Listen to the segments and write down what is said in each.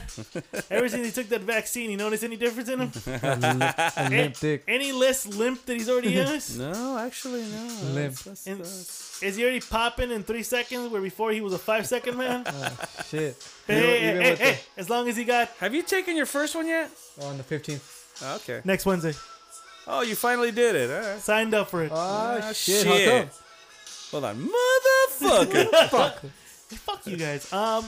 Ever since he took that vaccine, you notice any difference in him? A limp, a limp dick. Any less limp that he's already used? No, actually, no. Limp. That's- And that's- is he already popping in three seconds where before he was a five second man? Oh, shit. Hey, Even- hey, even hey, with hey, as long as he got Have you taken your first one yet? the- on the 15th. Oh, okay. next Wednesday, Oh, you finally did it. All right. signed up for it. Oh, Ah, shit. shit. How Hold on, motherfucker. come? Fuck. Fuck you guys. Um,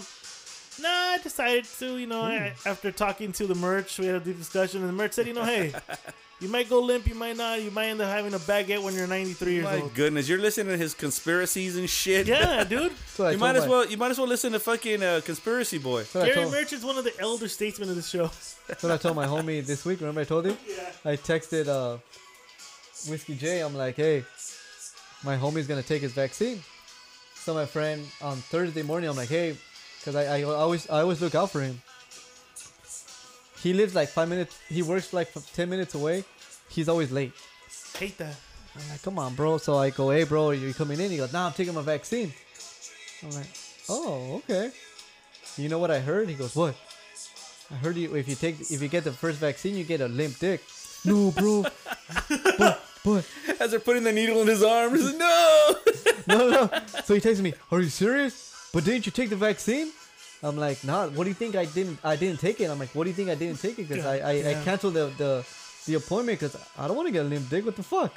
nah, I decided to, you know, I, after talking to the merch, we had a deep discussion, and the merch said, you know, hey, you might go limp, you might not, you might end up having a baguette when you're 93 years My old. goodness, you're listening to his conspiracies and shit. Yeah, dude. So You I told might as my- well. You might as well listen to fucking uh, conspiracy boy. So I, Gary told, Merch is one of the elder statesmen of the show. so I told my homie this week. Remember I told you? I texted uh, Whiskey J. I'm like, hey, my homie's gonna take his vaccine. So my friend on Thursday morning, I'm like, hey, because I, I always I always look out for him. He lives like five minutes. He works like f- ten minutes away. He's always late. Hate that. I'm like, come on, bro. So I go, hey, bro, are you coming in? He goes, nah, I'm taking my vaccine. I'm like, oh, okay. You know what I heard? He goes, what? I heard you. If you take, if you get the first vaccine, you get a limp dick. No, bro. but, but As they're putting the needle in his arm, he's like, no. no, no. So he texts me, "Are you serious? But didn't you take the vaccine?" I'm like, "Nah. What do you think I didn't? I didn't take it." I'm like, "What do you think I didn't take it? Because I, I, Yeah. I canceled the the, the appointment because I don't want to get a limp dick. What the fuck?"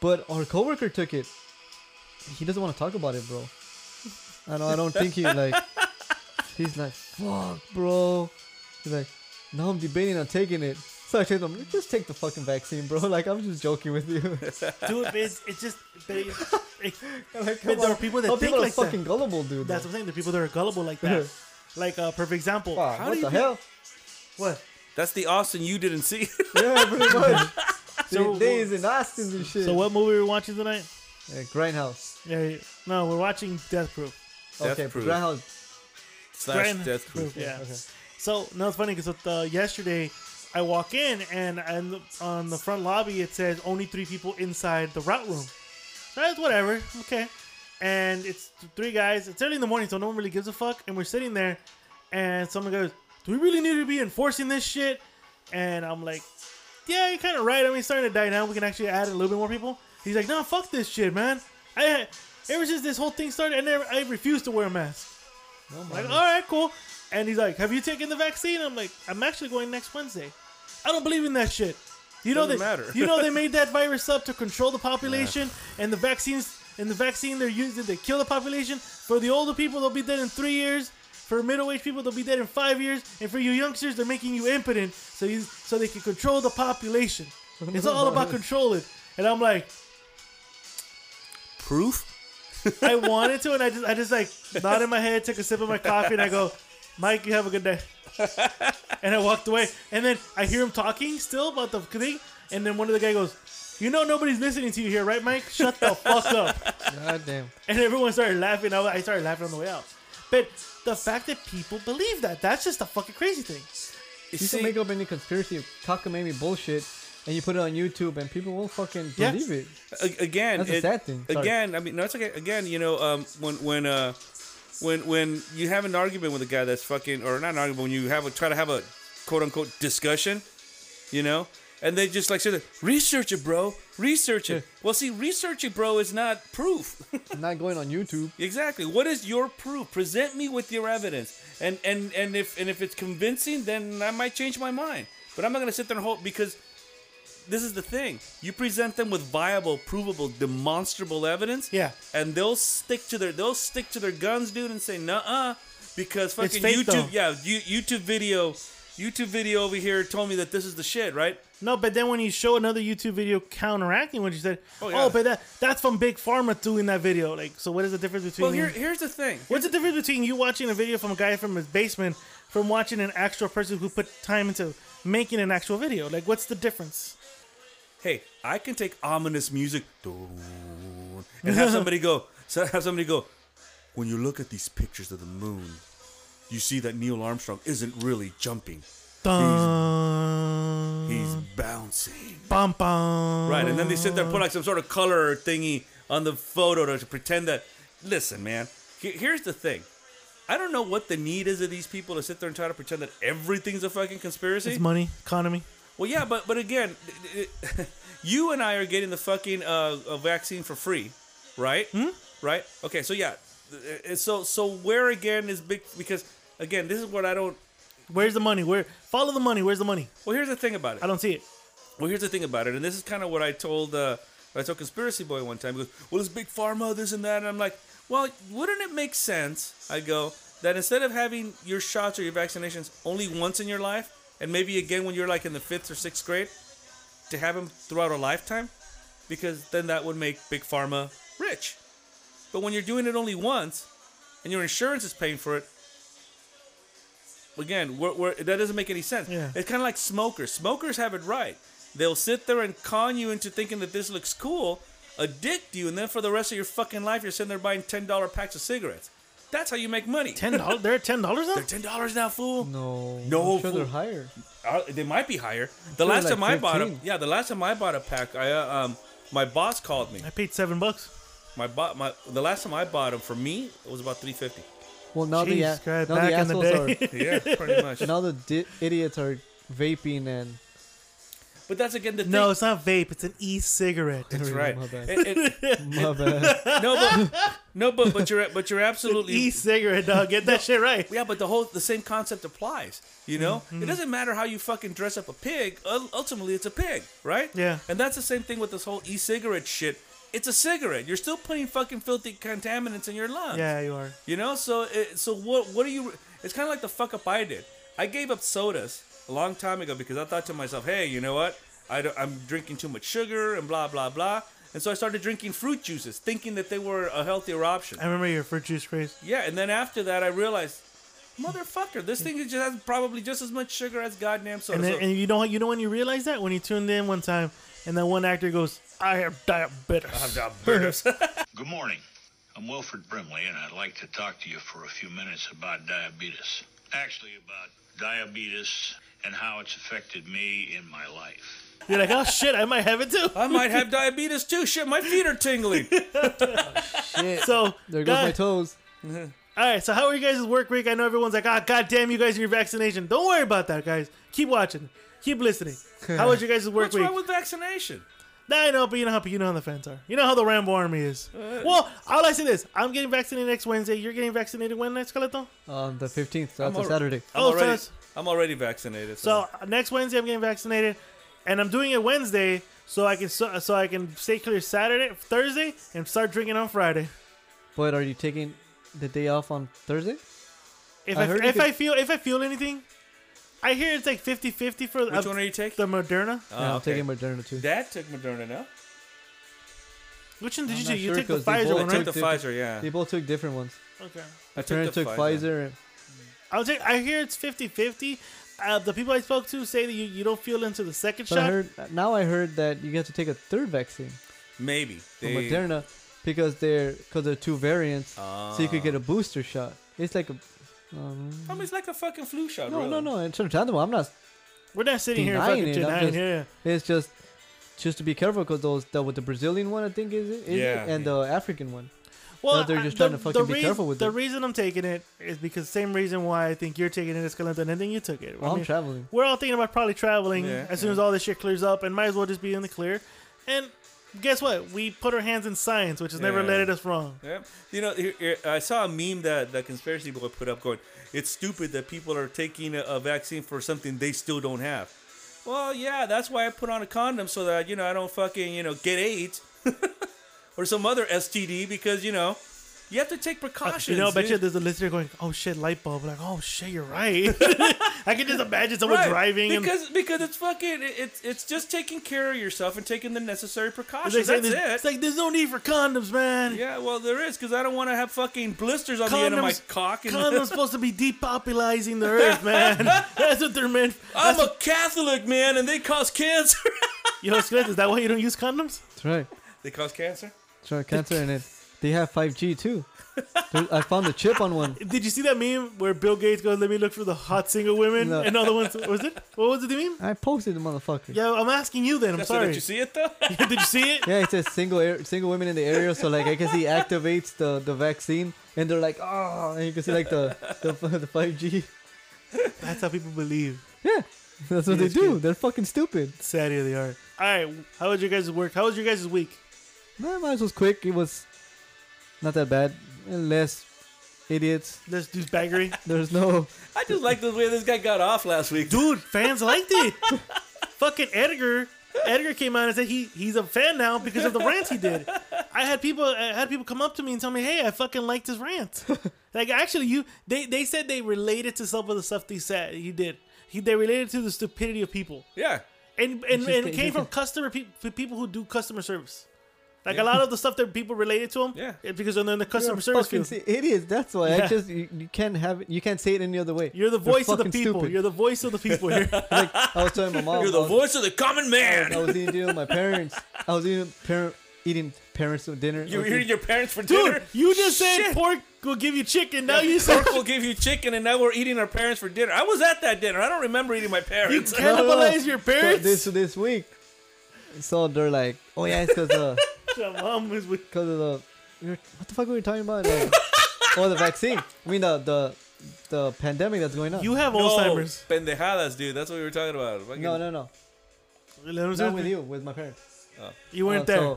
But our coworker took it. He doesn't want to talk about it, bro. I don't. I don't think he like. He's like, "Fuck, bro." He's like, "No, I'm debating on taking it." So I told him, "Just take the fucking vaccine, bro. Like, I'm just joking with you." Dude, it's, it's just. But it, it- like, But come there on. are people that Some think people like are that. fucking gullible, dude. that's what I'm saying. The people that are gullible like that. Like, uh, perfect example. Wow, How what do you the think- hell? What? That's the Austin you didn't see. Yeah, pretty much. So- Dude, days in Austin and shit. So, what movie we are watching tonight? Yeah, Grindhouse. Yeah, yeah. no, we're watching Death Proof. Death okay, Proof. Grindhouse. Slash Grand- death proof. Yeah. Okay. So, no, it's funny because uh, yesterday I walk in and, and on the front lobby it says only three people inside the route room. That's whatever. Okay. And it's th- three guys. It's early in the morning, so no one really gives a fuck. And we're sitting there, and someone goes, Do we really need to be enforcing this shit? And I'm like, Yeah, you're kind of right. I mean, it's starting to die now. We can actually add a little bit more people. He's like, No, fuck this shit, man. I Ever since this whole thing started, I, never, I refuse to wear a mask. No, I'm like, man. all right, cool. And he's like, have you taken the vaccine? I'm like, I'm actually going next Wednesday. I don't believe in that shit. You know Doesn't they, matter. you know they made that virus up to control the population, and the vaccines and the vaccine they're using to kill the population. For the older people, they'll be dead in three years. For middle-aged people, they'll be dead in five years, and for you youngsters, they're making you impotent so you, so they can control the population. It's all about controlling. And I'm like, Proof? I wanted to, and I just, I just like nodded my head, took a sip of my coffee, and I go, Mike, you have a good day. and I walked away, and then I hear him talking still about the thing, and then one of the guy goes, "You know nobody's listening to you here, right, Mike? Shut the fuck up." God damn. And everyone started laughing. I I started laughing on the way out. But the fact that people believe that, that's just a fucking crazy thing. You You see, can make up any conspiracy cockamamie bullshit and you put it on YouTube and people won't fucking Yeah. believe it. a- again, That's a it- sad thing. Sorry. Again, I mean, no, it's okay. Again, you know, um, when when uh, when when you have an argument with a guy that's fucking, or not an argument, when you have a try to have a quote unquote discussion, you know, and they just like say, "Research it, bro. Research it." Well, see, research it, bro, is not proof. I'm not going on YouTube. Exactly. What is your proof? Present me with your evidence. And and and if and if it's convincing, then I might change my mind. But I'm not gonna sit there and hope because this is the thing. You present them with viable, provable, demonstrable evidence. Yeah. And they'll stick to their they'll stick to their guns, dude, and say nah because fucking fake, YouTube though. yeah, you, YouTube video YouTube video over here told me that this is the shit, right? No, but then when you show another YouTube video counteracting what you said, oh, Oh, yeah. but that that's from Big Pharma doing that video. Like, so what is the difference between? Well here you- here's the thing. What's the difference between you watching a video from a guy from his basement from watching an actual person who put time into making an actual video? Like, what's the difference? hey, I can take ominous music dun, and have somebody go, so have somebody go, when you look at these pictures of the moon, you see that Neil Armstrong isn't really jumping. Dun, He's bouncing. bum, bum. Right, and then they sit there and put like some sort of color thingy on the photo to pretend that. Listen, man, he- here's the thing. I don't know what the need is of these people to sit there and try to pretend that everything's a fucking conspiracy. It's money, economy. Well, yeah, but but again, it- it- you and I are getting the fucking uh, uh, vaccine for free, right? Hmm? Right. Okay. So yeah. Uh, So so where again is big because again this is what I don't. Where's the money? Where follow the money? Where's the money? Well, here's the thing about it. I don't see it. Well, here's the thing about it, and this is kind of what I told uh, I told Conspiracy Boy one time. He goes, "Well, it's big pharma, this and that," and I'm like, "Well, wouldn't it make sense?" I go that instead of having your shots or your vaccinations only once in your life, and maybe again when you're like in the fifth or sixth grade, to have them throughout a lifetime, because then that would make big pharma rich. But when you're doing it only once, and your insurance is paying for it. Again, we're, we're, that doesn't make any sense. Yeah. It's kind of like smokers. Smokers have it right. They'll sit there and con you into thinking that this looks cool, addict you, and then for the rest of your fucking life, you're sitting there buying ten dollar packs of cigarettes. That's how you make money. Ten dollars? They're at ten dollars now. They're ten dollars now, fool. No. No, I'm sure they're fool. higher. Uh, they might be higher. The They're last like time I bought 15. them, yeah, the last time I bought a pack, I uh, um, my boss called me. I paid seven bucks. My bo- my the last time I bought them for me, it was about three fifty. Well, now the, Jesus a- Christ, now back the in the assholes day. Yeah, pretty much. are now the di- idiots are vaping and But that's again the thing. No, it's not vape. It's an e-cigarette. That's right. My bad. It- it- my bad. no, but no, but but you're but you're absolutely E-cigarette, dog. Get that shit right. yeah. But the whole the same concept applies. You know, it doesn't matter how you fucking dress up a pig. ul- Ultimately, it's a pig, right? Yeah. And that's the same thing with this whole e-cigarette shit. It's a cigarette. You're still putting fucking filthy contaminants in your lungs. Yeah, you are. You know, so it, so what? What are you? It's kind of like the fuck up I did. I gave up sodas a long time ago because I thought to myself, hey, you know what? I don't, I'm drinking too much sugar and blah blah blah. And so I started drinking fruit juices, thinking that they were a healthier option. I remember your fruit juice craze. Yeah, and then after that, I realized, motherfucker, this thing is just has probably just as much sugar as goddamn soda. And then, So- and you know, you know when you realize that when you tuned in one time, and then one actor goes, "I have diabetes." I'm diabetes. Good morning. I'm Wilfred Brimley, and I'd like to talk to you for a few minutes about diabetes. Actually, about diabetes and how it's affected me in my life. You're like, "Oh shit, I might have it too." I might have diabetes too. Shit, my feet are tingling. So There goes my guys- toes. All right, so how are you guys' work week? I know everyone's like, ah, goddamn you guys and your vaccination. Don't worry about that, guys. Keep watching. Keep listening. How was your guys' work What's week? wrong with vaccination? nah, I know, but you know how you know how the fans are. You know how the Rambo army is. Uh, well, all I say this: I'm getting vaccinated next Wednesday. You're getting vaccinated when next, Skeleton? On the 15th, so I'm that's a al- Saturday. I'm Oh, so already, that's- I'm already vaccinated. So uh, next Wednesday, I'm getting vaccinated, and I'm doing it Wednesday so I can so, so I can stay clear Saturday, Thursday, and start drinking on Friday. But are you taking the day off on Thursday? If I I, heard you if could- I feel if I feel anything, I hear it's like 50-50 for Which one are you taking? the Moderna. Oh, Yeah, I'm okay. taking Moderna too. Dad took Moderna now. Which one did I'm you not take? sure you took the 'cause they Pfizer both one, I took right? the different- Pfizer, yeah. They both took different ones. okay. I Moderna took Pfizer. I'll take. I hear it's 50-50. Uh, the people I spoke to say that you, you don't feel into the second But shot. I heard now I heard that you have to take a third vaccine Maybe. for They, Moderna because they're because they're two variants, so you could get a booster shot. It's like a I mean, it's like a fucking flu shot. no, really. no, no. It's understandable. I'm not. We're not sitting here Denying fucking it, I'm denying. just- Yeah. It's just just to be careful because those the with the Brazilian one I think is it, is Yeah. it? and the African one. Well, they're I- just trying to fucking be reas- careful with the it. reason I'm taking it is because same reason why I think you're taking it, Escalante, and I think you took it. Well, I I'm mean, traveling. We're all thinking about probably traveling Yeah, as soon as all this shit clears up, and might as well just be in the clear. And guess what? We put our hands in science, which has never Yeah. led us wrong. Yeah. You know, here, here, I saw a meme that the conspiracy boy put up going, it's stupid that people are taking a, a vaccine for something they still don't have. Well, yeah, that's why I put on a condom so that, you know, I don't fucking, you know, get AIDS or some other STD because, you know, you have to take Uh, precautions. You know, I bet you dude. there's a listener going, "Oh shit, light bulb!" Like, "Oh shit, you're right." I can just imagine someone Right, driving and because because it's fucking it, it's it's just taking care of yourself and taking the necessary it's like, precautions. saying That's there's- it's it. like there's no need for condoms, man. Yeah, well, there is because I don't want to have fucking blisters on the end of my cock. And condoms supposed to be depopulizing the earth, man. That's what they're meant. I'm a Catholic man, and they cause cancer. Yo, Skelet, is that why you don't use condoms? That's right. They cause cancer? That's right. Cancer and it. They have 5G too. There- I found a chip on one. Did you see that meme where Bill Gates goes, "Let me look for the hot single women," No. and all the ones was it? What was it? The meme? I posted the motherfucker. Yeah, I'm asking you. Then I'm That's sorry. Did you see it though? Did you see it? Yeah, it says single air, single women in the area. So like, I guess he activates the, the vaccine, and they're like, oh, and you can see like the the, the 5G. That's how people believe. Yeah, that's what they do. They're fucking stupid. Sad here they are. All right, how was your guys' work? How was your guys' week? My mine was quick. It was not that bad. Less idiots. Let's do baggery, There's no. I just like the way this guy got off last week. dude. Fans liked it. Fucking Edgar. Edgar came out and said he he's a fan now because of the rant he did. I had people I had people come up to me and tell me, "Hey, I fucking liked his rant." like actually, you they they said they related to some of the stuff he said he did. He, they related to the stupidity of people. Yeah. and and, and just it that- came from customer people people who do customer service. Like a lot of the stuff that people related to them, Yeah. because they're in the they're customer service fucking field. si- idiots. That's why Yeah. I just you, you can't have it. You can't say it any other way. You're the They're voice of the fucking people. stupid. You're the voice of the people here. like, I was telling my mom. You're I the was- voice of the common I man. was eating dinner with my parents. I was eating parent eating parents with dinner. You I were was eating your parents for dinner. Dude, you just said Shit. pork will give you chicken. Now you said Pork will give you chicken, and now we're eating our parents for dinner. I was at that dinner. I don't remember eating my you parents. No, no, no. cannibalize your parents. This this week. So they're like, oh yeah, it's because of Your mom was with- because of the we were- what the fuck were we talking about? Like, oh, the vaccine. I mean the the the pandemic that's going on. You have No, Alzheimer's. pendejadas, dude. That's what we were talking about. Fucking- no no no. Not with you, with my parents. You weren't Uh, there. so-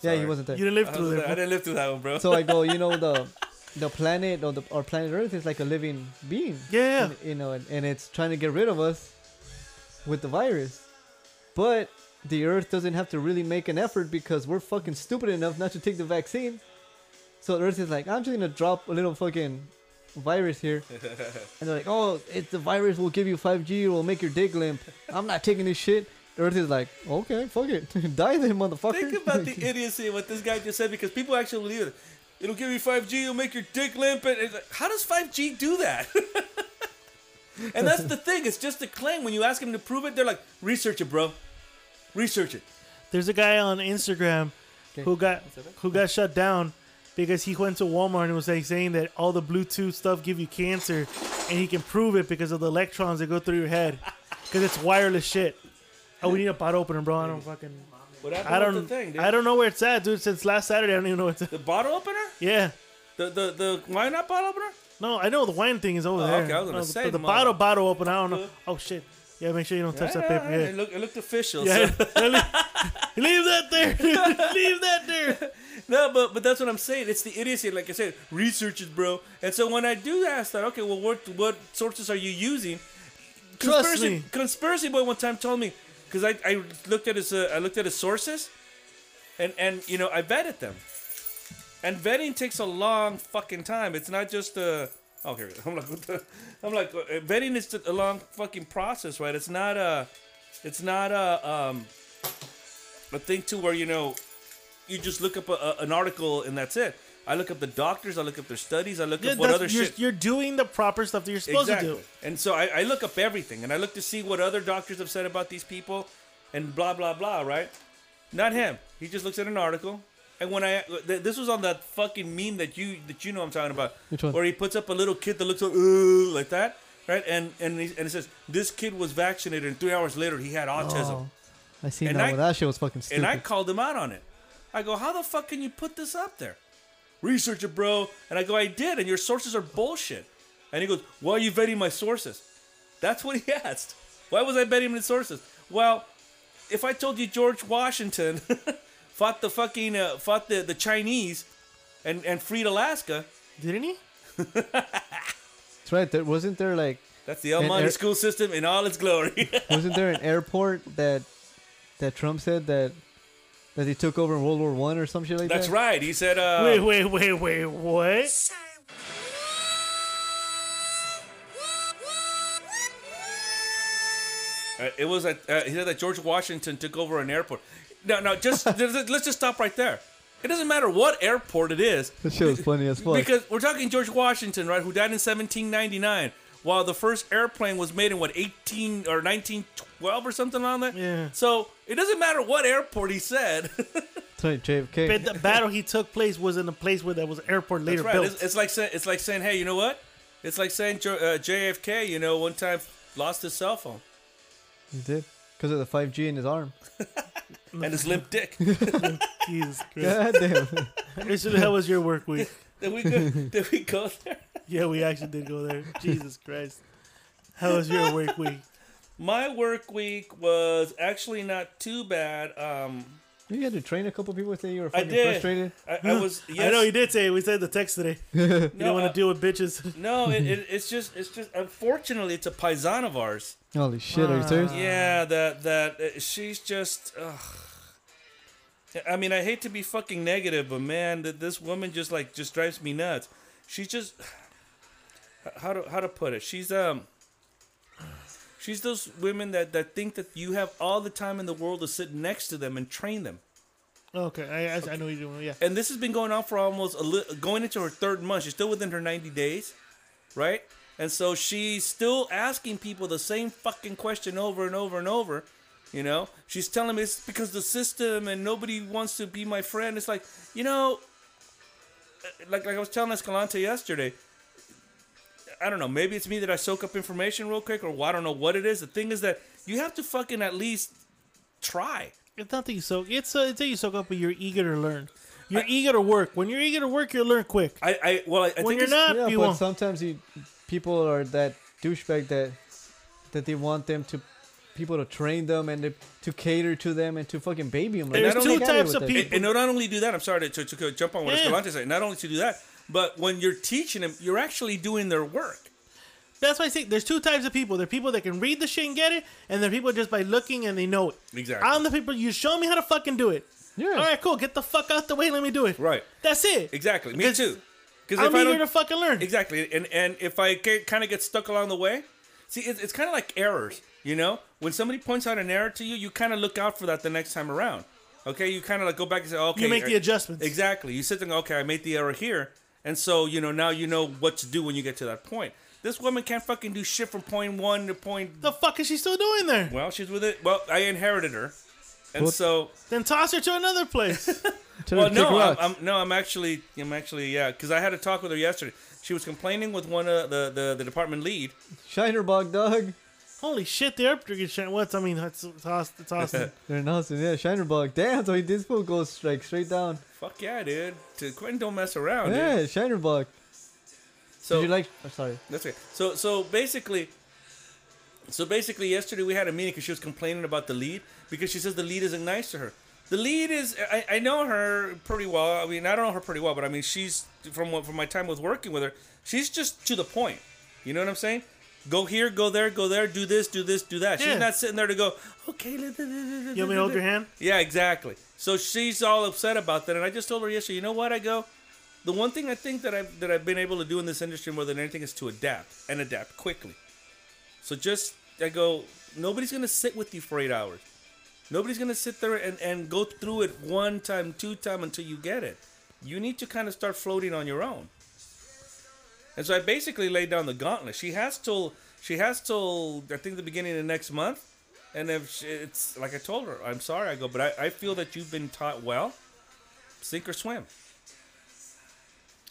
yeah, he Sorry. wasn't there. you didn't I, live was- through I there. didn't live through that one, bro. so I go, you know the the planet or the or planet Earth is like a living being. Yeah, yeah. And, you know, and, and it's trying to get rid of us with the virus, but the Earth doesn't have to really make an effort because we're fucking stupid enough not to take the vaccine. So Earth is like, I'm just gonna drop a little fucking virus here, and they're like, oh, it's the virus will give you 5G, it will make your dick limp. I'm not taking this shit. Earth is like, okay, fuck it, die then, motherfucker. Think about the idiocy of what this guy just said because people actually believe it. It'll give you 5G, it'll make your dick limp. And it's like, how does 5G do that? and that's the thing, it's just a claim. When you ask them to prove it, they're like, research it, bro. Research it. There's a guy on Instagram who got who got shut down because he went to Walmart and was like saying that all the Bluetooth stuff give you cancer, and he can prove it because of the electrons that go through your head, because it's wireless shit. Oh, we need a pot opener, bro. I don't fucking. What happened I don't. with the thing, dude? I don't know where it's at, dude. Since last Saturday, I don't even know what's. At. the bottle opener? Yeah. The, the, the why not bottle opener? No, I know the wine thing is over Oh, there. okay, I was gonna No, say, the, the mother- bottle bottle open. I don't know. Oh shit. Yeah, make sure you don't touch that paper. It, Yeah. looked, it looked official. so- Yeah, leave that there. leave that there. No, but but that's what I'm saying. It's the idiocy, like I said, research it, bro. And so when I do ask that, okay, well, what what sources are you using? Trust conspiracy, me. Conspiracy boy one time told me because I, I looked at his uh, I looked at his sources, and and you know I vetted them, and vetting takes a long fucking time. It's not just uh Oh, here we go. I'm like, what the? I'm like, uh, vetting is a long fucking process, right? It's not a, it's not a, um, a thing to where you know, you just look up a, a, an article and that's it. I look up the doctors, I look up their studies, I look Yeah, up what that's- other you're, shit. you're doing the proper stuff that you're supposed exactly. to do. And so I, I look up everything, and I look to see what other doctors have said about these people, and blah blah blah. Right? Not him. He just looks at an article. And when I th- this was on that fucking meme that you that you know I'm talking about, Which one? where he puts up a little kid that looks like, "Ooh," like that, right? And and he, and it says this kid was vaccinated, and three hours later he had autism. Oh, I seen And that I- one. That shit was fucking stupid. And I called him out on it. I go, how the fuck can you put this up there? Research it, bro. And I go, I did, and your sources are bullshit. And he goes, why are you vetting my sources? That's what he asked. Why was I vetting his sources? Well, if I told you George Washington fought the fucking uh, fought the, the Chinese and, and freed Alaska, Didn't he? That's right. There wasn't there like that's the El Monte Eric- school system in all its glory. wasn't there an airport that that Trump said that that they took over in World War One or some shit like that's that? right. He said, uh, wait, wait, wait, wait. What? Say Uh, It was at, uh, he said that George Washington took over an airport. No, no, just let's let's just stop right there. It doesn't matter what airport it is, That shit was funny as fuck. because we're talking George Washington, right? Who died in 1799, while the first airplane was made in what 18 or 1912 or something on that. Yeah. So it doesn't matter what airport he said. That's right, JFK. But the battle he took place was in a place where there was an airport later That's right. built. It's, it's like saying it's like saying, hey, you know what? It's like saying Jo- uh, JFK, you know, one time lost his cell phone He did because of the 5G in his arm. and his limp dick. Jesus Christ. God damn. Richard, how was your work week? did we go? Did we go there? Yeah, we actually did go there. Jesus Christ. How was your work week? My work week was actually not too bad. Um, You had to train a couple people. Say you were I fucking did. frustrated. I, I was. Yes, I know you did say we said the text today. You no, don't want uh, to deal with bitches. No, it, it, it's just it's just unfortunately it's a paisan of ours. Holy shit! Are you serious? yeah, that that uh, she's just. Ugh. I mean, I hate to be fucking negative, but man, that this woman just like just drives me nuts. She's just how to how to put it. She's um. She's those women that, that think that you have all the time in the world to sit next to them and train them. Okay, I, I, I know you do. Yeah. and this has been going on for almost a li- going into her third month. She's still within her 90 days, right? And so she's still asking people the same fucking question over and over and over. You know, she's telling me it's because the system and nobody wants to be my friend. It's like, you know, uh, like like I was telling Escalante yesterday. I don't know. Maybe it's me that I soak up information real quick, or I don't know what it is. The thing is that you have to fucking at least try. It's not that you soak. It's uh, it's that you soak up, but you're eager to learn. You're eager to work. When you're eager to work, you'll learn quick. I, I well, I, I When think you're it's- not, Yeah, you but won't. sometimes you people are that douchebag that that they want them to people to train them and to, to cater to them and to fucking baby them. Like, There's I don't two get it types with of that people. And, and not only do that, I'm sorry to, to, to go jump on what Yeah. Escalante said. Not only to do that, but when you're teaching them, you're actually doing their work. That's why I say there's two types of people. There are people that can read the shit and get it, and there are people just by looking and they know it. Exactly. I'm the people. You show me how to fucking do it. Yeah. All right, cool. Get the fuck out the way. Let me do it. Right. That's it. Exactly. Me Because too. Because I'm eager to fucking learn. exactly, and and if I kind of get stuck along the way, see, it's, it's kind of like errors. You know, when somebody points out an error to you, you kind of look out for that the next time around. Okay, you kind of like go back and say, okay, make the I- adjustments. Exactly. You sit there, and go, okay, I made the error here, and so you know now you know what to do when you get to that point. This woman can't fucking do shit from point one to point The fuck is she still doing there? Well, she's with it. Well, I inherited her, and What? so Then toss her to another place. Tell her well, to kick no, I'm, rocks. I'm no, I'm actually, I'm actually, yeah, because I had a talk with her yesterday. She was complaining with one of the the, the department lead. Shiner Bog dog. Holy shit, the airport is shit. What's I mean, that's toss, toss. it. They're announcing, yeah, Shiner Bog. Damn, so he- this fool goes like straight down. Fuck yeah, dude. To Quentin, don't mess around. Oh, Dude. Yeah, Shiner Bog. So Did you like? Oh, sorry. that's right. So so basically. So basically, yesterday we had a meeting because she was complaining about the lead because she says the lead isn't nice to her. The lead is I, I know her pretty well. I mean, I don't know her pretty well, but I mean, she's from what- from my time with working with her, she's just to the point. You know what I'm saying? Go here, go there, go there, do this, do this, do that. Yeah. She's not sitting there to go, okay. You You want me to hold your hand? Yeah, exactly. So she's all upset about that, and I just told her yesterday, you know what? I go, the one thing I think that I've that I've been able to do in this industry more than anything is to adapt and adapt quickly. So just I go, nobody's gonna sit with you for eight hours. Nobody's gonna sit there and, and go through it one time, two time until you get it. You need to kind of start floating on your own. And so I basically laid down the gauntlet. She has till she has till I think the beginning of next month. And if she, it's like I told her, I'm sorry. I go, but I, I feel that you've been taught well. Sink or swim.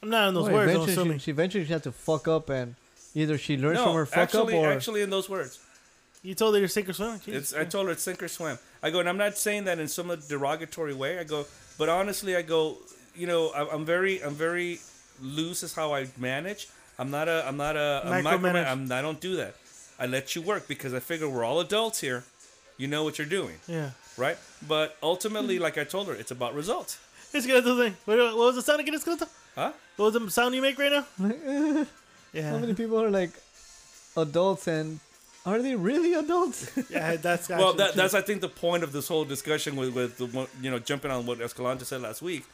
I'm not in those Well, words. I'm eventually, assuming she, she eventually she had to fuck up, and either she learned from her fuck actually, up or actually, in those words, you told her you're sick or swimming. Jesus. it's I told her it's sink or swim. I go, and I'm not saying that in some derogatory way. I go, but honestly, I go, you know, I, I'm very, I'm very loose is how I manage. I'm not a, I'm not a, a Micromanage. microman- I'm, I don't do that. I let you work because I figure we're all adults here. You know what you're doing, yeah. Hmm. right? But ultimately, like I told her, it's about results, Esqueleto thing. What, what was the sound again, Esqueleto? huh? What was the sound you make right now? yeah. how many people are like adults and are they really adults? Yeah, that's well actually that, true. that's i think the point of this whole discussion with, with the one- you know jumping on what escalante said last week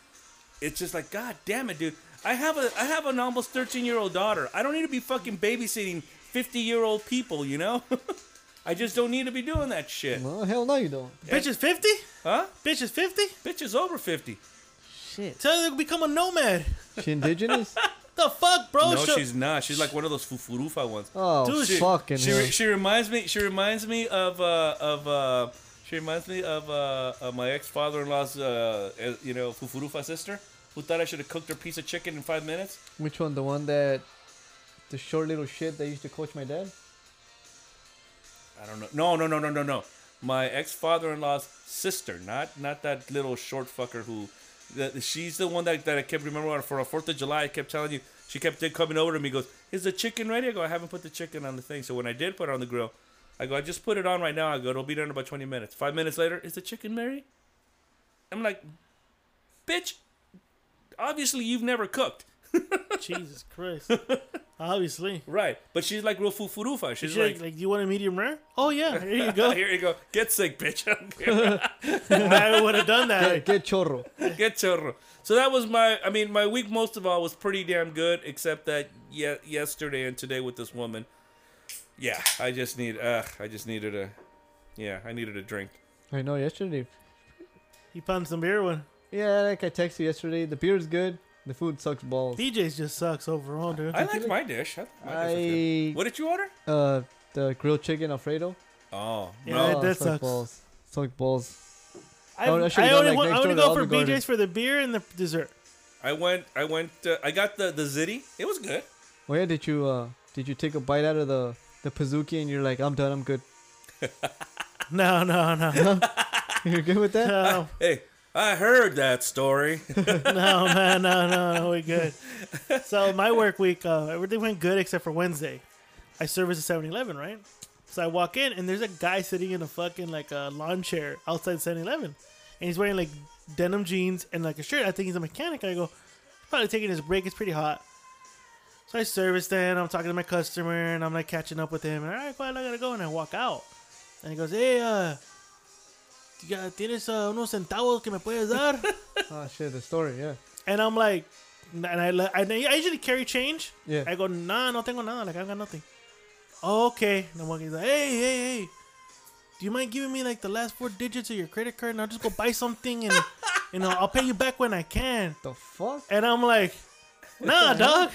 it's just like god damn it dude i have a i have an almost 13 year old daughter i don't need to be fucking babysitting 50 year old people you know i just don't need to be doing that shit well, hell no, you don't. Bitch is 50? huh Bitch is 50? bitch is over 50 Tell her to become a nomad. She indigenous? The fuck, bro? no She'll- she's not she's like one of those fufurufa ones Oh, Dude, she- fucking she, hell. re- she reminds me she reminds me of uh of uh she reminds me of uh of my ex father in law's uh eh, you know fufurufa sister who thought I should have cooked her piece of chicken in five minutes. Which one? The one that the short little shit that used to coach my dad? I don't know. No no no no no no. My ex father in law's sister, not not that little short fucker who. That, she's the one that, that I kept remembering for a Fourth of July. I kept telling you. She kept coming over to me. Goes, is the chicken ready? I go, I haven't put the chicken on the thing. So when I did put it on the grill, I go, I just put it on right now. I go, it'll be done in about twenty minutes. Five minutes later, is the chicken ready? I'm like, bitch. Obviously, you've never cooked, Jesus Christ. Obviously. right? But she's like real fufurufa. She's She's like, like, you want a medium rare? Oh, yeah. Here you oh, go. here you go. Get sick, bitch. I don't care. I would have done Hey, that. get chorro. Get churro. So that was my. I mean, my week most of all was pretty damn good, except that yeah, yesterday and today with this woman. Yeah, I just need. Uh, I just needed a. Yeah, I needed a drink. I know yesterday. He found some beer one. Yeah, like I texted you yesterday. The beer's good. The food sucks balls. DJ's just sucks overall, dude. I liked my dish. I, thought my dish was good. I What did you order? uh the grilled chicken alfredo. Oh, Yeah, no. that- that suck sucks. balls. Suck balls. I, Oh, I, that should've gone, only like, want, next I'm door gonna to go for Olive Garden. BJ's for the beer and the dessert. I went. I went. Uh, I got the the ziti. It was good. Oh yeah, did you uh did you take a bite out of the the pizookie and you're like I'm done, I'm good. No, no, no, You're good with that? no, Hey, I heard that story. no, man, no, no, no, we good. So my work week, uh, everything went good except for Wednesday. I service at 7-Eleven, right? So I walk in and there's a guy sitting in a fucking like a lawn chair outside 7-Eleven, and he's wearing like denim jeans and like a shirt. I think he's a mechanic. I go, he's probably taking his break. It's pretty hot. So I service then. I'm talking to my customer and I'm like catching up with him. And all right, fine, I gotta go. And I walk out. And he goes, hey, uh, ya tienes uh, unos centavos que me puedes dar? oh shit, the story, yeah. and I'm like, and I, le- I, I usually carry change. Yeah. I go, nah, no tengo nada. Like, I got nothing. Okay. And I'm walking, he's like, hey, hey, hey. Do you mind giving me like the last four digits of your credit card and I'll just go buy something and, you know, I'll pay you back when I can. The fuck? And I'm like, nah, dog.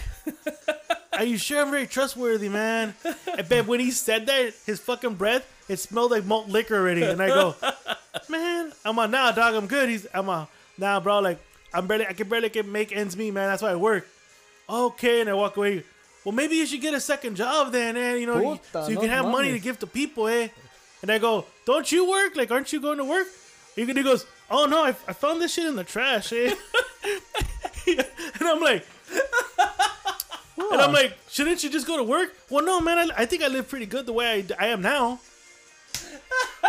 Are you sure I'm very trustworthy, man? I bet when he said that, his fucking breath, it smelled like malt liquor already. And I go, man, I'm on nah, dog, I'm good. He's, I'm on nah, bro. Like, I'm barely, I can barely can make ends meet, man. That's why I work. Okay, and I walk away. Well, maybe you should get a second job then, eh? You know, you- Puta, so you no can have money mames. to give to people, eh? And I go, don't you work? Like, aren't you going to work? He he goes, oh no, I, I found this shit in the trash, eh? and I'm like, and I'm like, shouldn't you just go to work? Well, no, man. I, I think I live pretty good the way I, I am now. So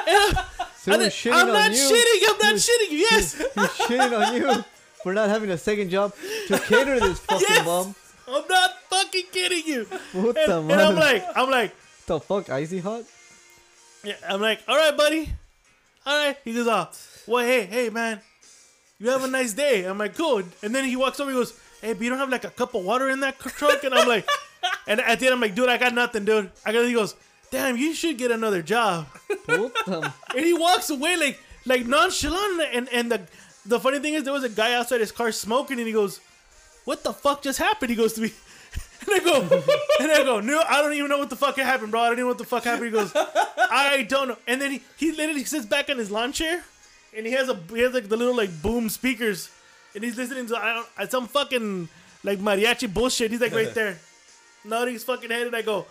I we're didn't- shitting I'm on not you. shitting. I'm not shitting. Yes, We're shitting on you for not having a second job to cater this fucking Yes! mom. I'm not fucking kidding you. What And, the and mother- I'm like, I'm like, The fuck, icy hot? yeah, I'm like, all right, buddy. All right. He goes, oh, well, hey, hey, man. You have a nice day. I'm like, good. And then he walks over. He goes, hey, but you don't have like a cup of water in that truck? And I'm like, and at the end, I'm like, dude, I got nothing, dude. I got, he goes, damn, you should get another job. Puta. And he walks away like, like nonchalant. And, and the, the funny thing is, there was a guy outside his car smoking, and he goes, what the fuck just happened? He goes to me. And I go, and I go, no, I don't even know what the fuck happened, bro. I don't even know what the fuck happened. He goes, I don't know. And then he, he literally sits back on his lawn chair, and he has a he has like the little like boom speakers, and he's listening to I don't, some fucking like mariachi bullshit. He's like right there, nodding his fucking head, and I go,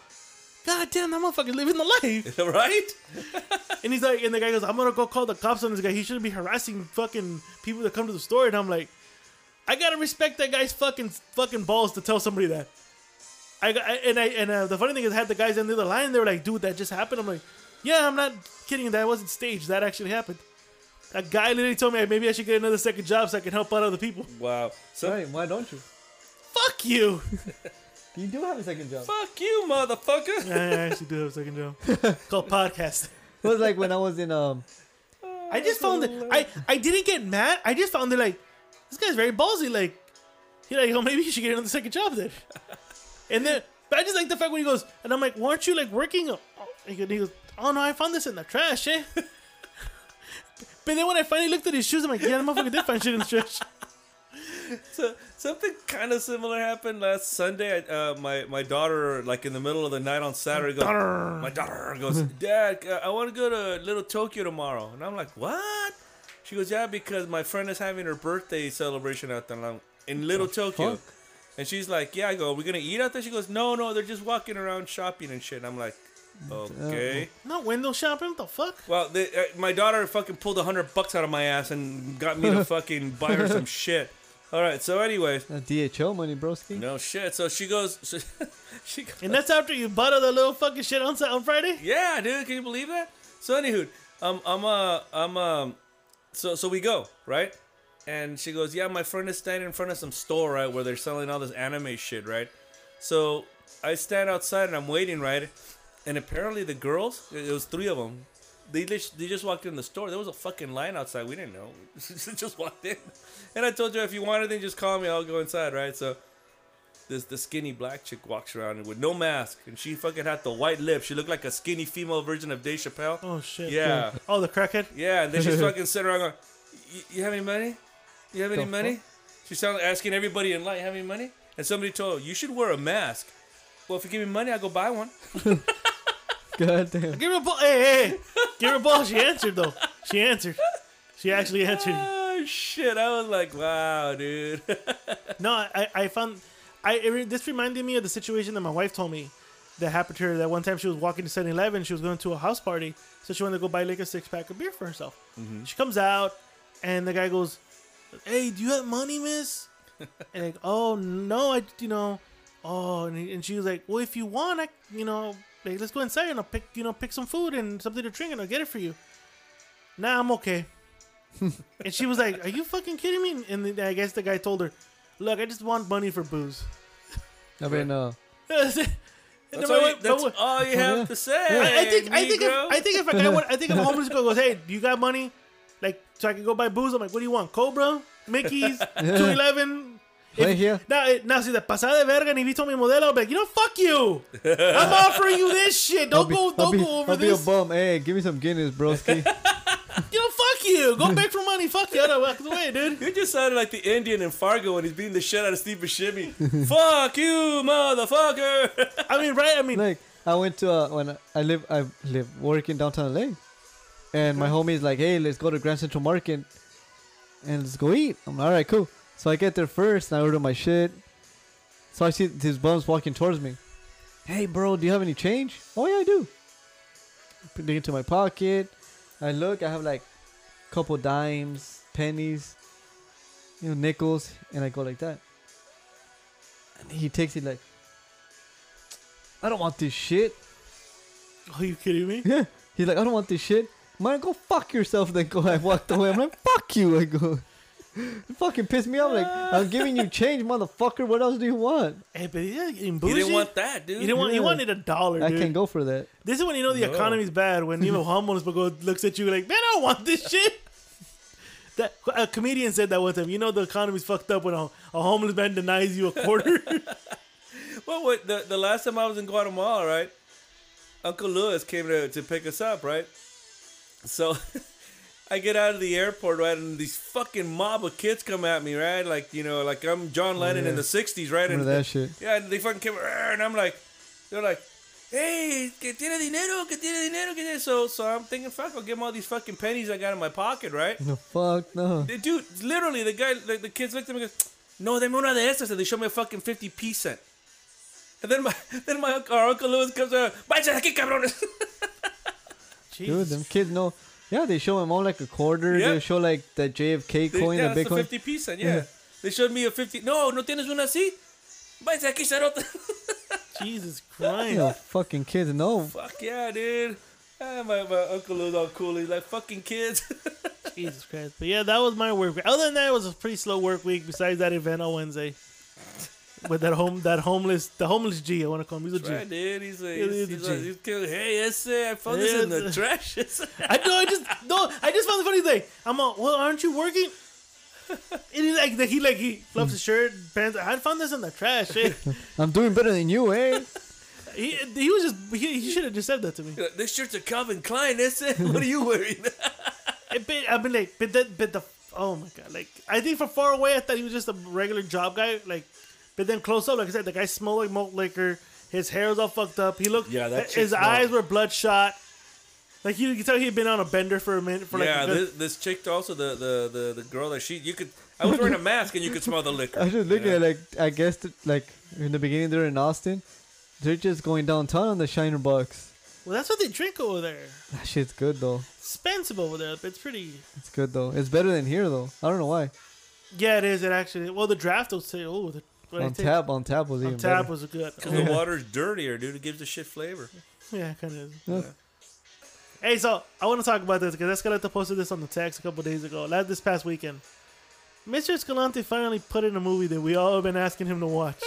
God damn, that motherfucker's living the life. right? And he's like, and the guy goes, I'm gonna go call the cops on this guy. He shouldn't be harassing fucking people that come to the store. And I'm like, I gotta respect that guy's fucking fucking balls to tell somebody that. I, got- I and I and uh, the funny thing is, I had the guys on the other line. They were like, dude, that just happened. I'm like, yeah, I'm not kidding. That wasn't staged. That actually happened. A guy literally told me maybe I should get another second job so I can help out other people. Wow. So Right, why don't you? Fuck you. You do have a second job. fuck you, motherfucker. I actually do have a second job called podcast. It was like when I was in um I just found that I, I didn't get mad. I just found that like this guy's very ballsy. Like he like oh maybe you should get another second job then. And then but I just like the fact when he goes and I'm like, why aren't you like working? Oh, And he goes, oh no, I found this in the trash, eh? but then when I finally looked at his shoes, I'm like, yeah, the motherfucker did find shit in the trash. So, something kind of similar happened last Sunday. I, uh, my my daughter, like in the middle of the night on Saturday, goes, my daughter goes, Dad, uh, I want to go to Little Tokyo tomorrow, and I'm like, what? She goes, yeah, because my friend is having her birthday celebration out there and I'm- in Little Tokyo, fuck? and she's like, yeah. I go, we're gonna eat out there. She goes, no, no, they're just walking around shopping and shit. And I'm like, okay. Not window shopping. What the fuck? Well, the, uh, my daughter fucking pulled a hundred bucks out of my ass and got me to fucking buy her some shit. All right, so anyways, uh, DHL money, broski. no shit. So she goes, so she goes, And that's after you bought all the little fucking shit on Sa- on Friday. yeah, dude, can you believe that? So anywho, um, I'm uh, I'm um, so so we go right, and she goes, yeah, my friend is standing in front of some store right where they're selling all this anime shit right. So I stand outside and I'm waiting right, and apparently the girls, it was three of them. They just, they just walked in the store. There was a fucking line outside. We didn't know. just walked in, and I told her if you want anything, just call me. I'll go inside, right? So this the skinny black chick walks around with no mask, and she fucking had the white lips. She looked like a skinny female version of Dave Chappelle. Oh shit. Yeah. Oh the crackhead. yeah, and then she's fucking sitting around going, "Y- "You have any money? You have any The money?" She sounded asking everybody in line, "Have any money?" And somebody told her, "You should wear a mask." Well, if you give me money, I'll go buy one. God damn. Give her a ball. Hey, hey, hey. Give her a ball. She answered though. She answered. She actually answered. oh shit! I was like, "Wow, dude." No, I, I found I it, re- this reminded me of the situation that my wife told me that happened to her that one time she was walking to 7-Eleven, she was going to a house party, so she wanted to go buy like a six pack of beer for herself. She comes out and the guy goes, "Hey, do you have money, miss?" and like, "Oh no, I you know, oh," and, he- and she was like, "Well, if you want, I you know, like let's go inside and I'll pick you know pick some food and something to drink and I'll get it for you." Nah, I'm okay. And she was like, "Are you fucking kidding me?" And then I guess the guy told her, "Look, I just want money for booze." I mean, uh, that's it. And That's, my all you, wife- my that's wife- all you have to say. I I think I think if, Negro. I think if a guy went, I think if a homeless girl goes, "Hey, do you got money? Like, so I can go buy booze?" I'm like, "What do you want? Cobra, Mickey's, 211." right here. Now, eh, now, see the pasada de verga, ni visto mi modelo. I'm like, you know, fuck you. I'm offering you this shit. Don't go, don't be, go over I'll this. be a bum. Hey, give me some Guinness, broski. you know, fuck you. Go back for money. Fuck you. I don't walk away, dude. You just sounded like the Indian in Fargo when he's beating the shit out of Steve Buscemi. Fuck you, motherfucker! I mean, right? I mean, like I went to uh, when I live I live work in downtown LA, and my homie's like, hey, let's go to Grand Central Market, and let's go eat. I'm like, all right, cool. So I get there first, and I order my shit. So I see these bums walking towards me. Hey, bro, do you have any change? Oh yeah, I do. Put it into my pocket. I look. I have like a couple dimes, pennies, you know, nickels, and I go like that. And he takes it like, I don't want this shit. are you kidding me? Yeah. He's like, I don't want this shit. Man, go fuck yourself. Then go. I walked away. I'm like, fuck you. I go. It fucking pissed me off. Like, I'm giving you change, motherfucker. What else do you want? Hey, but yeah, in You bougie, didn't want that, dude. You didn't want. You Yeah. wanted a dollar, I dude. can't go for that. This is when you know the No. economy's bad. When even homeless people go looks at you like, man, I don't want this shit. That a comedian said that one time. You know the economy's fucked up when a, a homeless man denies you a quarter. Well, what the, the last time I was in Guatemala, right? Uncle Lewis came to, to pick us up, right? So I get out of the airport, right, and these fucking mob of kids come at me, right? Like, you know, like I'm John Lennon in Oh, yeah. the 60s, right? Remember and, that shit. Yeah, and they fucking came, "Arr," and I'm like, they're like, hey, que tiene dinero, que tiene dinero, que tiene. So, so I'm thinking, fuck, I'll give them all these fucking pennies I got in my pocket, right? No, fuck no. The dude, literally, the guy, the, the kids looked at me and goes, no, dame una de estas. And they show me a fucking 50 p cent. And then my, then my uncle, our Uncle Lewis comes out, váyanse de aquí, cabrones. Dude, them kids know. Yeah, they show them all like a quarter. Yeah. They show like the JFK They- coin, yeah, the that's the Bitcoin. 50 p cent, yeah. They showed me a 50. No, no tienes una así. Váyanse de aquí, charote. Jesus Christ! You know, fucking kids know. Fuck yeah, dude. Ah, my, my Uncle Lewis all cool. He's like, fucking kids. Jesus Christ! But yeah, that was my work. week. Other than that, it was a pretty slow work week. Besides that event on Wednesday, with that home, that homeless, the homeless G. I want to call him. He's a G. I right, dude. He's like, Yeah, he's he's, a he's like, G. he's killing. Hey, yes, sir. I found this in the Yes. trash. know. I just no. I just found the funny thing. I'm all, well. Aren't you working? And he like he like he fluffs his shirt, pants. I found this in the trash. eh?" I'm doing better than you, eh? he, he was just he, he should have just said that to me. this shirt's a Calvin Klein. That's it. What are you wearing? It been, I've been like, but that, but the, oh my god, like I think from far away I thought he was just a regular job guy, like, but then close up, like I said, the guy smelled like malt liquor. His hair was all fucked up. He looked, Yeah, that his chick's eyes wild. were bloodshot. Like you could tell he had been on a bender for a minute. For like, yeah, a good- this, this chick also the, the the the girl that she you could I was wearing a mask and you could smell the liquor. I was just you looking know? at like I guess that, like in the beginning they're in Austin, they're just going downtown on the Shiner Bucks. well, that's what they drink over there. That shit's good though. Expensive over there, but it's pretty. It's good though. It's better than here though. I don't know why. Yeah, it is. It actually. Well, the draft will say, oh, the what did On it say? tap, on tap was on even tap better. was good. 'Cause the water's dirtier, dude. It gives the shit flavor. Yeah, kind of. Yeah. Hey, so I want to talk about this because Escalante posted this on the text a couple days ago, last this past weekend. Mr. Escalante finally put in a movie that we all have been asking him to watch.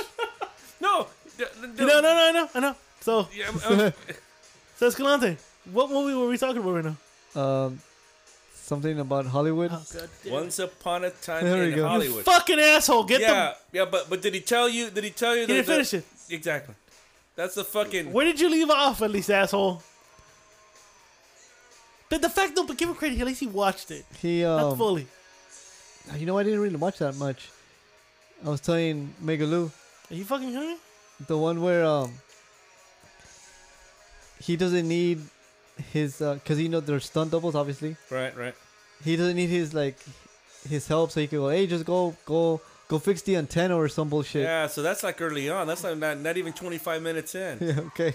No, d- d- no, no, no, I know, I know. So, Yeah, I'm- I'm- so Escalante, what movie were we talking about right now? Um, something about Hollywood. God once upon a time There we in go. Hollywood. Fucking asshole! Get Yeah, yeah, but but did he tell you? Did he tell you? He didn't the- finish it. Exactly. That's the fucking. them. Where did you leave off, at least, asshole? But the fact, though, but give him credit. At least he watched it, He not um, fully. you know I didn't really watch that much. I was telling Megaloo Are you fucking hearing me? the one where um he doesn't need his because you know they're stunt doubles obviously. Right, right. he doesn't need his like his help, so he could go, hey, just go, go, go fix the antenna or some bullshit. Yeah, so that's like early on. That's like not not even 25 minutes in. Yeah, okay.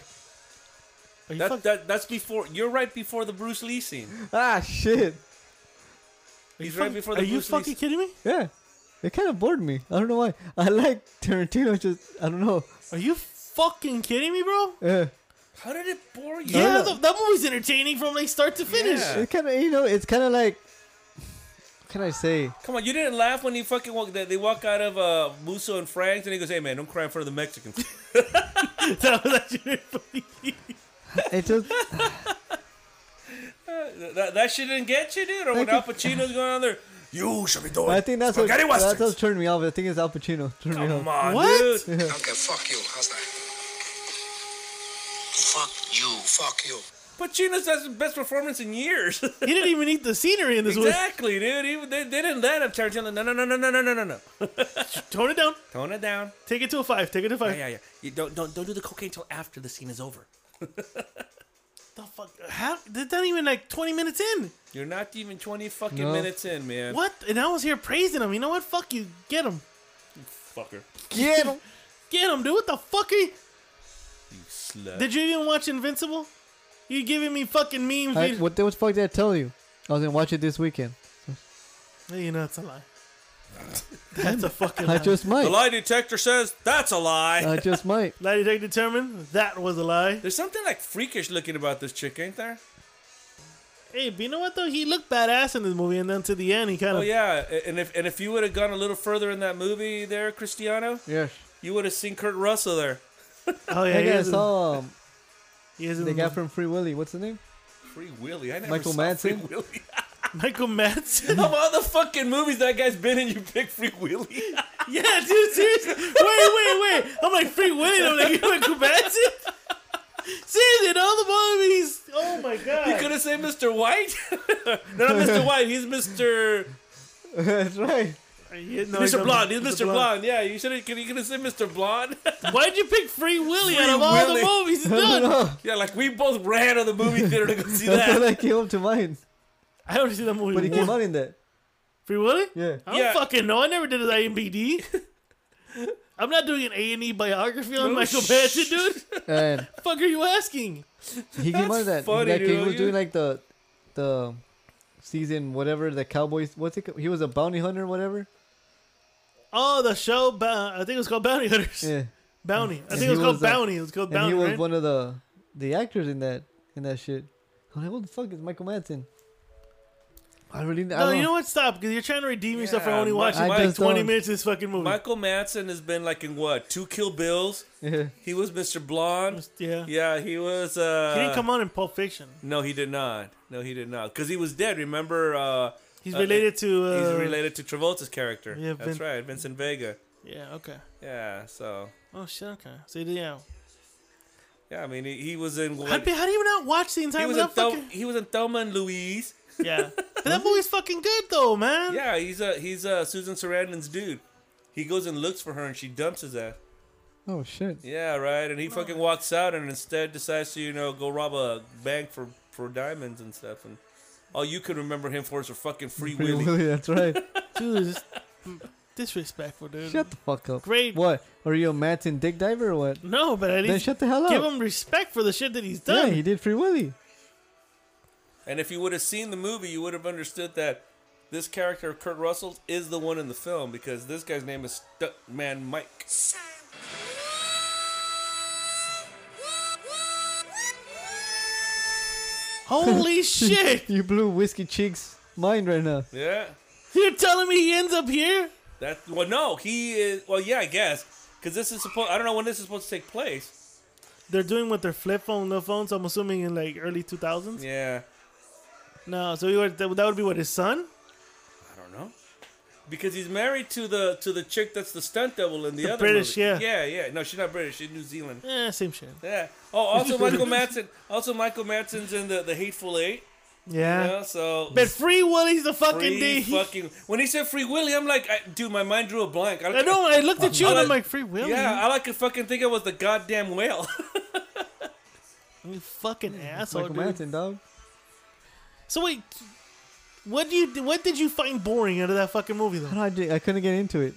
Are you That, fuck- that that's before. You're right before the Bruce Lee scene. Ah, shit. He's right before the Are you Bruce Lee fucking scene. kidding me? Yeah, it kind of bored me. I don't know why. I like Tarantino. Just I don't know. Are you fucking kidding me, bro? Yeah, How did it bore you? Yeah, Yeah. th- that movie's entertaining from like start to finish. Yeah. it kind of you know, it's kind of like. What can I say? Come on, you didn't laugh when he fucking walk. They they walk out of uh, Musso and Frank's, and he goes, "Hey man, don't cry in front of the Mexicans." that was actually funny. It just that, that shit didn't get you, dude. Or when Thank Al Pacino's going on there, you should be doing. I think that's what spaghetti that's westerns. what turned me off. I think it's Al Pacino turned me Come off. on, What? dude. Okay, fuck you. How's that? Fuck you. Fuck you. Pacino's has the best performance in years. he didn't even eat the scenery in this one. exactly, dude. He, they, they didn't let him. Tarantino, no, no, no, no, no, no, no, no, no. Tone it down. Tone it down. Take it to a five. Take it to a Yeah, five. yeah, yeah. You don't, don't, don't do the cocaine till after the scene is over. The fuck? How? That's not even like 20 minutes in. You're not even twenty fucking No. minutes in, man. What? And I was here praising him. You know what? Fuck you. Get him. fucker? Yeah, Get him, dude. What the fuck? Are you- You slut. Did you even watch Invincible? You giving me fucking memes? I, dude. what the what the fuck did I tell you? I was gonna watch it this weekend. Hey, you know it's a lie. That's a fucking I lie. just the might. lie detector says that's a lie. I just might. Lie detector determined that was a lie. There's something like freakish looking about this chick, ain't there? Hey, but you know what though? He looked badass in this movie, and then to the end, he kind of Oh yeah, a- and if and if you would have gone a little further in that movie, there, Cristiano, Yes. you would have seen Kurt Russell there. Oh yeah, Hey he guys, is. in- saw um, He is in the the guy movie. from Free Willy. What's the name? Free Willy, I never Michael saw Free Madsen? Willy. Michael Madsen. Of all the fucking movies that guy's been in, you pick Free Willy. yeah, dude, seriously. Wait, wait, wait. I'm like Free Willy. and I'm like Michael Madsen. Seriously, in all the movies. Oh my god. You could have said Mr. White. no, not Mr. White. He's Mr. That's right. Yeah, no, he's Mr. not- Blonde. He's Mr. Blonde. Yeah, you should have. You could have said Mr. Blonde. Why'd you pick Free Willy out of Free all Willy. the movies he's done? yeah, like we both ran to the movie theater to go see That's how that. that came up to mine. I only see that movie But he once. came out in that. Free Willy? Yeah. I don't Yeah. fucking know. I never did an IMBD. I'm not doing an A and E biography on No Michael sh- Madsen, dude. And Fuck, are you asking? he came out in that. That's funny, that he dude. was doing like the the season whatever the Cowboys. What's it? called? He was a bounty hunter, whatever. Oh, the show. Bou- I think it was called Bounty Hunters. Yeah. Bounty. I And think he it was called was, uh, Bounty. It was called And Bounty. he was right? one of the the actors in that in that shit. I'm like, what the fuck is Michael Madsen? I really. I no, don't you know what? Stop, because you're trying to redeem yourself for Yeah, only Mi- watching I like just 20 don't- minutes of this fucking movie. Michael Madsen has been like in what two Kill Bills. Yeah. He was Mr. Blonde. yeah. Yeah, he was. Uh, He didn't come on in Pulp Fiction. No, he did not. No, he did not. Because he was dead. Remember. Uh, He's uh, related to. Uh, He's related to Travolta's character. Yeah, That's Vin- right, Vincent Vega. Yeah. Okay. Yeah, so Oh shit. Okay. So yeah. yeah, I mean he, he was in. How, do- how do you not watch the he entire was movie? in Thel- Fucking... he was in Thelma and Louise. Yeah. But that movie's fucking good though, man. Yeah, he's uh he's uh Susan Sarandon's dude. He goes and looks for her and she dumps his ass. Oh shit. Yeah, right. And he fucking walks out and instead decides to you know go rob a bank for for diamonds and stuff. And all you can remember him for is a fucking free Free willy. Willy, that's right. Dude, this... disrespectful, dude. shut the fuck up. Great. What? Are you a Madsen dick diver or what? No, but at Then least shut the hell give up. him respect for the shit that he's Yeah, done. he did Free Willy. And if you would have seen the movie, you would have understood that this character Kurt Russell is the one in the film because this guy's name is Stuntman Mike. Holy shit! You blew whiskey cheeks mind right now. Yeah. You're telling me he ends up here? That well, no, he is. Well, yeah, I guess because this is supposed. I don't know when this is supposed to take place. They're doing with their flip phone, no phones. I'm assuming in like early 2000s. Yeah, No, so he would, that would- that would be what his son, I don't know because he's married to the to the chick that's the stunt double in the, The other British, movie. yeah. yeah, yeah. No, she's not British. She's New Zealand. eh, same shit. Yeah. Oh, also Michael Madsen. Also Michael Madsen's in the the Hateful Eight. Yeah, You know, so but Free Willy's the fucking free D. fucking. When he said Free Willy, I'm like, I, dude, my mind drew a blank. I know. I looked at you and I'm like, Free Willy, Yeah, all I could fucking think of was the goddamn whale. you fucking asshole. Michael Dude. Madsen, dog. So wait, what do you what did you find boring out of that fucking movie I though? don't know, I, did- I couldn't get into it.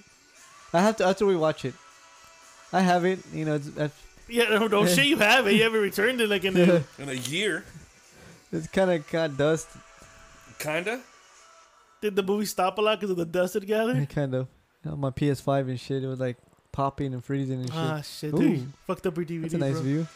I have to after we watch it. I have it, you know. It's, that's- Yeah, no, no shit, you have it. You haven't returned it like in the in a year, it's kind of got dust, kinda. Did the movie stop a lot because of the dust it gathered? kind of. On my PS5 and shit, it was like popping and freezing and shit. Ah, shit, Ooh, dude. you Fucked up your DVD, that's a nice bro. view.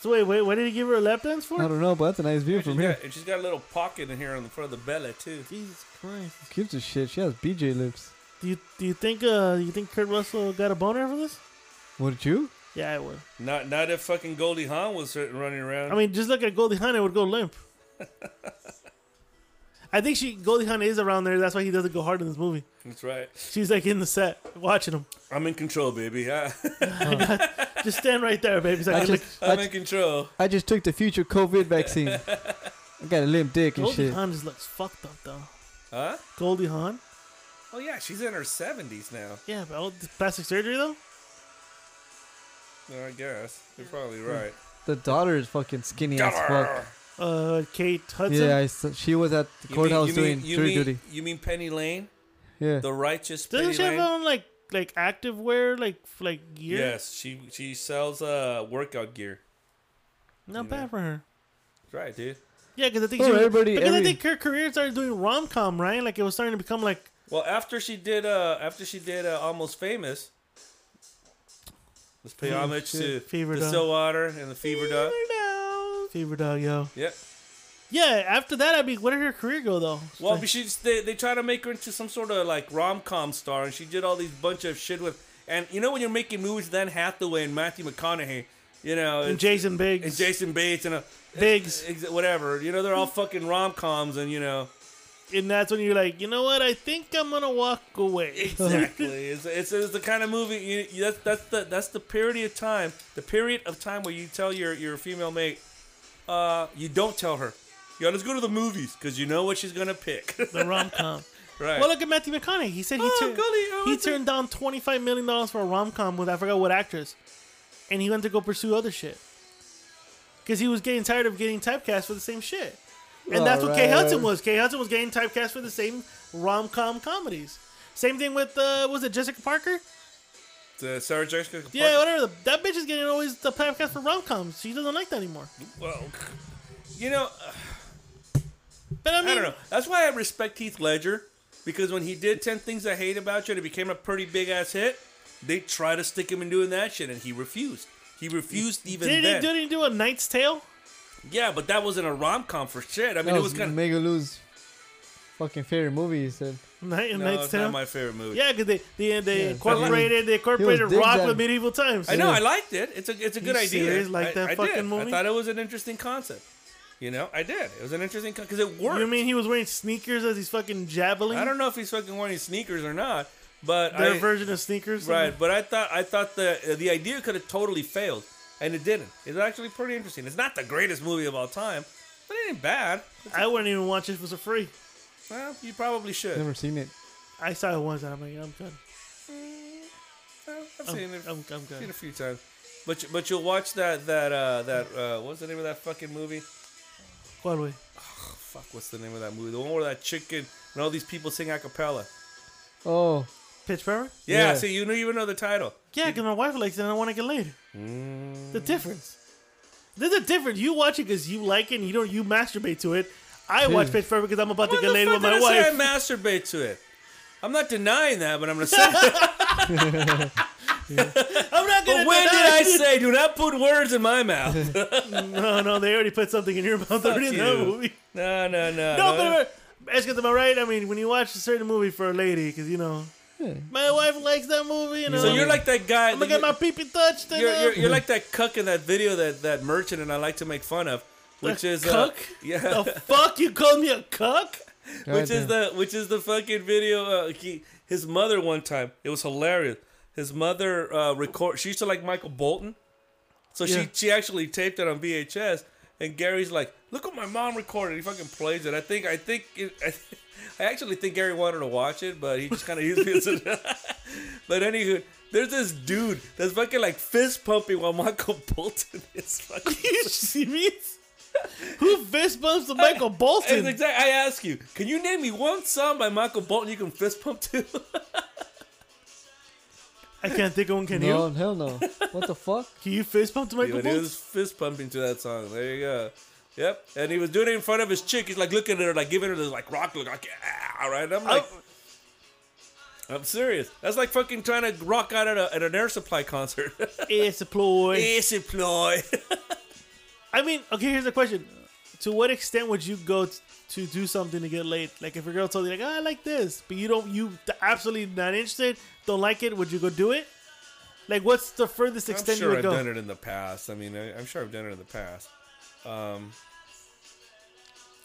So wait, wait, what did he give her a lap dance I for? don't know, but that's a nice view She's from here. got- and she's got a little pocket in here on the front of the belly too. Jesus Christ. Gives a shit. She has BJ lips. Do you do you think uh you think Kurt Russell got a boner for this? Would you? Yeah, I would. Not not if fucking Goldie Hawn was hurt- running around. I mean, just look at Goldie Hawn; it would go limp. I think she Goldie Hawn is around there. That's why he doesn't go hard in this movie. That's right. She's like in the set watching him. I'm in control, baby. I, Just stand right there, baby. He's like, I look, just, I, I'm in control. I just took the future COVID vaccine. I got a limp dick and Goldie shit. Hawn just looks fucked up though. Huh? Goldie Hawn. Oh yeah, she's in her 70s now. Yeah, but all the plastic surgery though. I guess you're probably right. The daughter is fucking skinny as Hmm. fuck. Uh, Kate Hudson. Yeah, I s she was at the You courthouse mean- you mean- doing you jury mean- duty. You mean Penny Lane, Yeah. the righteous Doesn't Penny she have Lane? her own like like active wear like f- like gear? Yes, she she sells uh workout gear. Not bad for her. That's right, dude. Yeah, because I think Oh, she was, everybody- because I every- think her career started doing rom com, right? Like it was starting to become like Well, after she did uh after she did uh, Almost Famous, let's pay homage to shit. Fever the Dog. Stillwater and the Fever Duck. Fever Dog, yo. Yep. Yeah, after that, I'd be. Where did her career go though? Well, but she's they, they try to make her into some sort of like rom com star, and she did all these bunch of shit with. And you know when you're making movies, with Anne Hathaway and Matthew McConaughey, you know, and and, Jason Biggs. and Jason Bates and a, Biggs. ex- whatever, you know, they're all fucking rom coms, and you know, and that's when you're like, you know what? I think I'm gonna walk away. Exactly. it's, it's, it's the kind of movie you, you, that's that's the that's the period of time, the period of time where you tell your your female mate, uh, you don't tell her. You let's go to the movies because you know what she's gonna pick. the rom com. right. Well, look at Matthew McConaughey. He said he Oh, turned golly, oh, he what's it- turned down twenty five million dollars for a rom com with I forgot what actress, and he went to go pursue other shit because he was getting tired of getting typecast for the same shit, and that's what Kay Alright. Hudson was. Kay Hudson was getting typecast for the same rom com comedies. Same thing with uh, was it Jessica Parker? Uh, Sarah Jessica. Parker. Yeah, whatever. The, that bitch is getting always the typecast for rom coms. She doesn't like that anymore. Well, you know, But I mean, I don't know. That's why I respect Keith Ledger because when he did 10 Things I Hate About You and it became a pretty big ass hit, they tried to stick him in doing that shit and he refused. He refused even did he then. did he do a Knight's Tale? yeah, but that wasn't a rom com for shit. I mean, that Oh, it was kind of. Mega Lou's fucking favorite movie. He said Night and No, Knight's it's Tale. not my favorite movie. Yeah, because they they, they Yeah, incorporated they incorporated digged rock at with it. medieval times. I know. I liked it. It's a it's a good idea. serious? Like I- that I fucking did. movie? I thought it was an interesting concept. You know, I did. It was an interesting because it worked. You mean he was wearing sneakers as he's fucking javeling? I don't know if he's fucking wearing sneakers or not, but Their I, version of sneakers, Right, but I thought I thought the the idea could have totally failed, and it didn't. It's actually pretty interesting. It's not the greatest movie of all time, but it ain't bad. I wouldn't even watch it if it was for free. Well, you probably should. never seen it. I saw it once. and I'm like, I'm good. Mm, Well, I've I'm, seen it, I'm, I'm seen it a good. few times, but you, but you'll watch that that uh, that uh, what's the name of that fucking movie? What way? Fuck, what's the name of that movie? The one where that chicken and all these people sing a cappella. Oh, Pitch Perfect? Yeah, Yeah. see, you don't even know the title. Yeah, because my wife likes it and I want to get laid. The difference. There's a difference. You watch it because you like it and you don't you masturbate to it. I watch Pitch Perfect because I'm about to When get the laid fuck with did my I say I wife. masturbate to it. I'm not denying that, but I'm gonna say. I'm not gonna But when did deny I it. say? Do not put words in my mouth. No, no, they already put something in your mouth already in that you. movie. No, no, no. No, but but Escott, am I right? I mean, when you watch a certain movie for a lady, because you know, my wife likes that movie. You know, So you're like that guy. I'm gonna get my peepee touched. And, you're, uh, you're, you're like that cuck in that video that that merchant and I like to make fun of, which The is Uh, cuck? yeah, the fuck you call me a cuck? which is Goddamn. the which is the fucking video. Uh, he, his mother one time it was hilarious. His mother uh, record. She used to like Michael Bolton, so Yeah. she she actually taped it on VHS. And Gary's like, "Look what my mom recorded." He fucking plays it. I think I think it, I, I actually think Gary wanted to watch it, but he just kind of used it as a. But anywho, there's this dude that's fucking like fist pumping while Michael Bolton is fucking. you serious? Who fist bumps to Michael Bolton? It's exact- I ask you, can you name me one song by Michael Bolton you can fist pump to? I can't think of one. Can no, you? hell no. What the fuck? Can you fist bump to Michael But he Bolton? was fist pumping to that song. There you go. Yep. And he was doing it in front of his chick. He's like looking at her, like giving her this like rock look, like ah, right. I'm like, I'm serious. That's like fucking trying to rock out at, a, at an Air Supply concert. It's a ploy. Air Supply. I mean, okay, here's the question. To what extent would you go t- to do something to get laid? Like, if your girl told you, like, oh, I like this, but you don't, you d- absolutely not interested, don't like it, would you go do it? Like, what's the furthest I'm extent you sure would I've go? done it in the past. I mean, I, I'm sure I've done it in the past. Um,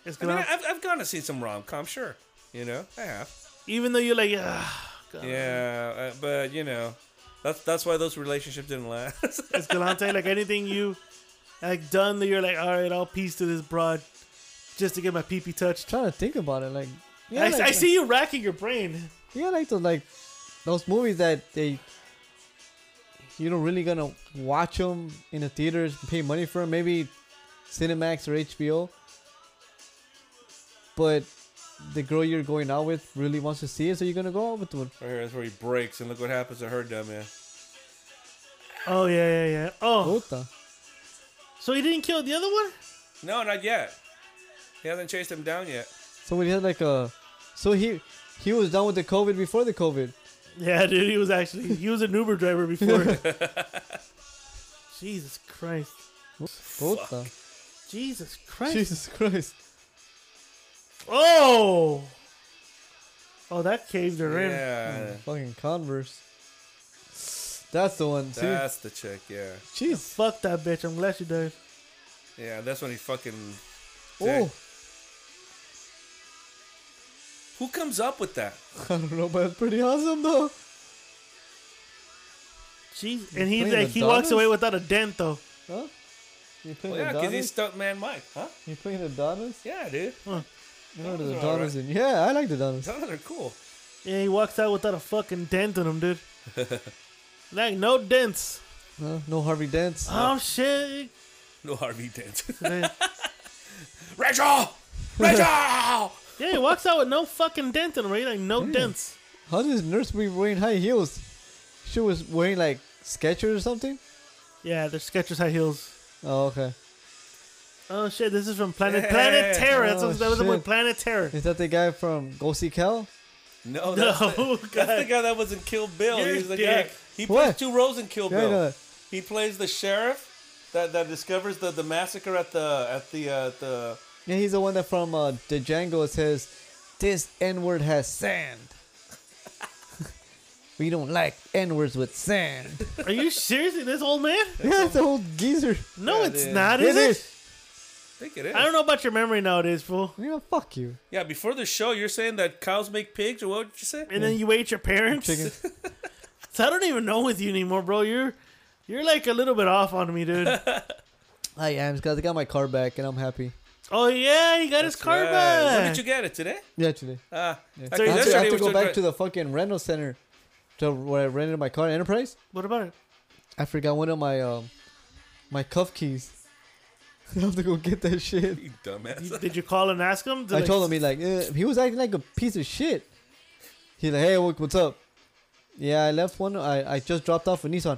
It's I mean, gonna, I've, I've gone to see some rom com, sure. You know, I have. even though you're like, ah, God. Yeah, uh, but you know, that's that's why those relationships didn't last. Escalante, like anything you like done that you're like, all right, I'll piece to this broad just to get my pee pee touched. trying to think about it. Like, yeah, I, like, I see you racking your brain. Yeah, like those like those movies that they you don't really gonna watch them in the theaters, pay money for 'em, Maybe Cinemax or HBO, but the girl you're going out with really wants to see it, so you're gonna go out with one. Right here, that's where he breaks, and look what happens to her dumb ass. Oh, yeah, yeah, yeah. Oh, Puta. so he didn't kill the other one? No, not yet. He hasn't chased him down yet. Somebody had like a so he he was down with the COVID before the COVID. Yeah, dude, he was actually he was an Uber driver before. Jesus Christ. Puta. Jesus Christ. Jesus Christ. Oh. Oh, that caved her in. Yeah, Fucking Converse. That's the one. See, that's the chick. Yeah, jeez. Fuck that bitch. I'm glad she died. yeah, that's when he fucking. Oh, Who comes up with that? I don't know, but it's pretty awesome though. Jeez. And he playing like, he walks Adonis? away without a dent though. Huh? You playing Well, yeah, because he's Adonis? Stuntman Mike, huh? You playing Adonis? Yeah, dude. You know those the are Adonis in? Yeah, I like the Adonis. Those are cool. Yeah, he walks out without a fucking dent in him, dude. like no dents. No, no Harvey Dent's. Oh shit. No Harvey Dent. yeah, Rachel! Rachel! he walks out with no fucking dent in him, right? Like Hmm. no dents. How does nurse be wearing high heels? She was wearing like Skechers or something. Yeah, they're Skechers high heels. Oh, okay. Oh shit, this is from Planet Yeah. Planet Terror. That's Oh, what, that was the shit. one Planet Terror. Is that the guy from Go See Cal? no, that's, No, the, that's the God. guy that was in Kill Bill. You're He's the dick. guy. He plays What? two roles in Kill Yeah, I Bill. know. He plays the sheriff that, that discovers the, the massacre at the at the uh, the Yeah, he's the one that from uh, the Django says, "This N word has sand. we don't like N words with sand." Are you seriously this old man? yeah, it's a whole geezer. No, Yeah, it's dude. not, is it? I think it is. I don't know about your memory nowadays, fool. Yeah, fuck you. Yeah, before the show, you're saying that cows make pigs, or what did you say? And then you ate your parents. Chicken. So I don't even know with you anymore, bro. You're you're like a little bit off on me, dude. I am because I got my car back and I'm happy. oh yeah, he got his car Right. When back. did you get it today? Yeah, today. Uh, I have to, I have to was go so back great. to the fucking rental center to where I rented my car, Enterprise. what about it? I forgot one of my um my cuff keys. I have to go get that shit. You dumbass. Did you call and ask him? Did, I like, told him he like eh, he was acting like a piece of shit. He like, hey, what, what's up? Yeah, I left one. I, I just dropped off a Nissan.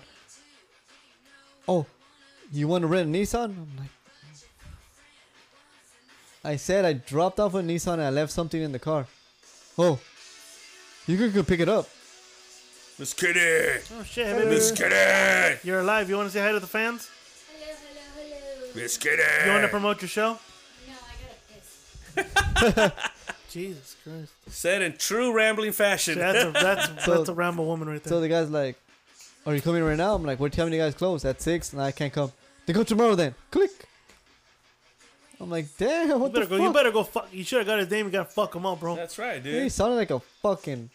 Oh, you want to rent a Nissan? I'm like, I said I dropped off a Nissan and I left something in the car. Oh, you could go pick it up. Miss Kitty! Oh shit, hey, baby. Miss Kitty! you're alive. You want to say hi to the fans? Hello, hello, hello. Miss Kitty! You want to promote your show? No, I gotta piss. Jesus Christ, Said in true rambling fashion. that's a, that's So- that's a ramble woman right So there. the guy's like, "Are you coming right now?" I'm like, "What time do you guys close?" At six, and I can't come. They come tomorrow then. Click. I'm like, "Damn, You what better the go. fuck?" You better go. Fuck. You should have got his name. You gotta fuck him up, bro. That's right, He dude. sounded like a fucking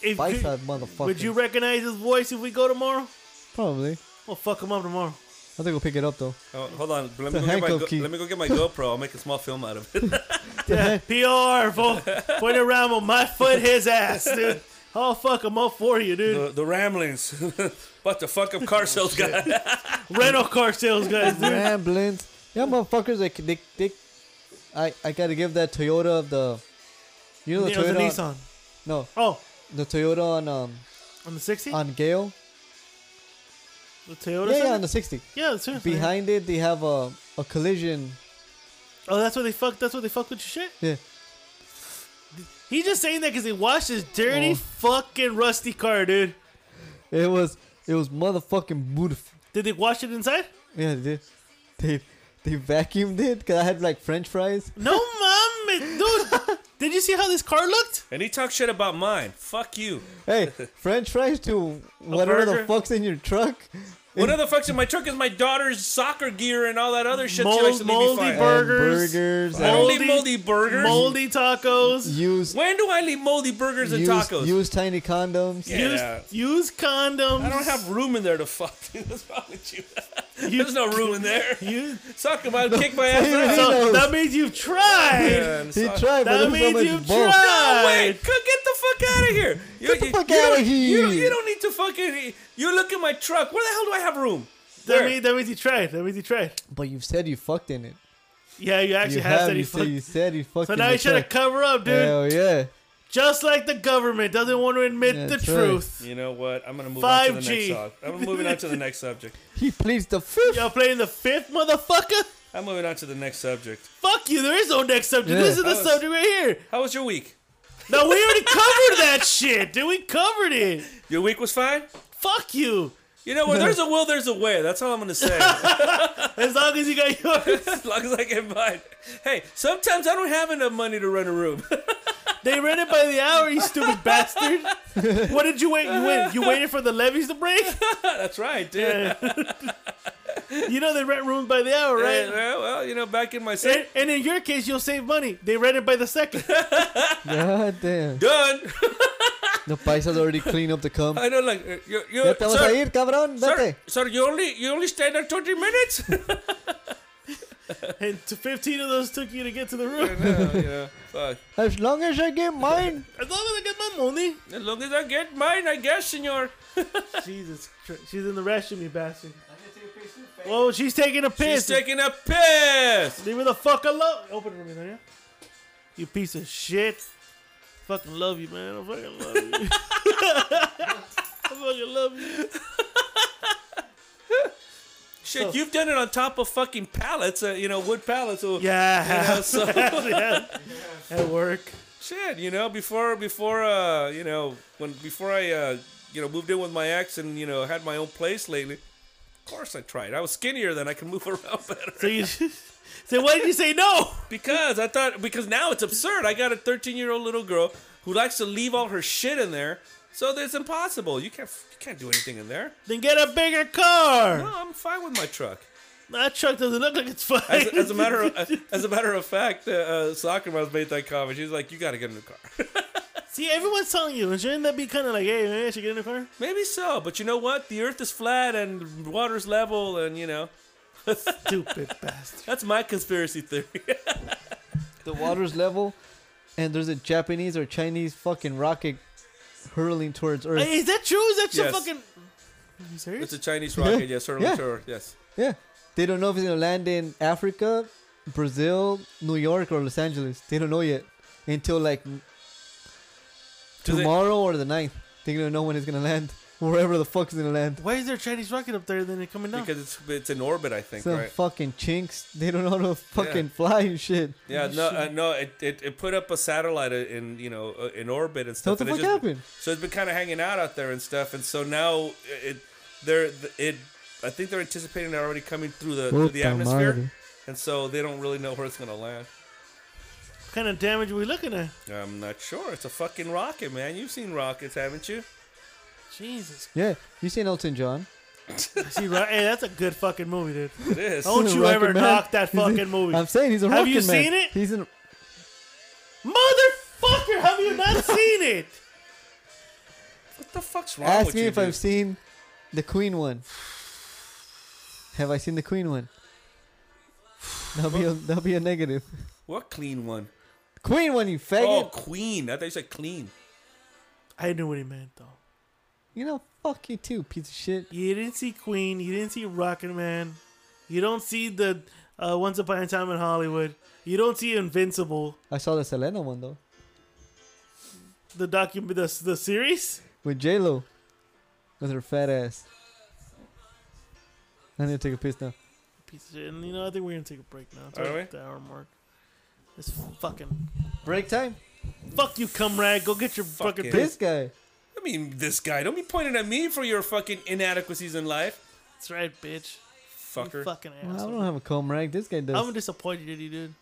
If you- bicep motherfucker. would you recognize his voice if we go tomorrow? Probably. Well, fuck him up tomorrow. I think we'll pick it up though. Oh, hold on. Let me, It's a go get my handcuff go- key. let me go get my GoPro. I'll make a small film out of it. Yeah, PR, fool. Point a ramble. My foot, his ass, dude. I'll fuck him up for you, dude. the, the ramblings. About to fuck up car sales guy. Rental car sales guys, dude. Ramblings. Yeah, motherfuckers. Like they, they, I, I gotta give that Toyota of the, you know the It was a Toyota. Nissan. on- No, Oh, the Toyota on um on the 60? on Gale. the Toyota? Yeah, yeah, Center? on the sixty. Yeah, the Toyota Center. Behind it, they have a a collision. Oh, that's where they fuck. That's where they fuck with your shit. Yeah. He's just saying that because he washed his dirty Oh. fucking rusty car, dude. It was it was motherfucking beautiful. Did they wash it inside? Yeah, they did. They they vacuumed it 'cause I had like French fries. No, mom, it- dude. Did you see how this car looked? and he talks shit about mine. Fuck you. Hey, French fries to whatever the burger? fuck's in your truck. What other fuck's in my truck is my daughter's soccer gear and all that other shit she Mold- likes to leave me moldy find. And Burgers. burgers, and I don't moldy- leave moldy burgers. Moldy tacos. used When do I leave moldy burgers and used, tacos? used tiny condoms. Yeah. Use, use condoms. I don't have room in there to fuck. Dude, what's wrong with you? You- There's no room in there. You, Suck him. I'll kick my ass out. He so knows. that means you've tried. Man, He suck- tried, but That there was so means much you've bull. No, tried. wait. Go Get the fuck out of here. You, Get the you- fuck you don't- outta You, don't- here. you don't need to fucking. You look at my truck. Where the hell do I have room? That Where? means, that means you tried. That means you tried. But you've said you fucked in it. Yeah, you actually you have have. said he You said fucked. you said you fucked. So in now the you try to truck. cover up, dude. Hell yeah. Just like the government doesn't want to admit Yeah, the that's right. truth. you know what? I'm gonna move on to the 5G. next sub. I'm moving on to the next subject. He pleads the fifth. Y'all playing the fifth, motherfucker? I'm moving on to the next subject. Fuck you. There is no next subject. Yeah. This is the That was- subject right here. How was your week? No, we already covered that shit, dude. We covered it. Your week was fine. Fuck you. You know, where there's a will, there's a way. That's all I'm gonna say. As long as you got yours, as long as I get mine. Hey, sometimes I don't have enough money to rent a room. they rent it by the hour. You stupid bastard. What did you wait? You wait. You waited for the levies to break? That's right, dude. You know they rent rooms by the hour, Eh, right? well, well, you know, back Eh. in my And, set, and in your case, you'll save money. They rent it by the second. God damn. done. The paisas already cleaned up the cum. I know, like uh, you, you, Ya te vas a sir, ir, cabrón. sir, Vete. sir, you only you only stayed there twenty minutes. and to 15 of those took you to get to the room. no, you know, fuck. As long as I get mine. As long as I get my money. As long as I get mine, I guess, senor. Jesus Christ. She's in the restroom, you bastard. Whoa, she's taking a piss. He's taking a piss. Leave her the fuck alone. Open it for me, Daniel. You piece of shit. Fucking love you, man. I fucking love you. I fucking love you. Shit, you've done it on top of fucking pallets, uh, you know, wood pallets. Or, Yeah. so, At work. shit, you know, before before uh, you know, when before I uh, you know, moved in with my ex and you know, had my own place lately. Of course, I tried. I was skinnier then. I can move around better. So you say, why did you say no? Because I thought because now it's absurd. I got a 13 year old little girl who likes to leave all her shit in there, so that's impossible. You can't you can't do anything in there. Then get a bigger car. No, I'm fine with my truck. That truck doesn't look like it's fine. As, as a matter of as a matter of fact, uh, uh, soccer mom made that comment. She's like, "You got to get a new car." See, everyone's telling you, and shouldn't that be kind of like, hey, man, I should get in the car? Maybe so, but you know what? The Earth is flat and the water's level, and you know Stupid bastard. that's my conspiracy theory. The water's level, and there's a Japanese or Chinese fucking rocket hurling towards Earth. Hey, is that true? Is that your Yes. fucking. Are you serious? it's a Chinese rocket, yes, certainly, Yeah. sure, yes. Yeah. They don't know if it's gonna land in Africa, Brazil, New York, or Los Angeles. They don't know yet. Until like Does it- tomorrow or the 9th. They're gonna know when it's gonna land. Wherever the fuck it's gonna land. Why is there a Chinese rocket up there then it coming down? because it's it's in orbit, I think, Some right? fucking chinks. They don't know how to fucking fly and shit. Yeah, no, uh, no, it, it, it put up a satellite in you know uh, in orbit and stuff. What the and it fuck just- happened? So it's been kind of hanging out out there and stuff, and so now uh, it they're it I think they're anticipating it already coming through the through the Puta atmosphere, madre. and so they don't really know where it's gonna land. What kind of damage are we looking at? I'm not sure. It's a fucking rocket, man. You've seen rockets, haven't you? Jesus. Yeah. You seen Elton John? See, right? Hey, that's a good fucking movie, dude. It is. Don't He's a you rocket ever man. knock that He's a- fucking movie. I'm saying he's a Have rocket you man. seen it? He's in Motherfucker, have you not seen it? What the fuck's wrong Ask with me you? if dude? I've seen the Queen one. Have I seen the Queen one? That'll be a, that'll be a negative. what clean one? Queen one, you Oh, faggot. queen. I thought you said clean. I knew what he meant, though. You know, fuck you too, piece of shit. You didn't see Queen. You didn't see Rocket Man. You don't see the uh, Once Upon a Time in Hollywood. You don't see Invincible, I saw the Selena one though the document, the, the series. with J Lo, with her fat ass. I need to take a piss now. Piece of shit. And you know, I think we're gonna take a break now. It's Are already we? at the hour mark. It's fucking Break time. fuck you, comrade. Go get your fucking Fucking- piss. This guy. I mean, this guy. Don't be pointing at me for your fucking inadequacies in life, That's right, bitch. You fucker. fucking I asshole. don't have a comb rag. This guy does. I'm disappointed in you, dude.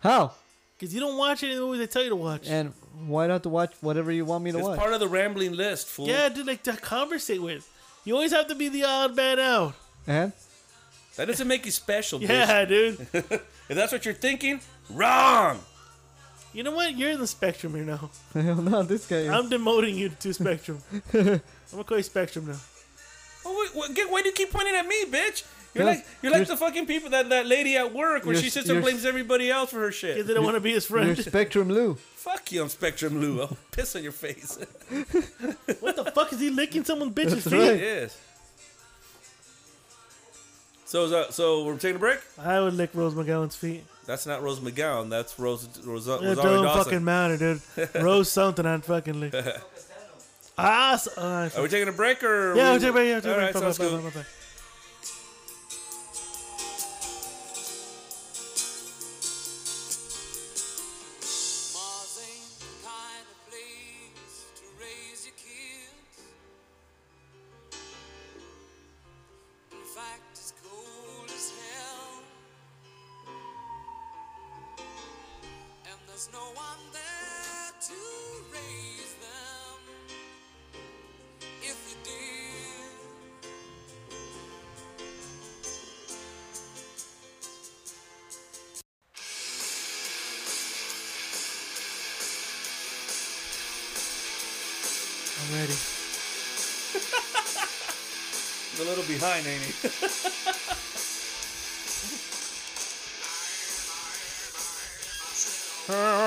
How? Because you don't watch any of the movies I tell you to watch. And why not to watch whatever you want me to It's watch? part of the rambling list, fool. yeah, dude, like to conversate with. You always have to be the odd man out. and That doesn't make you special, Yeah, dude. bitch. if that's what you're thinking, wrong. You know what? You're in the spectrum here now. hell no, this guy. Is. I'm demoting you to spectrum. I'm gonna call you spectrum now. Oh, wait, wait, get- why do you keep pointing at me, bitch? You're Yes, like you're like you're- the fucking people that that lady at work where You're- she sits and you're- blames everybody else for her shit. Because they don't want to be his You're friend. Spectrum Lou. Fuck you, I'm Spectrum Lou. I'll piss on your face. what the fuck is he licking someone's bitch's That's feet? right. yes. So is that, so we're taking a break. I would lick Rose McGowan's feet. That's not Rose McGowan. That's Rose Rose It Rosario don't Dawson. fucking matter, dude. Rose something, I'd fucking lick. ah, so, uh, Are we taking a break or? yeah, we, I'll take a break. Yeah, I'll take a All break. right, Bye, bye, sounds bye, good. bye, bye, bye. Mars ain't the kind of place to raise your kids. In fact, it's cold as hell. And there's no one there to raise them. If you did, He's a little behind, ain't he?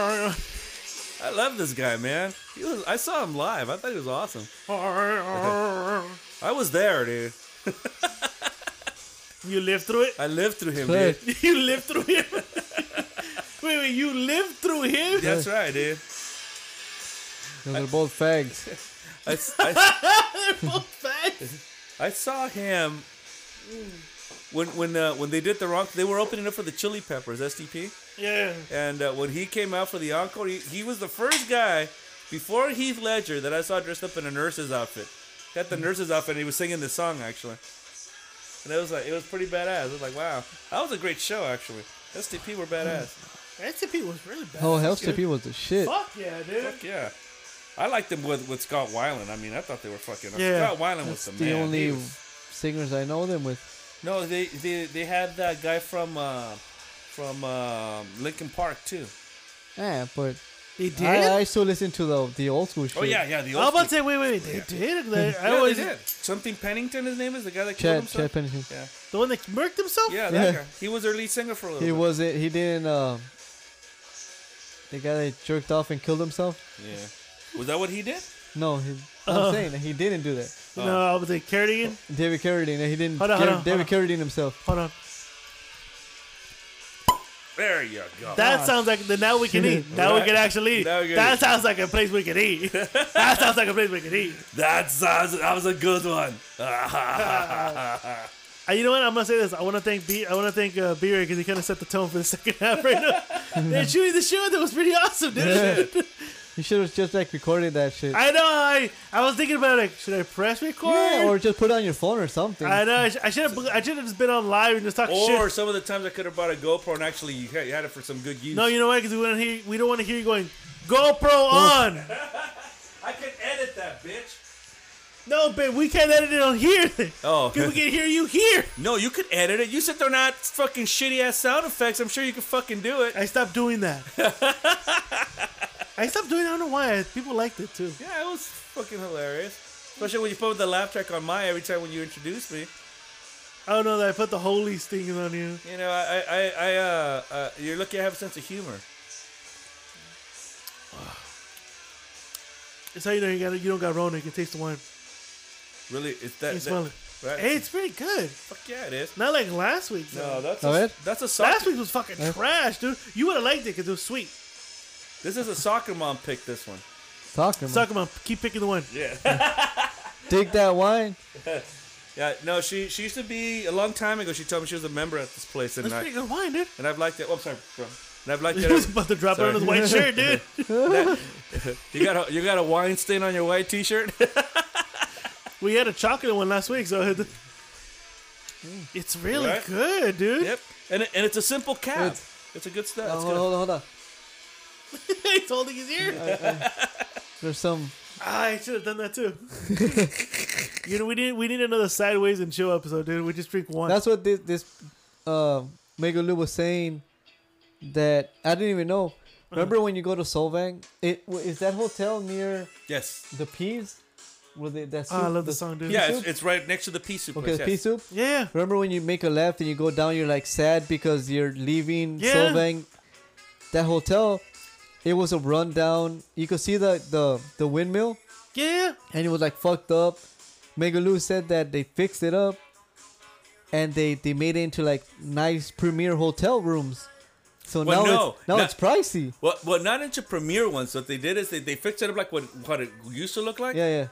I love this guy, man. He was, I saw him live. I thought he was awesome. I was there, dude. You lived through it? I lived through him, Play. dude. You lived through him? wait, wait, you lived through him? That's right, dude. Those are both fags. I, I, They're both facts. I saw him when when uh, when they did the wrong. They were opening up for the Chili Peppers, SDP. Yeah. And uh, when he came out for the encore, he, he was the first guy before Heath Ledger that I saw dressed up in a nurse's outfit. Got the nurse's outfit, and he was singing this song actually. And it was like it was pretty badass. I was like, wow, that was a great show actually. SDP were badass. SCP was really bad. Oh, Hellstep, was the shit. Fuck yeah, dude. Fuck yeah. I liked them with, with Scott Weiland. I mean, I thought they were fucking. Yeah. Scott Weiland was That's the, the man. He only was- singers I know them with. No, they they, they had that guy from uh, from uh, Lincoln Park too. Yeah, Eh, but They I, I still listen to the the old school shit. Oh yeah, yeah. The I was old about to school- say, wait, wait, wait, they did. Like, I Yeah, they always did. Something Pennington. His name is the guy that killed Chad, himself. Chad Pennington. Yeah, the one that murked himself. yeah, that Yeah. guy. He was their lead singer for a little He bit. wasn't. He didn't. Uh, the guy that jerked off and killed himself. Yeah. Was that what he did? No, he, Oh. I'm saying that he didn't do that. No, I was like Cardigan. David Carradine. He didn't. Hold on, hold on, David hold Carradine himself. Hold on, There you go. that sounds like the now we can eat. Now we Right. can actually eat. Now we can That eat. sounds like a place we can eat. that sounds like a place we can eat. That sounds. That was a good one. Uh, you know what? I'm gonna say this. I want to thank B. I want to thank uh, Beer because he kind of set the tone for the second half right now. They're shooting the shit. That was pretty awesome, dude. He should have just like recorded that shit. I know. I I was thinking about like, should I press record? Yeah, or just put it on your phone or something. I know. I sh- I should have. I should have just been on live and just talk or shit. some of the times I could have brought a GoPro and actually you had, you had it for some good use. No, you know what? Because we want to hear. We don't want to hear you going GoPro on. I could edit that, bitch. No, babe, we can't edit it on here. Oh. People can hear you here. No, you could edit it. You said they're not fucking shitty ass sound effects. I'm sure you could fucking do it. I stopped doing that. I stopped doing. It. I don't know why. People liked it too. Yeah, it was fucking hilarious. Especially when you put the laugh track on my every time when you introduce me. I don't know that I put the holies thing on you. You know, I, I, I, uh, uh, you're lucky I have a sense of humor. It's how you know you got you don't got Rona. You can taste the wine. Really, it's that. It's that- well- eh? right? Hey, it's pretty good. Fuck yeah, it is. Not like last week's. though. No, that's Oh, a, it? that's a soccer. last week was fucking trash, dude. You would have liked it because it was sweet. This is a soccer mom pick. This one. Soccer. Mm. man. Suck 'em up. Keep picking the one. Dig that wine. Yeah, no, she she used to be a long time ago. She told me she was a member at this place, and That's I, pretty good wine, dude. and I've liked it. Oh, I'm sorry, bro. And I've liked He was it. about to drop it on his Sorry. white shirt, dude. you got a you got a wine stain on your white T-shirt. We had a chocolate one last week, so it- it's really Right? good, dude. yep, and it, and it's a simple cap. It's- It's, a good stuff. Oh, It's hold on, good. hold on, hold on. He's holding his ear. There's some. Ah, I should have done that too. you know, we need we need another sideways and chill episode, dude. We just drink one. That's what this this uh, Megaloo was saying. That I didn't even know. Remember when you go to Solvang? It is that hotel near Yes. the peas? Where they, that soup, Ah, I love the song, dude. Yeah, soup? it's, it's right next to the pea soup. place, Okay, the yes. pea soup. yeah. Remember when you make a left and you go down, you're like sad because you're leaving Yeah. Solvang. That hotel, it was a rundown. You could see the the the windmill, yeah, and it was like fucked up. Megaloo said that they fixed it up, and they they made it into like nice premier hotel rooms. So Well, now no, it's now no- it's pricey. Well, well, not into premiere ones. What they did is they, they fixed it up like what what it used to look like. Yeah, yeah.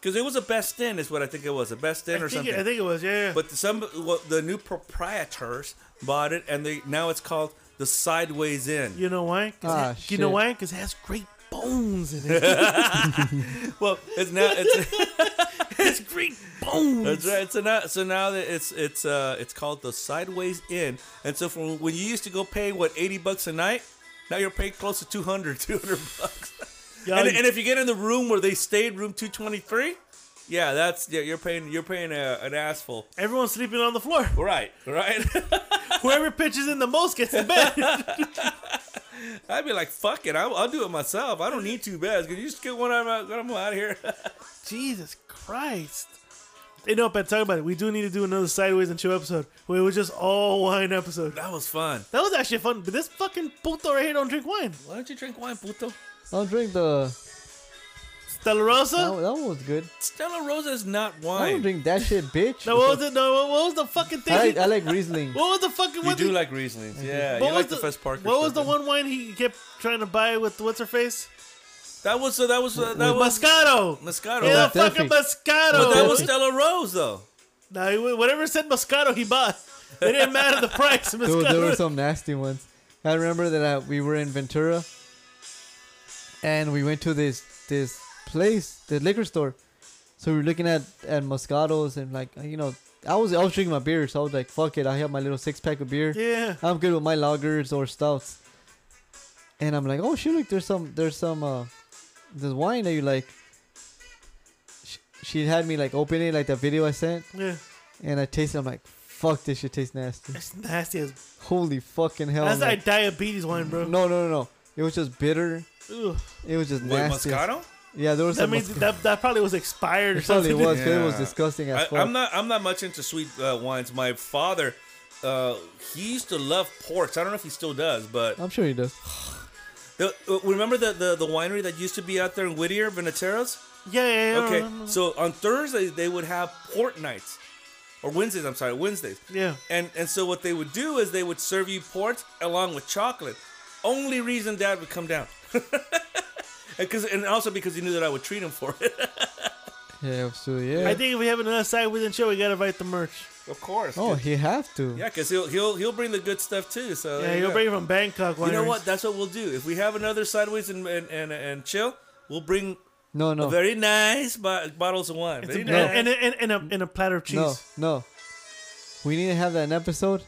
Because it was a best in, is what I think it was, a best in I or think, something. it, I think it was. Yeah, but some well, the new proprietors bought it, and they now it's called the Sideways Inn. you know why? 'Cause Ah, it- you know shit. why? Because it has great bones in it. Well, it's now it's it's great bones. that's right. So now so now that it's it's uh it's called the Sideways Inn, and so from when you used to go pay what eighty bucks a night, now you're paying close to 200, 200 bucks. Yeah, and, and if you get in the room where they stayed, room two twenty three, yeah, that's yeah, you're paying you're paying a, an asshole. everyone's sleeping on the floor. Right, right. Whoever pitches in the most gets the bed. I'd be like, fuck it, I'll, I'll do it myself. I don't need two beds. Can you just get one out of, my, out of here? Jesus Christ. You know, Pat, talk about it. We do need to do another Sideways and Chill episode where it was just all wine episode. That was fun. That was actually fun, but this fucking puto right here don't drink wine. Why don't you drink wine, puto? I'll drink the. Stella That, Rosa? one- that one was good. Stella Rosa is not I wine. don't drink that shit, bitch. No, what was it? No, what what was the fucking thing? I he- like, I like Riesling. what was the fucking you one? do thing- like Riesling. what Yeah, you was like the, first Parker. What was the stuff. eh? one wine he kept trying to buy with what's her face? That was uh, that was uh, that With was Moscato. Moscato. Yeah, that fucking Delphi. Moscato. but that was Stella Rose though. Nah, he- whatever said Moscato, he bought. It didn't matter the price. Dude, there were Moscato. some nasty ones. I remember that uh, we were in Ventura, and we went to this this place, the liquor store. So we were looking at at Moscatos and like you know, I was I was drinking my beer, so I was like, fuck it, I have my little six pack of beer. yeah. I'm good with my lagers or stouts. And I'm like, oh shoot, look, there's some, there's some, uh, this wine that you like. She, she had me like open it, like that video I sent, Yeah. and I tasted. I'm like, fuck, this shit tastes nasty. That's nasty as. Holy fucking hell! That's I'm like diabetes wine, bro. like, Oh no, no, no, no. It was just bitter. Ugh. It was just Wait, nasty. Moscato? Yeah, there was That some. means Moscato. that, that probably was expired or It probably something. was. 'cause It was Yeah. disgusting as I, fuck. I'm not. I'm not much into sweet uh, wines. My father, uh, he used to love ports. I don't know if he still does, but I'm sure he does. the, uh, remember the, the the winery that used to be out there in Whittier, Veneteros. Yeah, yeah, yeah. Okay, um, so on Thursdays they would have port nights, or Wednesdays. I'm sorry, Wednesdays. Yeah. And and so what they would do is they would serve you port along with chocolate. Only reason Dad would come down, because and also because he knew that I would treat him for it. Yeah, absolutely. Yeah. I think if we have another side within show, we gotta invite the merch. Of course. oh, he have to. Yeah, because he'll he'll he'll bring the good stuff too. So Yeah, there you you'll go. bring it from Bangkok. You know wineries. what? That's what we'll do. If we have another sideways and and and, and chill, we'll bring No, no, very nice bo- bottles of wine. Oh. It's Very a- nice. and, and, and, and a, and a platter of cheese. no, no. We need to have that an episode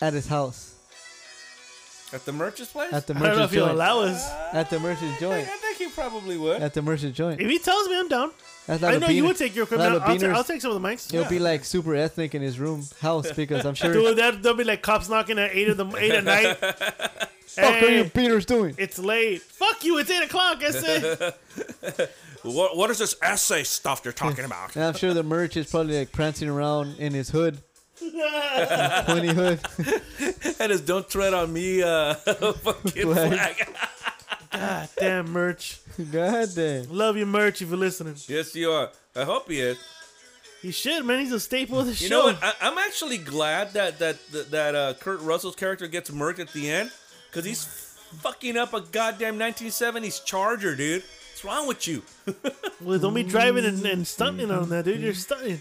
at his house. at the merchant's place. At the I don't know merchant if he'll joint. allow us. at the merchant I, joint. think- I think he probably would. At the merchant joint. If he tells me, I'm down. That's I like a know you beaner- would take your equipment. lot I'll, of I'll, ta- beaners. I'll take some of the mics. It'll be like super ethnic in his room house because I'm sure. Dude, that there'll be like cops knocking at eight of the eight at night. Fuck are you hey, beaters doing? it's late. Fuck you. It's eight o'clock. I said. what what is this essay stuff you're talking about? And I'm sure the merch is probably like prancing around in his hood, pointy hood. That is don't tread on me. Uh, fucking Flag. flag. God damn merch. God damn. Love your merch if you're listening. yes, you are. I hope he is. You should, man. He's a staple of the show. You know what? I, I'm actually glad that that that, that uh, Kurt Russell's character gets murked at the end because he's fucking up a goddamn 1970s Charger, dude. What's wrong with you? Well, don't be driving and, and stunting on that, dude. You're stunting.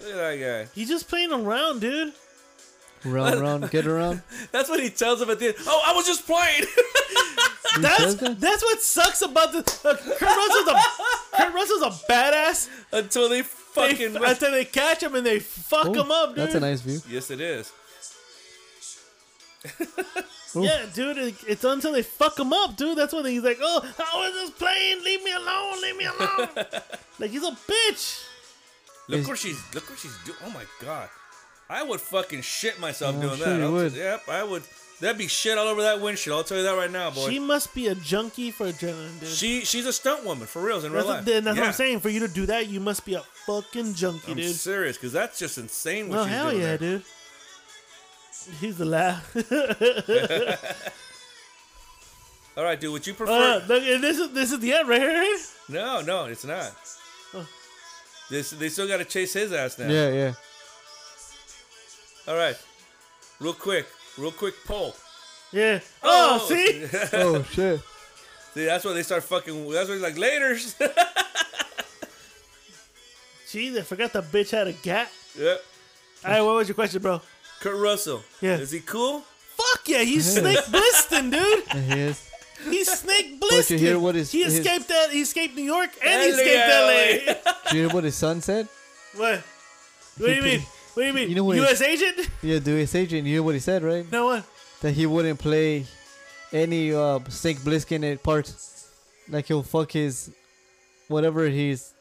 Look at that guy. He's just playing around, dude. Round, round, get around. That's what he tells him at the end. Oh, I was just playing. He That's says that? that's what sucks about the uh, Kurt Russell's a Kurt Russell's a badass. Until They, they fucking. until they catch him and they fuck Oh, him up, dude. That's a nice view. yes, it is. Yeah, dude, it, it's until they fuck him up, dude. That's when he's like, "Oh, I was just playing. Leave me alone. Leave me alone." like he's a bitch. Look Is- where she's. Look what she's doing. Oh my god. I would fucking shit myself Oh, Yeah, I'm doing sure that. you I'll- would. Yep, I would. That'd be shit all over that windshield. I'll tell you that right now, boy. She She, must be a junkie for adrenaline, dude. she's a stunt woman for reals in that's real what, life. then that's what Yeah. I'm saying. For you to do that, you must be a fucking junkie, I'm dude. serious, because that's just insane. What Oh she's hell doing yeah, there. dude. He's the laugh. All right, dude. Would you Uh, prefer? look, and this is this is the end right here. no, no, it's not. Oh. This they still got to chase his ass now. Yeah, yeah. All right, real quick, real quick poll. Yeah. Oh, Oh. see, Oh shit. See, that's why they start fucking. That's why he's like, later. jeez, I forgot the bitch had a gat. yep. All right, what was your question, bro? Kurt Russell. Yeah. Is he cool? Fuck yeah, he's snake blisting, dude. There he is. He's snake blisting. But you hear what his- he his- escaped that. He escaped New York and he LA. escaped L.A. Do you hear what his son said? what? What do you mean? What do you mean? You know what U.S. agent? Yeah, do his agent. You hear what he said, right? No one. That he wouldn't play any uh Snake Bliskin at parts. Like he'll fuck his whatever his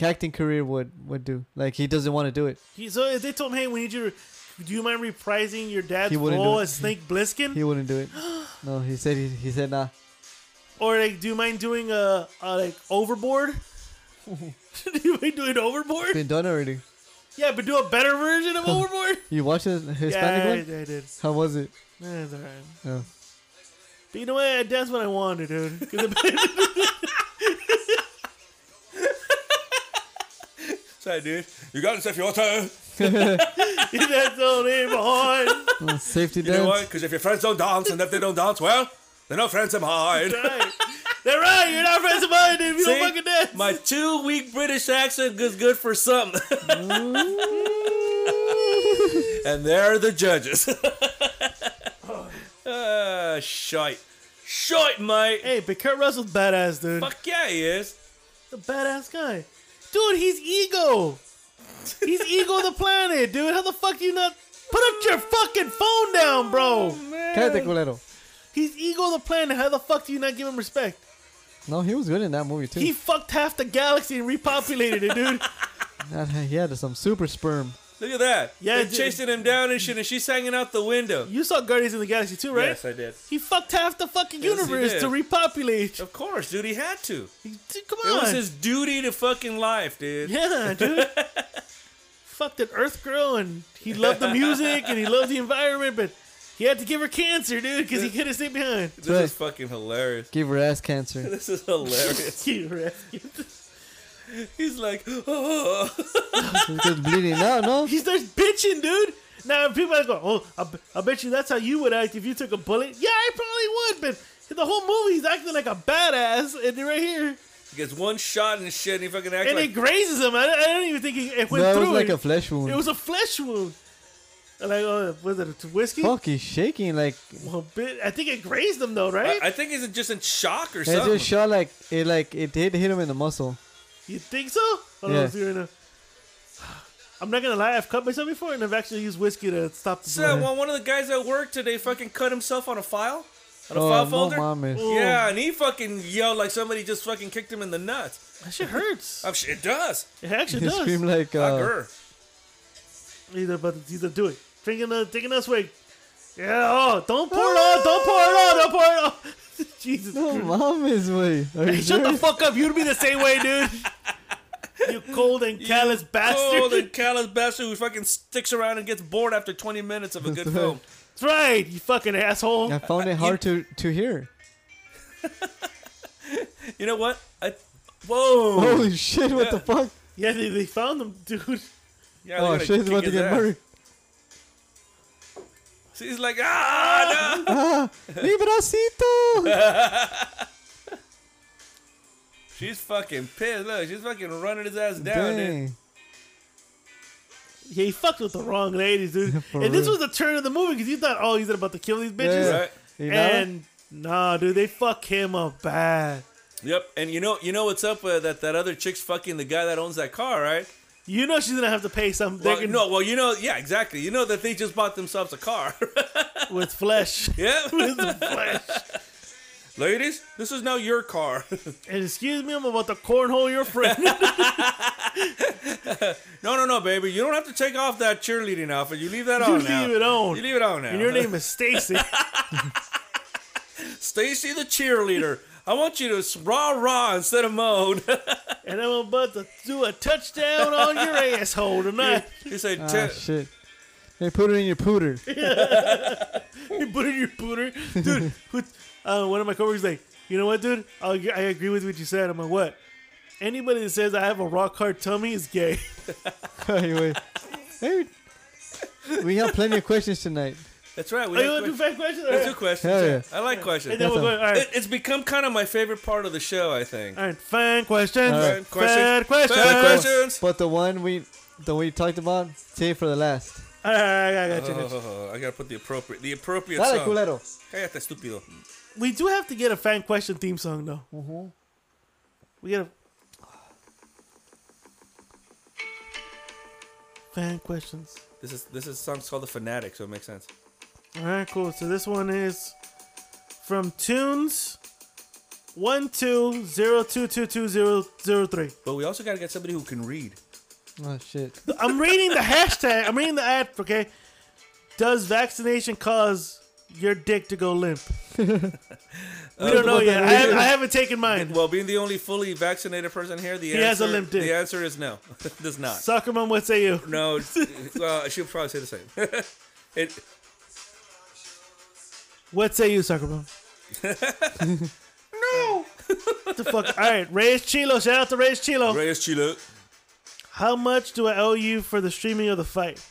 acting career would would do. Like he doesn't want to do it. He, so they told him, hey, we need you. to- Do you mind reprising your dad's He wouldn't do role it. as Snake Bliskin? He wouldn't do it. No, he said he, he said nah. or like, do you mind doing a, a like overboard? you mean do it overboard? Been done already. Yeah, but do a better version of overboard. You watched the Hispanic yeah, I, one? I did. How was it? Eh, it's alright. Yeah. But you know what? That's what I wanted, dude. 'Cause it- Sorry, dude. You got yourself your turn. That's all they want. Uh, safety You dance. know why? Because if your friends don't dance and if they don't dance, well, they're not friends of mine. Right. They're right. You're not friends of mine if you don't fucking dance. my two week British accent is good for something. and they're the judges. uh, shite. Shite, mate. hey, but Kurt Russell's badass, dude. Fuck yeah, he is. The badass guy. Dude, he's ego. He's ego the planet, dude. How the fuck you not put up your fucking phone down, bro? Cállate, culero. He's ego the planet. How the fuck do you not give him respect? No, he was good in that movie too. He fucked half the galaxy and repopulated it, dude. That- he had some super sperm. Look at that. Yeah, They're dude. chasing him down and shit, and she's hanging out the window. You saw Guardians of the Galaxy too, right? Yes, I did. He fucked half the fucking Yes, he universe did. to repopulate. Of course, dude, he had to. He- dude, come It on. was his duty to fucking life, dude. Yeah, dude. Fucked an Earth girl, and he loved the music and he loved the environment, but he had to give her cancer, dude, because he couldn't stay behind. This right. is fucking hilarious. Give her ass cancer. This is hilarious. He rescued- He's like, oh. It's just bleeding out, no? he starts bitching, dude. Now people are going, "Oh, I, b- I bet you that's how you would act if you took a bullet." Yeah, I probably would, but the whole movie he's acting like a badass, and then right here, He gets one shot and shit, and he fucking acts and like it grazes him. I, I don't even think he, it went No, it through. was like it. a flesh wound. It was a flesh wound. Like, oh, was it a whiskey? Fuck, he's shaking like Well, bit, I think it grazed him though, right? I, I think he's just in shock or it something. just shot like it like it did hit him in the muscle. You think so? Hold on, Yeah. let's see right now. I'm not gonna lie, I've cut myself before and I've actually used whiskey to stop the so, blood. well, one of the guys at work today fucking cut himself on a file, on a Oh, file no folder. mames. Ooh. Yeah, and he fucking yelled like somebody just fucking kicked him in the nuts. That shit hurts. Oh, shit, it does. It actually He does. screamed like uh, Fucker. Either but either do it. Drinking the taking us way. Yeah, oh don't pour it all, don't pour it all, don't pour it all. Jesus Ah. no Christ. "Oh, mames, way. Are you Hey, shut the serious? fuck up, you'd be the same way, dude. you cold and callous bastard. Oh, the callous bastard who fucking sticks around and gets bored after 20 minutes of a good That's film. That's right, you fucking asshole. I found it hard to to hear. You know what? I, whoa. Holy shit! What the fuck? Yeah, they, they found him, dude. Yeah, they're Oh gonna shit! He's kick about to his get ass. murdered. So he's like, ah, no. Mi bracito. She's fucking pissed. Look, she's fucking running his ass down, dude. Dang. Yeah, he fucked with the wrong ladies, dude. and For this real. was the turn of the movie because you thought, oh, he's about to kill these bitches. Yeah. Right? You know? And nah, dude, they fuck him up bad. Yep, and you know, you know what's up with that that other chick's fucking the guy that owns that car, right? You know she's gonna have to pay some Well, dick no, well, you know, yeah, exactly. You know that they just bought themselves a car. with flesh. yeah, With flesh. ladies, this is now your car. And excuse me, I'm about to cornhole your friend. no, no, no, baby, you don't have to take off that cheerleading outfit. You leave that you on leave now. it on. You leave it on now. and your name is Stacy. Stacy, the cheerleader. I want you to rah rah instead of moan. and I'm about to do a touchdown on your asshole tonight. he said, Ah shit. They put it in your pooter. you put in your pooter. Dude, who, uh, one of my coworkers like, you know what, dude? I'll, ag- I agree with what you said. I'm like, what? Anybody that says I have a rock hard tummy is gay. anyway, hey, we have plenty of questions tonight. "That's right." We Are you have want to do que- five questions? Let's do questions. Hell yeah. yeah. I like questions. And then we'll go. That's All right. It- it's become kind of my favorite part of the show. I think. All right, fan questions. All right. Fan Fan questions. questions. Fan questions. But the one we the one we talked about, save for the last. All right, I got you. I Uh. got you. Oh, I gotta put the appropriate, the appropriate Dale, song. culero. Cállate, estúpido. We do have to get a fan question theme song though. Mm-hmm. We get a fan questions. This is this is song's called the fanatic, so it makes sense. All right, cool. So this one is from Tunes one two zero two two two zero zero three. But we also gotta get somebody who can read. Oh shit. I'm reading the hashtag. I'm reading the ad. Okay, does vaccination cause your dick to go limp. we don't know yet. I, haven't- I haven't taken mine. Well, being the only fully vaccinated person here, the answer, has a limp dick. The answer is no. Does not. Soccer mom, what say you? No. it's- well, she'll probably say the same. it, What say you, soccer mom? no. What the fuck? All right, Reyes Chilo. Shout out to Reyes Chilo. Reyes Chilo. How much do I owe you for the streaming of the fight?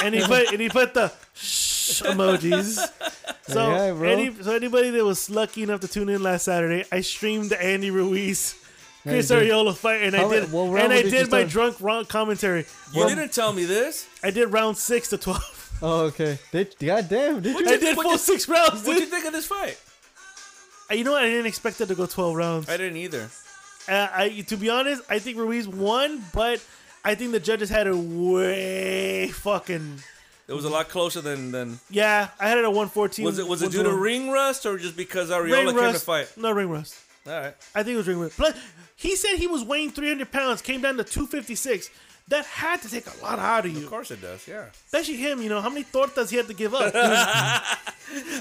and he put and he put the shh emojis. So, Yeah, bro. any, so anybody that was lucky enough to tune in last Saturday, I streamed the Andy Ruiz, you Chris did. Ariola fight, and How- I did what round and I did did, you my start? drunk wrong commentary. You didn't tell me this. I did round six to twelve. Oh, okay. Did, goddamn, did you? I did what full did- six rounds, What would you dude. think of this fight? You know what? I didn't expect it to go twelve rounds. I didn't either. Uh, I, to be honest, I think Ruiz won, but I think the judges had it way fucking. It was a lot closer than than. Yeah, I had it at 114. Was it was it due to 121. ring rust or just because Ring Ariola came rust. to fight? No ring rust. All right. I think it was ring rust. Plus, he said he was weighing 300 pounds, came down to 256. That had to take a lot out of Of you. course it does. Yeah. Especially him, you know, how many tortas he had to give up.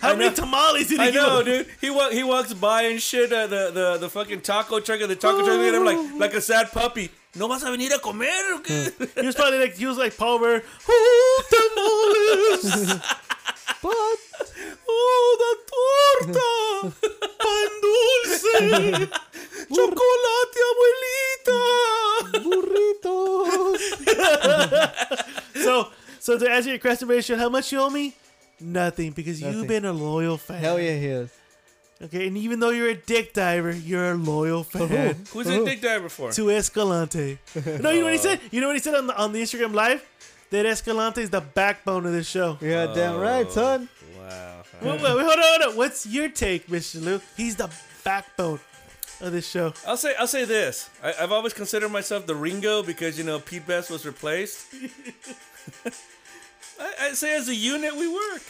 how many tamales did he I give know, up? dude. He wa- he walks by and shit. Uh, the the the fucking taco truck and the taco truck. And I'm like like a sad puppy. No vas a venir a comer. o qué?" He was probably like, he was like Paul Bear, "Ooh, tamales, But oh, the torta, pan dulce, chocolate, abuelita. burritos. so, so to answer your question, Rachel, how much you owe me? Nothing, because Nothing. you've been a loyal fan. Hell yeah, he is. Okay, and even though you're a dick diver, you're a loyal fan. Who's your dick diver for? to Escalante. No, you know what he said? You know what he said on the, on the Instagram live? That Escalante is the backbone of this show. Yeah, Oh. damn right, son. Wow. Wait, wait, wait, hold on, hold on. What's your take, Mr. Lou? He's the backbone of this show. I'll say I'll say this. I, I've always considered myself the Ringo because you know Pete Best was replaced. I, I say as a unit we work.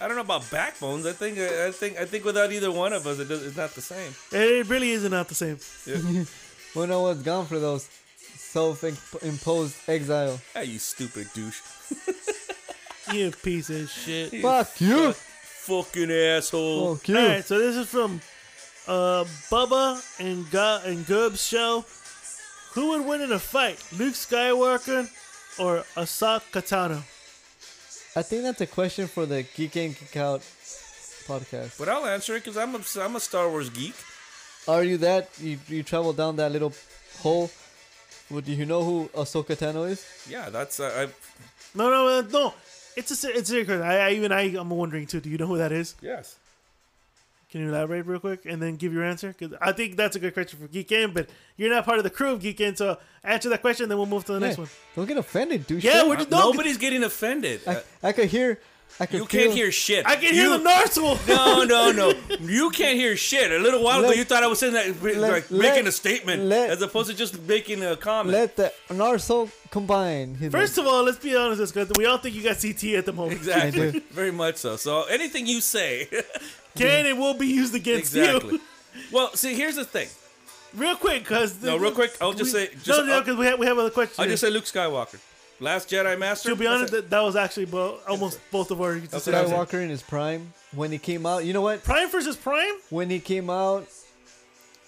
I don't know about backbones. I think I, I think I think without either one of us, it does, it's not the same. It really is not the same. When I was gone for those self-imposed exile. Ah, you stupid douche, You piece of shit. Fuck you. fucking asshole. Fuck you. All right, so this is from uh, Bubba and Gu- and Gub's show. Who would win in a fight, Luke Skywalker or Asok Katano? I think that's a question for the Geek In Geek Out podcast. But I'll answer it because I'm a, I'm a Star Wars geek. Are you that? You, you travel down that little hole. Would you know who Ahsoka Tano is? Yeah, that's uh, I No, no, no, no. It's a se- it's a secret. I, I even I I'm wondering too. Do you know who that is? yes. Can you elaborate real quick and then give your answer? Because I think that's a good question for Geek In, but you're not part of the crew of Geek In, so answer that question, then we'll move to the next Hey, one. Don't get offended, douche. Yeah, we're just no, Uh, Nobody's getting offended. Uh, I, I could hear. I could you can't feel- hear shit. I can hear You- the Narsal. No, no, no. You can't hear shit. A little while ago, Let- you thought I was saying that, like let- making let- a statement, let- as opposed to just making a comment. Let the Narso combine. He's First of all, let's be honest, let's go- we all think you got CT at the moment. exactly. I do. Very much so. So anything you say, Can and will be used against exactly. you. Well, see, here's the thing. Real quick, because No, real quick, I'll just say- just- no, no, I'll- because we have we have other questions. I just say Luke Skywalker, Last Jedi Master. to be That's honest, it. that, that was actually bo- almost both of our. That's like Skywalker in his prime when he came out. You know what? Prime versus Prime. When he came out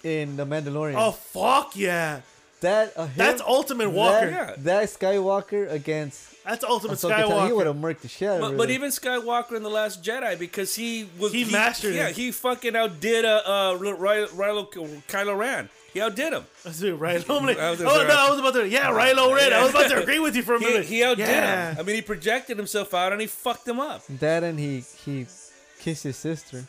in the Mandalorian. Oh fuck yeah! that uh, him- That's Ultimate Walker. Yeah. That, that Skywalker against That's Ultimate Ahsoka Tano. He Skywalker. would have murked the shit out of but, her. but even Skywalker in the Last Jedi, because he was He mastered Yeah, it. he fucking outdid uh, uh Ry- Rylo Kylo Ren. He outdid him. Let's do it, Rilo. I'm like, I was oh gonna no, say- I was about to. Yeah, Rilo Red. I was about to agree with you for a He, minute. he outdid yeah. him. I mean, he projected himself out and he fucked him up. that, and he he kissed his sister.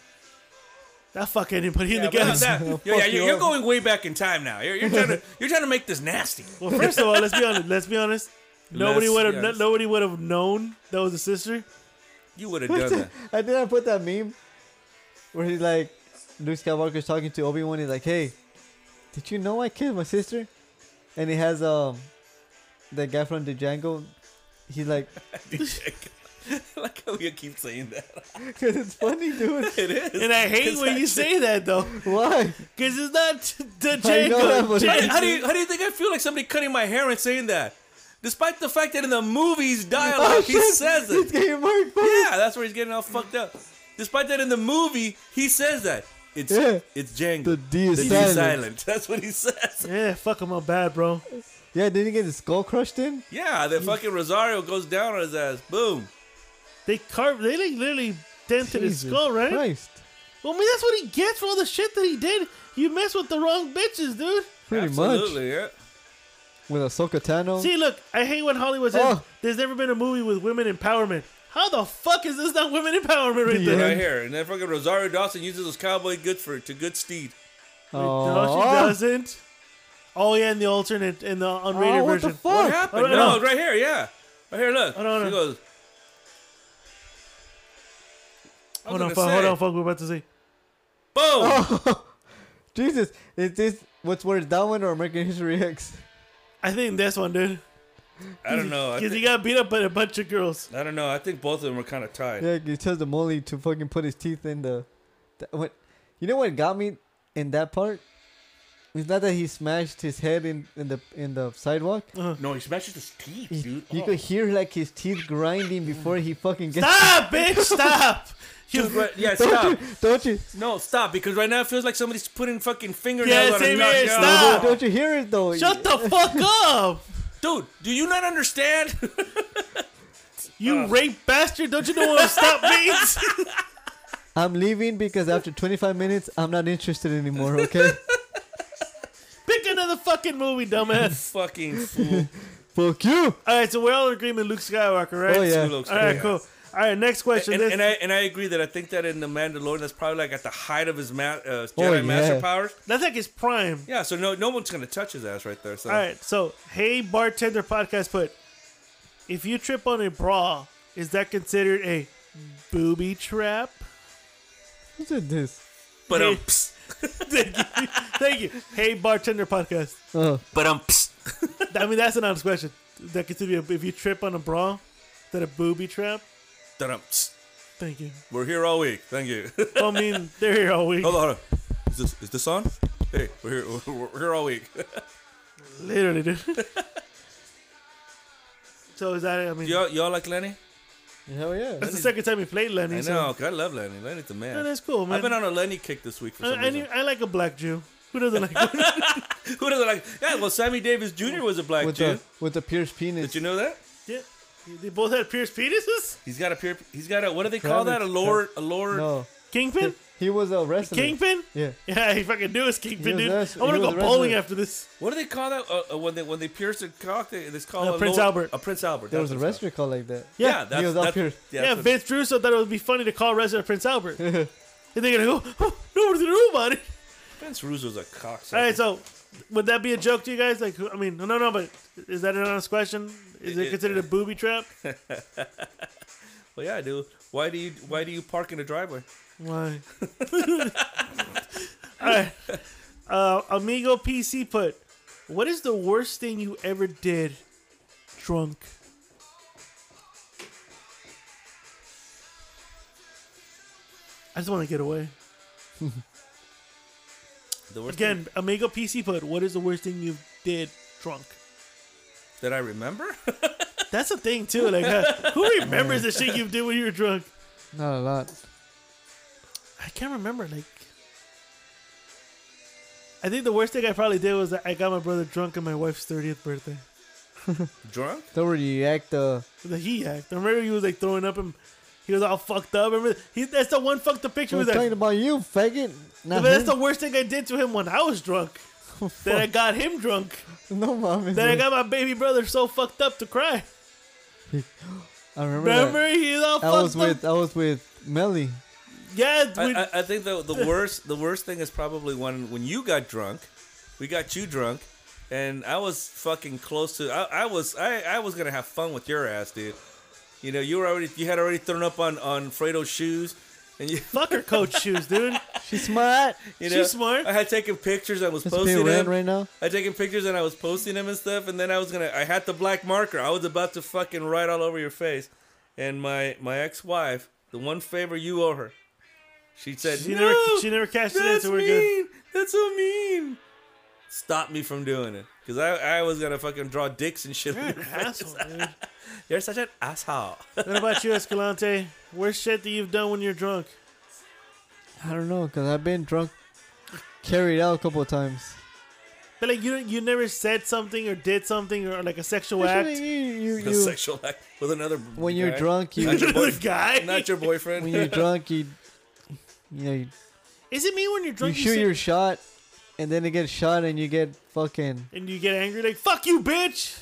That fuck anybody in Yeah, the but not gas. that. Fuck yeah, yeah, you you're, you're up. going way back in time now. You're, you're trying to you're trying to make this nasty. Well, first of all, let's be honest. Let's be honest. Nobody Less- would have. yeah, no- let's- nobody would have known that was a sister. You would have done that. I did I put that meme where he's like Luke Skywalker's talking to Obi Wan. He's like, "Hey, did you know I killed my sister?" And he has um the guy from the Django. He's like, I like how you keep saying that. "Cause it's funny, dude. It is. And I hate when you say that though, Why? because it's not the I know that, Django. but- How, Jan- how do you how do you think I feel like somebody cutting my hair and saying that? Despite the fact that in the movie's Oh, Oh, dialogue he says He's it. getting marked. fuck. Yeah, that's where he's getting all fucked up. Despite that in the movie he says that. It's Yeah. it's Django. The D D is silent. That's what he says. Yeah, fuck him up bad, bro. Yeah, didn't he get his skull crushed in? Yeah, the fucking Rosario goes down on his ass. Boom. They carved, they like literally dented his Jesus skull, right? Christ. Well, I mean, that's what he gets for all the shit that he did. You mess with the wrong bitches, dude. Pretty much. Absolutely, yeah. With Ahsoka Tano. See, look, I hate when Hollywood says Oh. there's never been a movie with women empowerment. How the fuck is this not women empowerment right Yeah. there? Right here. And then fucking Rosario Dawson uses those cowboy goods for to good steed. No, she Oh. doesn't. Oh yeah, in the alternate, in the unrated Oh, what the version. fuck? What happened? Oh, no, no, no. it's right here, yeah. Right here, look. Hold on, she hold on. goes. I was Hold on, gonna fuck, hold say, on, fuck. We're about to see. Boom! Jesus, is this what's worse, that one or American History X? I think this one, dude, I don't know. I, because he think, got beat up by a bunch of girls. I don't know. I think both of them were kind of tied. Yeah, he tells the Molly to fucking put his teeth in the. That, what, you know what got me in that part? It's not that he smashed his head in, in the in the sidewalk. No, he smashes his teeth, He- Oh, dude. You Oh. could hear like his teeth grinding before he fucking gets. Stop, bitch, stop. Dude, You, right- yeah, Don't stop. you? Don't you? No, stop. Because right now it feels like somebody's putting fucking fingernails Yeah, on same his here, knockdown. stop. Don't you hear it though? shut the fuck up. Dude, do you not understand? You Uh. rape bastard! Don't you know what stop means? I'm leaving because after 25 minutes, I'm not interested anymore. Okay. Pick another fucking movie, dumbass. fucking fool. Fuck you. all right, so we're all in agreement, Luke Skywalker, right? Oh yeah. Who looks All right, like- cool. All right, next question. And, this, and I and I agree that I think that in the Mandalorian that's probably like at the height of his ma- uh, Jedi Oh, yeah. master powers. that's like his prime. Yeah, so no no one's gonna touch his ass right there. So All right, so hey, bartender podcast put. If you trip on a bra, is that considered a booby trap? What's with this? but um, Hey. Thank you. Thank you. Hey, bartender podcast. Oh, but um, psst. I mean, that's an honest question. Is that considered a, if you trip on a bra, is that a booby trap? Da-dum, psst. Thank you. We're here all week. Thank you. I mean, they're here all week. hold on, hold on. Is this is this on? Hey, we're here. We're, we're here all week. do Literally, dude. so is that? it? I mean, y'all, y'all like Lenny? hell yeah. that's the second time we played Lenny. I so- know. 'cause I love Lenny. Lenny's the man. Uh, Yeah, that's cool, man. I've been on a Lenny kick this week for I, some I, reason. knew- I like a black Jew. Who doesn't like? Who doesn't like? Yeah, well, Sammy Davis Jr. was a black With Jew. the with the pierced penis. Did you know that? yeah. They both had pierced penises. He's got a pure. He's got a. What do they call that? A lower. A lower. No. Kingpin. He was a wrestler. Kingpin. Yeah. Yeah, he fucking knew it's Kingpin, He dude. was- I want he to go was a bowling wrestler. after this. What do they call that? Uh, uh, when they when they pierce their cock, they, it's called Uh, a Prince lower- Albert. A Prince Albert. There that's was a what it's wrestler called like that. called. Yeah. Yeah, that's He was that's, up here. Yeah, yeah, that's what- Vince Russo thought it would be funny to call wrestler Prince Albert. and they're gonna go, oh, no one's gonna know about it. Vince Russo's a cock. All right, so would that be a joke to you guys? Like, who- I mean, no, no, no, but is that an honest question? Is it It- considered a booby trap? well, yeah, dude. Why do you why do you park in the driveway? Why? All right. Uh, Amigo PC put, what is the worst thing you ever did drunk? I just want to get away. The worst thing Again, Amigo PC put, what is the worst thing you did drunk? that I remember. That's a thing, too. Like, uh, who remembers the shit you did when you were drunk? Not a lot. I can't remember. Like, I think the worst thing I probably did was that I got my brother drunk on my wife's thirtieth birthday. Drunk. Don't react. Uh, The he act. I remember he was like throwing up and he was all fucked up. Remember, he, that's the one fucked up picture. we're Was that? talking about you, faggot. Not but that's the him. worst thing I did to him when I was drunk. That I got him drunk. no mames. That I man. got my baby brother so fucked up to cry. I remember. that. Remember, he's all I was fucked up. with I was with Melly. yeah, I, we- I, I think the the worst the worst thing is probably when when you got drunk, we got you drunk, and I was fucking close to I, I was I, I was gonna have fun with your ass, dude. You know you were already you had already thrown up on on Fredo's shoes, and you fuck her coach shoes, dude. She's smart. you know She's smart. I had taken pictures. I was Let's pay posting rent them. right now. I taken pictures and I was posting them and stuff, and then I was gonna I had the black marker. I was about to fucking write all over your face, and my my ex wife, the one favor you owe her, she said She no. never, she never cashed it in, That's so we're mean. good. That's so mean. stop me from doing it because I, I was gonna fucking draw dicks and shit. on You're an your face. asshole, dude. You're such an asshole. What about you, Escalante? Worst shit that you've done when you're drunk? I don't know, cause I've been drunk, carried out a couple of times. But like you, you never said something or did something or like a sexual Actually, act. You, you, A you, sexual act with another. when you're guy. drunk, you Not your Another boyfriend. guy? Not your boyfriend. when you're drunk, you, you know, you, Is it me when you're you drunk? shoot say- your shot, and then it gets shot, and you get fucking. and you get angry like "fuck you, bitch."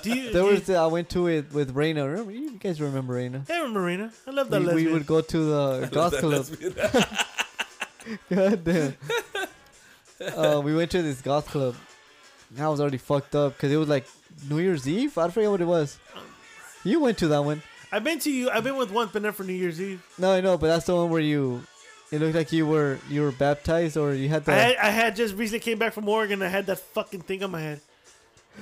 Do you? There do you- was the, I went to it with Reina. Remember, you guys remember Reina? Hey, Marina, I love that We, we lesbian. would go to the golf club. God damn. uh, we went to this goth club. And I was already fucked up because it was like New Year's Eve. I forget what it was. You went to that one. I've been to you. I've been with one, but not for New Year's Eve. No, I know, but that's the one where you. It looked like you were you were baptized or you had the. I had, I had just recently came back from Oregon. I had that fucking thing on my head.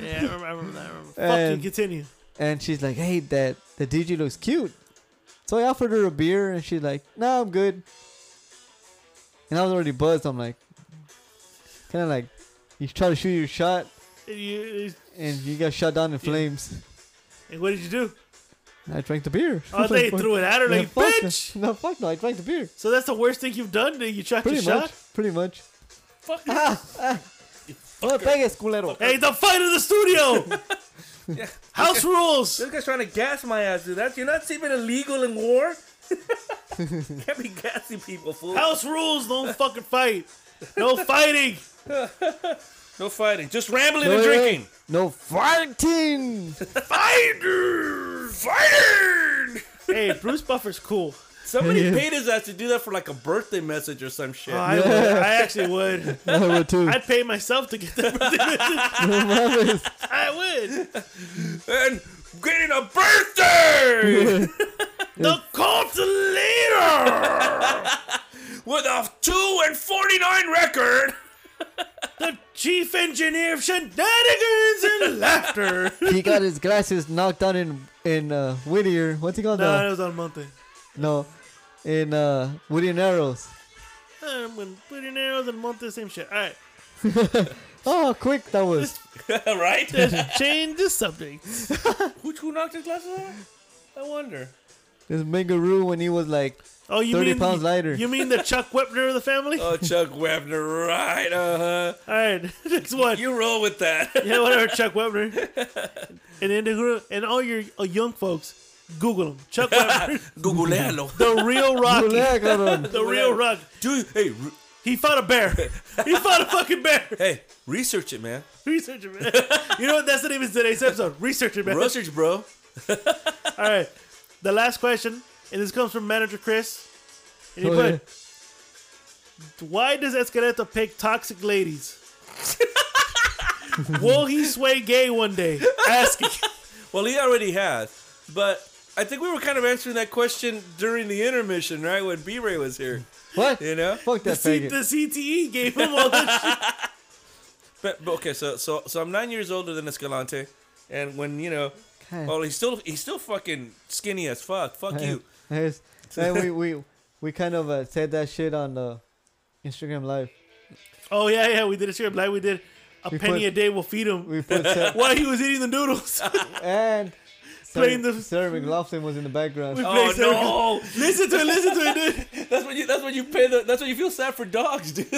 Yeah, I remember, I remember that. I remember. Fuck And- you. Continue. and she's like, "Hey, that the DJ looks cute." So I offered her a beer, and she's like, "No, I'm good." And I was already buzzed. I'm like, kind of like, you try to shoot your shot, And, you, and you got shot down in flames. and what did you do? And I drank the beer. Oh, I thought you threw it at her Yeah, like, fuck no. bitch. No, fuck no, I drank the beer. So that's the worst thing you've done. That you shot Pretty your much. shot. Pretty much. Fuck. No pegues, culero. Hey, the fight in the studio. House rules. This guy's trying to gas my ass, dude. That's you're not even illegal in war. Can't be gassing people, fool. House rules. Don't fucking fight. No fighting. No fighting, just rambling No, and wait, wait. drinking. No fighting. Fighter, fighting. Hey, Bruce Buffer's cool. Somebody paid his ass to do that for like a birthday message or some shit. Oh, I, would, I actually would. I would too. I'd pay myself to get that birthday message. I would. and getting a birthday The cult leader, with a two and forty nine record. the chief engineer of shenanigans and laughter. he got his glasses knocked down in in uh, Whittier. What's he called? No, that now? was on Monte. No, in uh, Woody and Arrows. I'm gonna put in arrows and Monte, same shit. All right, Oh, quick that was. right? let's change the subject. who, who knocked his glasses off? I wonder. This Mingaroo when he was like, Oh, you 30 mean pounds lighter. You mean the Chuck Wepner of the family? Oh, Chuck Webner, right? Uh All right, next one. You roll with that. yeah, whatever, Chuck Webner. and then the, and all your uh, young folks, Google him. Chuck Webner, Googlealo. the real Rocky, "Relax, cabrón." the real Rocky. Do hey, re- He fought a bear. He fought a fucking bear. hey, research it, man. Research it, man. You know what? That's the name of today's episode. Research it, man. Research, bro. All right. The last question, and this comes from manager Chris. And he Oh, put, Why does Escaleta pick toxic ladies? Will he sway gay one day? Asking. Well, he already has, but I think we were kind of answering that question during the intermission, right? When B Ray was here, What? you know. Fuck that See, faggot. the CTE gave him all that shit. But, but okay, so so so I'm nine years older than Escalante, and when you know, God. well, he's still he's still fucking skinny as fuck. Fuck you. Yes. And we we we kind of uh, said that shit on uh, Instagram Live. Oh, yeah, yeah. We did a strip. Like we did a We penny put- a day will feed him We put Sa- while he was eating the noodles. and Playing Sarah, the- Sarah McLaughlin was in the background. Oh no! listen to it, listen to it, dude. That's when you that's when you pay the that's when you feel sad for dogs, dude.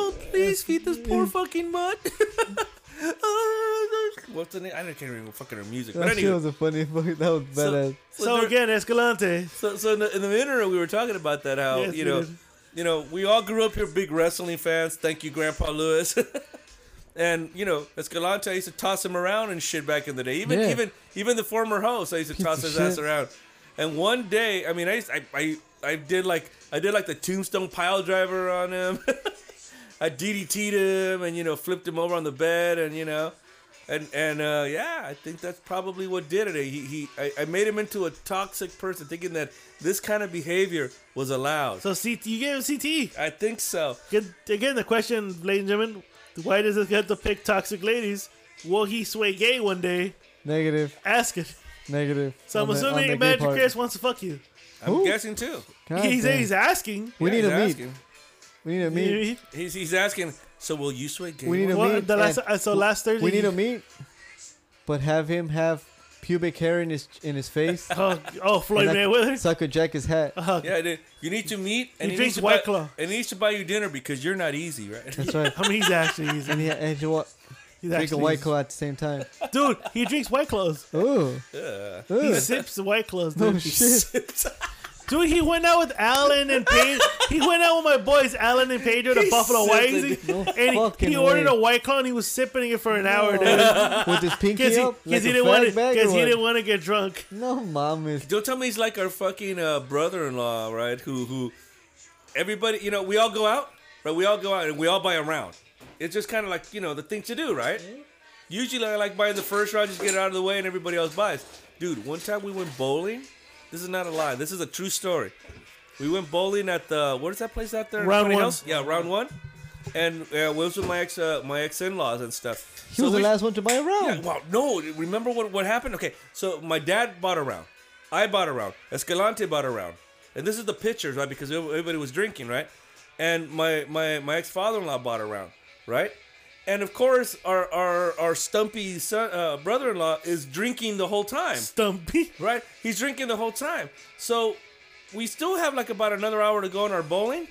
oh please feed this poor fucking mutt. What's the name? I don't can't remember fucking her music. But that shit anyway, was a funny fucking. That was badass. So, there- again, Escalante. so, so in, the, in the interim, we were talking about that how Yes, you we know, did. you know, we all grew up here big wrestling fans. Thank you, Grandpa Lewis. and you know, Escalante I used to toss him around and shit back in the day. Even Yeah. even even the former host, I used to Piece toss of his ass shit. around. And one day, I mean, I, used, I I I did like I did like the tombstone pile driver on him. I DDT'd him and you know flipped him over on the bed and you know. And and uh, yeah, I think that's probably what did it. He, he I, I made him into a toxic person, thinking that this kind of behavior was allowed. So CT, you gave him E. CTE. I think so. Again, again, the question, ladies and gentlemen, why does this guy have to pick toxic ladies? Will he sway gay one day? Negative, Ask it. negative. So I'm on the- on the assuming gay Magic part. Chris wants to fuck you. I'm Who? guessing too. God he's, damn. he's asking. we Yeah, need he's a meet. asking. We need a meet. He's he's asking. So will you sway gay? We need to Well, meet. the last- and uh, so last Thursday we need you- to meet, but have him have pubic hair in his in his face, and Oh, oh Floyd I- Mayweather. so I could jack his hat. yeah, dude. You need to meet. And He he, drinks needs to White buy, Claw. And he needs to buy you dinner because you're not easy, right? That's right. I mean, he's actually he's, And he, and he wa- he's drink a actually white claw at the same time. dude. He drinks white claws. Ooh, He Ooh. sips white claws, dude. oh shit! Dude, he went out with Alan and Pedro. he went out with my boys, Alan and Pedro, to Buffalo sipped Wild it, Wings, dude. No and he, fucking he ordered way. a white claw and he was sipping it for an hour, dude. With his pinky Because he, up, 'cause like he a didn't want to, fag bag or because he what? didn't want to get drunk. No, mames. Don't tell me he's like our fucking uh, brother-in-law, right? Who who everybody, you know, we all go out, right? We all go out and we all buy a round. It's just kind of like you know the thing to do, right? Usually, I like buying the first round, just get it out of the way, and everybody else buys. Dude, one time we went bowling. This is not a lie. This is a true story. We went bowling at the what is that place out there? in Round Coney one. Hills? Yeah, round one. And uh, it was with my ex, uh, my ex in-laws and stuff. He was the last one to buy a Yeah, round. wow. No, remember what, what happened? Okay, so my dad bought a round. I bought a round. Escalante bought a round. And this is the pictures, right? Because everybody was drinking, right? And my, my, my ex father in law bought a round, right? And of course, our our, our stumpy son, uh, brother in law is drinking the whole time, Stumpy. right? He's drinking the whole time. So we still have like about another hour to go on our bowling.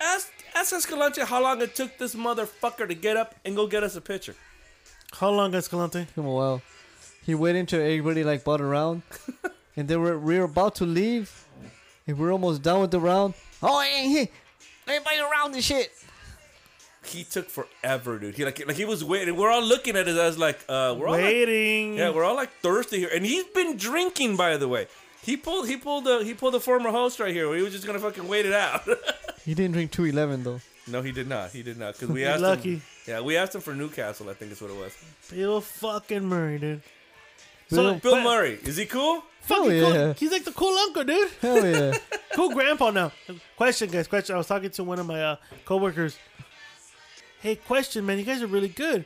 Ask, ask Escalante how long it took this motherfucker to get up and go get us a picture. How long, Escalante? Come on, wow. He waited until everybody like bought a round, and they were we were about to leave, and we are almost done with the round. Oh, hey, hey, everybody around this shit. he took forever, dude. He like like he was waiting. We're all looking at his ass like uh we're all like, Waiting. yeah, we're all like thirsty here. And he's been drinking, by the way. He pulled he pulled the he pulled the former host right here. He was just gonna fucking wait it out. He didn't drink 211 though. no, he did not. He did not because we asked Lucky. him. Yeah, we asked him for Newcastle. I think is what it was. Bill fucking Murray, dude. Bill- Bill but- Murray is he cool? Fucking Hell cool. yeah. He's like the cool uncle, dude. Hell yeah. cool grandpa now. Question, guys. Question. I was talking to one of my uh, coworkers. Hey, question, man. You guys are really good.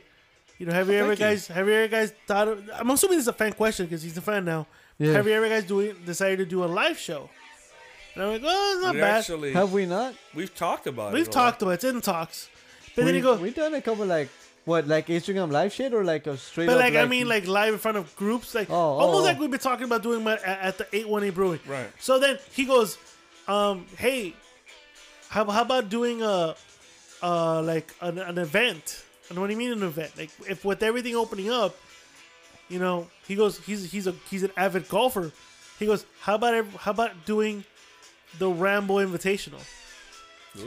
You know, have Oh, you ever thank you. guys have you ever guys thought? Of, I'm assuming this is a fan question because he's a fan now. Yeah. Have you ever guys doing decided to do a live show? And I'm like, oh, it's not We bad. actually Have we not? we've talked about it. We've a lot. talked about it. It's in talks. But then we, you go, we done a couple like what like Instagram live shit or like a straight. But up, like, I mean, like live in front of groups, like Oh, oh, almost oh. like we've been talking about doing at, at the eight one eight brewing. Right. So then he goes, um, "Hey, how, how about doing a, uh, like an, an event? And what do you mean an event? Like if with everything opening up, you know, he goes, he's he's a he's an avid golfer. He goes, how about ev- how about doing the Rambo Invitational?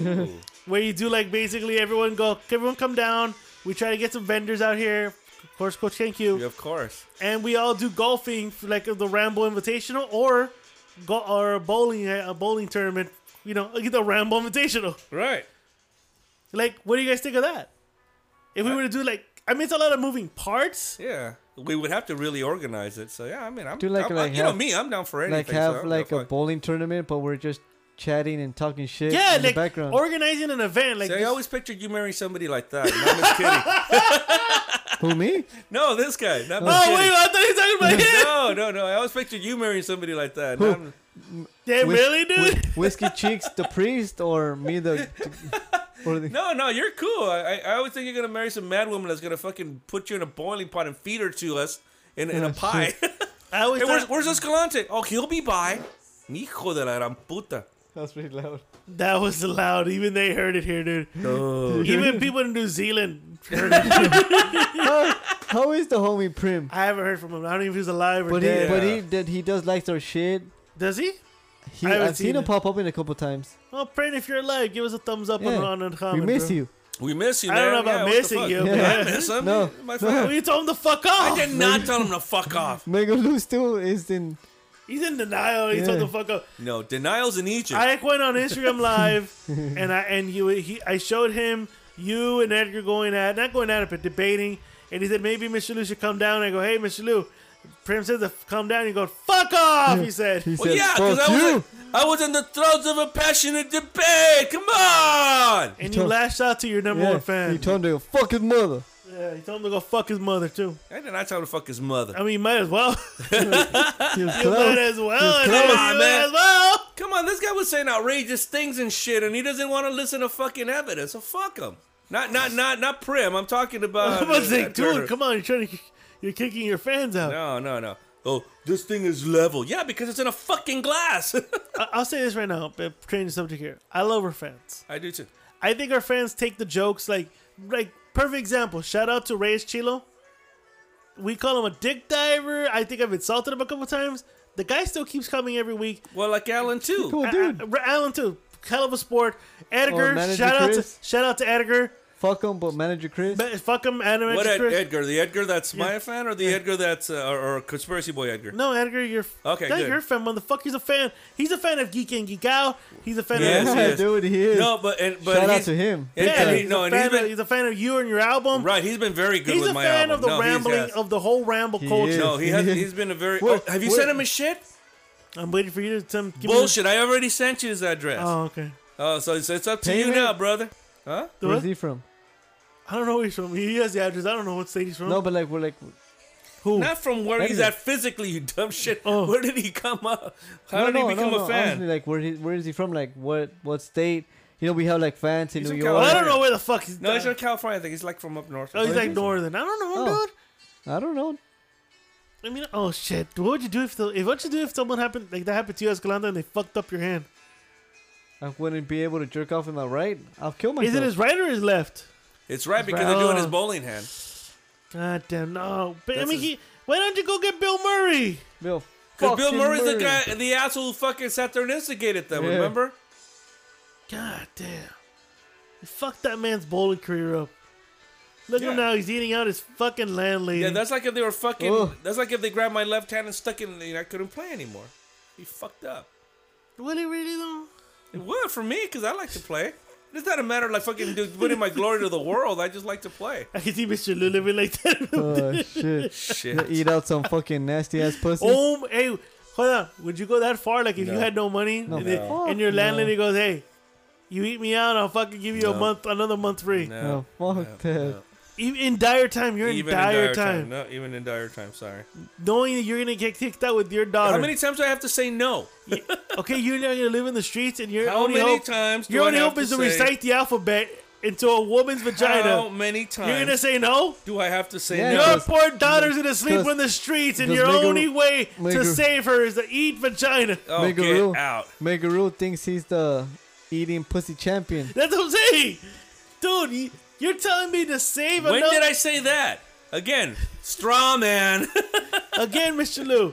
Ooh. where you do like basically everyone go, everyone come down. We try to get some vendors out here. Of course, Coach Thank you Yeah, of course. and we all do golfing for like the Rambo Invitational or go or a bowling uh, a bowling tournament. You know, like the Rambo Invitational. Right. Like, what do you guys think of that? If we were to do like, I mean, it's a lot of moving parts. Yeah. We would have to really organize it. So yeah, I mean, I'm, Do like- I'm- like you know have- me, I'm down for anything. like so have I'm like down a for- bowling tournament, but we're just chatting and talking shit. Yeah, in like the background. organizing an event. Like, See, I this- always pictured you marrying somebody like that. Not Miss Kitty. Who me? No, this guy. Not Miss oh Kitty. wait, I thought you were talking about him. No, no, no. I always pictured you marrying somebody like that. Who? Not- Yeah, Whis- really, dude. Whi- Whiskey cheeks, the priest, or me the. Or the No, no, you're cool. I, I- I always think you're gonna marry some mad woman that's gonna fucking put you in a boiling pot and feed her to us in, in a Oh, pie. hey, I always where's, thought where's Escalante? Oh, he'll be by. Hijo de la gran puta. That's pretty loud. that was loud. Even they heard it here, dude. Even people in New Zealand heard it. How is the homie Prim? I haven't heard from him. I don't even know if he's alive or But he, dead. but he, that he does like our shit. Does he? He, I haven't I've seen, seen him it. pop up in a couple times. Well, Pran, if you're alive, give us a thumbs up Yeah. on, on a we comment. miss bro. you. We miss you, I man. don't know about Yeah, what the missing fuck? you, Yeah, man. I miss him. No, My Well, friend. you told him to fuck off. I did not tell him to fuck off. Megaloo still is in. He's in denial. He Yeah. told him to fuck off. No, denial's in Egypt. I went on Instagram Live, and I and you he I showed him you and Edgar going at not going at it but debating, and he said maybe Mr. Lou should come down. I go, hey, Mr. Lou, Prim says to come down. He goes, fuck off. He said. He well, said, yeah, because "Fuck I was you." like, I was in the throes of a passionate debate. Come on. And He you told- lashed out to your number yeah, one fan. He told him, "Fuck his mother." yeah, he told him to go fuck his mother too. I did not tell him to fuck his mother. I mean, you might as well. He was you might close. as well. He was I mean, you Come close. might on, man. as well. Come on, this guy was saying outrageous things and shit, and he doesn't want to listen to fucking evidence. So fuck him. Not not not not prim. I'm talking about. I was uh, like, dude, Turner. come on, you're trying to, you're kicking your fans out. No, no, no. Oh, this thing is level. Yeah, because it's in a fucking glass. I- I'll say this right now, but changing the subject here. I love our fans. I do too. I think our fans take the jokes like, like perfect example. Shout out to Reyes Chilo. We call him a dick diver. I think I've insulted him a couple times. The guy still keeps coming every week. Well, like Alan too. Cool, A- Oh, dude. A- Allen too, hell of a sport. Edgar, manager shout out to Chris. shout out to Edgar. Fuck him, but manager Chris. Ma- Fuck him, Adam What Ed- Chris. Edgar? The Edgar that's my fan, or the Edgar that's uh, or, or conspiracy boy Edgar? No, Edgar, you're Okay, Not good. you're a fan, motherfucker. He's a fan. He's a fan of Geek and Geek Out. He's a fan Yes, of. yeah, yes. dude, he is. No, but and but Shout out he's- to him. and- Yeah, and he- he's, no, a and fan he's been of, he's a fan of you and your album. right. He's been very good He's with a my fan album. of the no, he's- rambling yes. of the whole ramble He culture. is. No, he has. Yeah. He's been a very. What- oh, have you what- sent him his shit? I'm waiting for you to tell him. give me the- Bullshit! I already sent you his address. Oh, Oh, okay. so it's, it's up to Pay you me. now, brother. Huh? The Where's what? he from? I don't know where he's from. He has the address. I don't know what state he's from. No, but like we're like Who? Not from where he's Edgar. at physically, you dumb shit. Oh. Where did he come up? How no, did no, he become no, no. a fan? Honestly, like where he, where is he from? Like what what state? You know, we have like fans in He's New from York. I California. don't know where the fuck he's. no, he's from California. I think he's like from up north. uh, oh, he's Where like is he from? northern. I don't know, Oh. dude. I don't know. I mean, oh shit! What would you do if the if what would you do if someone happened like that happened to you, Escalante, and they fucked up your hand? I wouldn't be able to jerk off in my right. I'll kill myself. Is it his right or his left? it's right because right. they're doing his Oh. bowling hand. God damn no! But I That's mean, his- he, why don't you go get Bill Murray? Bill? Because Bill fucking Murray's the Murray. guy, the asshole who fucking sat there and instigated them. Yeah. Remember? God damn! You fucked that man's bowling career up. Look at him Yeah. now. He's eating out his fucking landlady. Yeah, that's like if they were fucking. Ugh. That's like if they grabbed my left hand and stuck it, in, and I couldn't play anymore. He fucked up. Will he really though? It would for me because I like to play. It's not a matter of like fucking dude, putting my glory to the world. I just like to play. I can see Mr. Lou living like that. Oh shit! Shit. Eat out some fucking nasty ass pussy. Oh, m- hey, hold on. Would you go that far? Like, if No. you had no money, No. and, they- No. and your Fuck landlady goes, "Hey, you eat me out, I'll fucking give you a No. month, another month free." No, fuck that. E- In dire time, you're in dire, time, No, even in dire time. Sorry. knowing that you're gonna get kicked out with your daughter. How many times do I have to say no? okay, you're now gonna live in the streets, and your How only many hope, times do your I only have hope is to to say- recite the alphabet into a woman's How vagina. many You're gonna times say no. do I have to say Yeah. no? Your Because- poor daughter's gonna sleep because- on the streets, and because your make her- only way make to her- save her is to eat vagina. Oh, Make a get rule. out. Megaroo thinks he's the eating pussy champion. That's what I'm saying, dude. you- You're telling me to save When another did I say that? Again, straw man. again, Mr. Lou.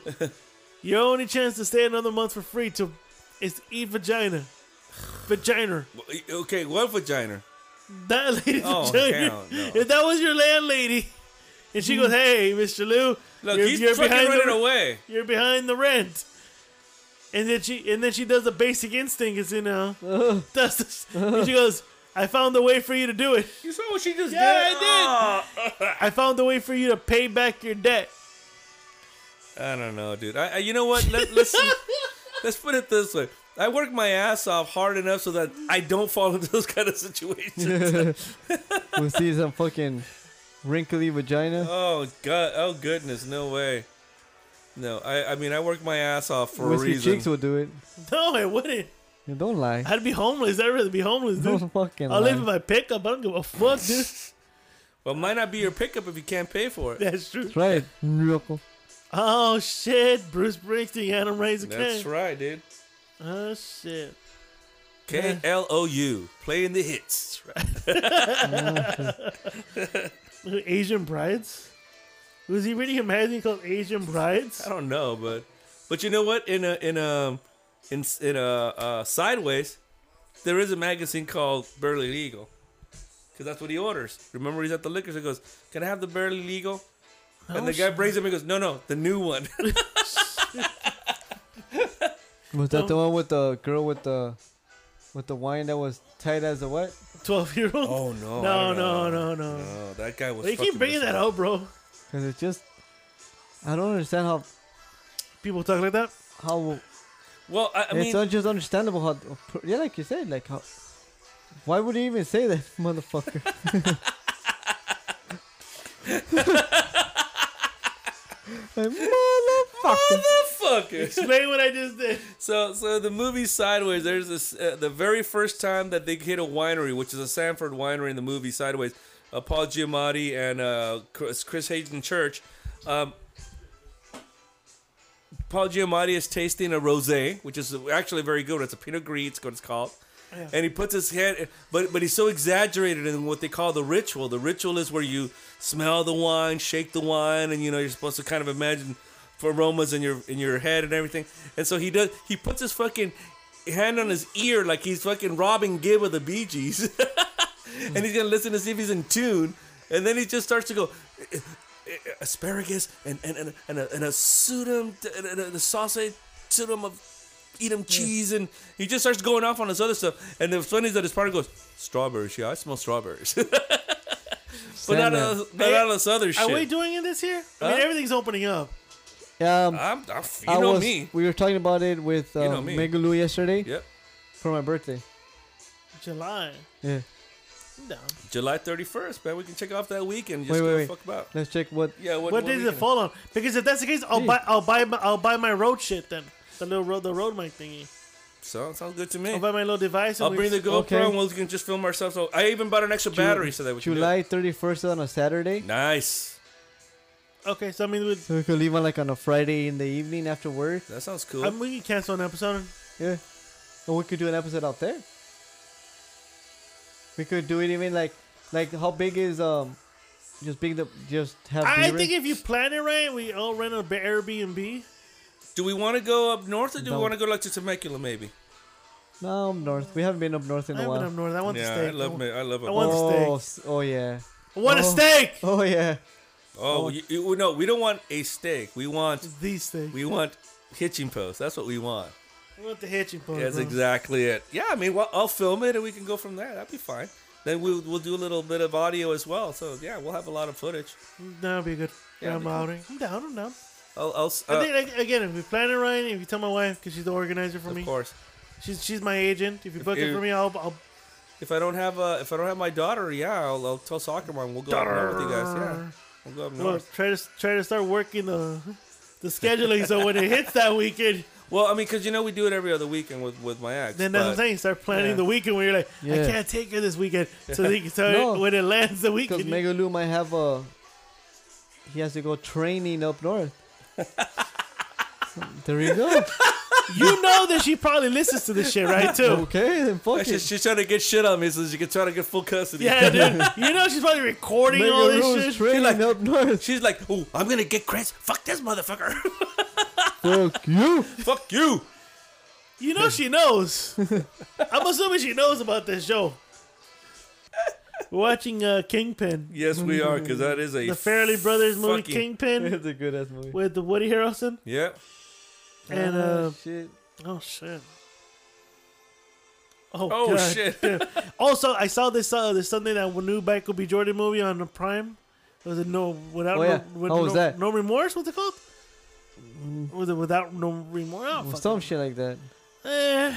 Your only chance to stay another month for free to is to eat vagina, vagina. okay, what vagina? That lady's Oh, vagina. hell no. If that was your landlady, and she goes, "Hey, Mr. Lou, Look, you're, he's you're fucking behind running the, away. you're behind the rent," and then she and then she does the basic instinct, is you know, does this, and she goes, "I found the way for you to do it." You saw what she just Yeah, did. I I found the way for you to pay back your debt. did. I don't know, dude. I, I, you know what? Let, let's let's put it this way. I work my ass off hard enough so that I don't fall into those kind of situations. We'll see some fucking wrinkly vagina. oh god. Oh goodness. No way. No. I. I mean, I work my ass off for a Whiskey reason. cheeks will do it. No, I wouldn't. You don't lie. I'd be homeless. I'd rather be homeless, dude. Don't fucking I'll live lie. in my pickup. I don't give a fuck, dude. Well, it might not be your pickup if you can't pay for it. That's true. Try it. Loco. Oh shit, Bruce Springsteen had him raise a That's can. right, dude. Oh shit. K L O U. Playing the hits. That's right. Asian brides? Was he really imagining called Asian brides? I don't know, but but you know what? In a in a in s- in a uh, sideways, there is a magazine called Barely Legal, because that's what he orders. Remember, he's at the liquor store. He goes, "Can I have the Barely Legal?" and the guy brings him and goes, "No, no, the new one." Was that the one with the girl with the with the wine that was tight as a what? Twelve year old. oh no! No, I don't no, know. no, no. No, that guy was. They keep fucking bringing that miserable. up, bro. Because it's just I don't understand how People talk like that. how Well, I, I it's mean, not just understandable how yeah, like you said, like how why would he even say that, motherfucker? like, motherfucker. Look, Explain what I just did. so so the movie Sideways. There's this uh, the very first time that they hit a winery, which is a Sanford winery in the movie Sideways. Uh, Paul Giamatti and uh, Chris, Chris Hayden Church. Um, Paul Giamatti is tasting a rosé, which is actually very good. It's a Pinot Gris. It's what it's called. And he puts his hand, but but he's so exaggerated in what they call the ritual. The ritual is where you smell the wine, shake the wine, and you know you're supposed to kind of imagine for aromas in your in your head and everything. And so he does. He puts his fucking hand on his ear like he's fucking Robin Gibb of the Bee Gees, and he's gonna listen to see if he's in tune. And then he just starts to go "Eh, eh, eh, asparagus and and and and a, and a pseudum and a, and a sausage pseudum of eat him cheese and he just starts going off on this other stuff and the funny is that his partner goes strawberries yeah i smell strawberries but not Sandman. all, but not all this other shit Are we doing it this year? I mean, Huh? everything's opening up. Um, I'm, I'm, you I know was, me We were talking about it with um, know me. Megaloo yesterday yep for my birthday. July. Yeah. I'm down. July 31st, man. We can check off that week and just Wait, go wait, wait. fuck about. Let's check what. Yeah, what, What what day does it weekend? fall on? Because if that's the case, I'll buy I'll buy my, I'll buy my road shit then. The little road the road mic thingy. So, sounds good to me. Oh, I'll buy my little device. and I'll we- bring the GoPro Okay. and we can just film ourselves. So I even bought an extra battery so that we can. do July 31st on a Saturday. it. Nice. oh, Okay, so I mean, we, So we could leave on like on a Friday in the evening after work. That sounds cool. I mean, we can cancel an episode. Yeah. Or we could do an episode out there. We could do it even like like how big is um just big the just have I, I beer think in- if you plan it right, we all rent a ba- Airbnb. do we want to go up north or do No. we want to go like to Temecula maybe? No I'm north. We haven't been up north in I a haven't up while. north. I want to Yeah, stay. I love me. I love it. I want- Oh, Oh, s- oh yeah. I want a Oh. steak. Oh yeah. Oh, you, you, no, we don't want a steak. We want The steak. we want hitching post. That's what we want. We want the hitching post. That's bro. exactly it. Yeah, I mean, well, I'll film it and we can go from there. That'd be fine. Then we'll we'll do a little bit of audio as well. So yeah, we'll have a lot of footage. That'd be good. Yeah, Yeah, that'd I'm be cool. outing. I'm down. I'm down. I'll, I'll s- I uh, think like, again, if we plan it right, if you tell my wife, because she's the organizer for of me, course. she's she's my agent. If you book it you- for me, I'll, I'll If I don't have uh, if I don't have my daughter, yeah, I'll, I'll tell soccer mom. We'll go up north with you guys. Yeah, we'll go up Well, north. try to try to start working the the scheduling so when it hits that weekend, Well, I mean, because you know we do it every other weekend with with my ex. then that's what I'm but- saying. Start planning yeah. the weekend when you're like, I Yeah. can't take her this weekend, so they can start No. when it lands the Because weekend. Megaloo might have a he has to go training up north. there you go. you know that she probably listens to this shit, right? Too. Okay, then fuck She's, it. she's trying to get shit on me so she can try to get full custody. Yeah, dude. You know she's probably recording all Megaloo this is shit. training like- up north. She's like, oh, I'm gonna get Chris. Fuck this motherfucker. fuck you. Fuck you. You know she knows. I'm assuming she knows about this show. We're watching uh, Kingpin, Yes, we are, because that is a the Fairley Brothers movie fucking- Kingpin It's a good ass movie. with the Woody Harrelson Yeah. and uh, Ah, shit. Oh shit. Oh, Oh God. shit. Also, I saw this uh, this Sunday that new Michael B. Jordan movie on the Prime. It was a no without Oh, yeah. no, with How no, was that? no remorse. What's it called? Was it without no remorse? Oh, Or fuck. some shit like that. Eh.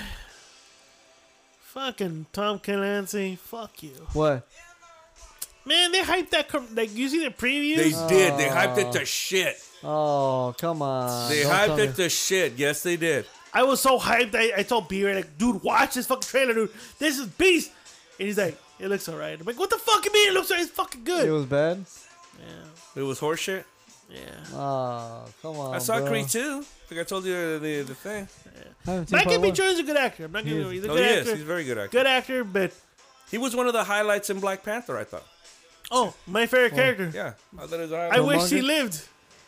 Fucking Tom Clancy, fuck you, What? man! They hyped that com- like you see the previews. They did. They hyped it to shit. Oh, come on. They Don't tell hyped me. it to shit. Yes, they did. I was so hyped. I, I told B Ray, like, dude, watch this fucking trailer, dude. This is beast. And he's like, it looks alright. I'm like, what the fuck you mean? It looks alright. It's fucking good. It was bad. yeah, It was horseshit. yeah. Oh, come on. I saw bro. Creed too. Like I told you the the, the thing. I haven't seen Michael part B. one. Jordan's a good actor. I'm not gonna. is. He's a Oh, good he is. actor. He's a very good actor. good actor, but He was one of the highlights in Black Panther. I thought. oh, my favorite character. Yeah, I thought it was. I wish he Killmonger? lived.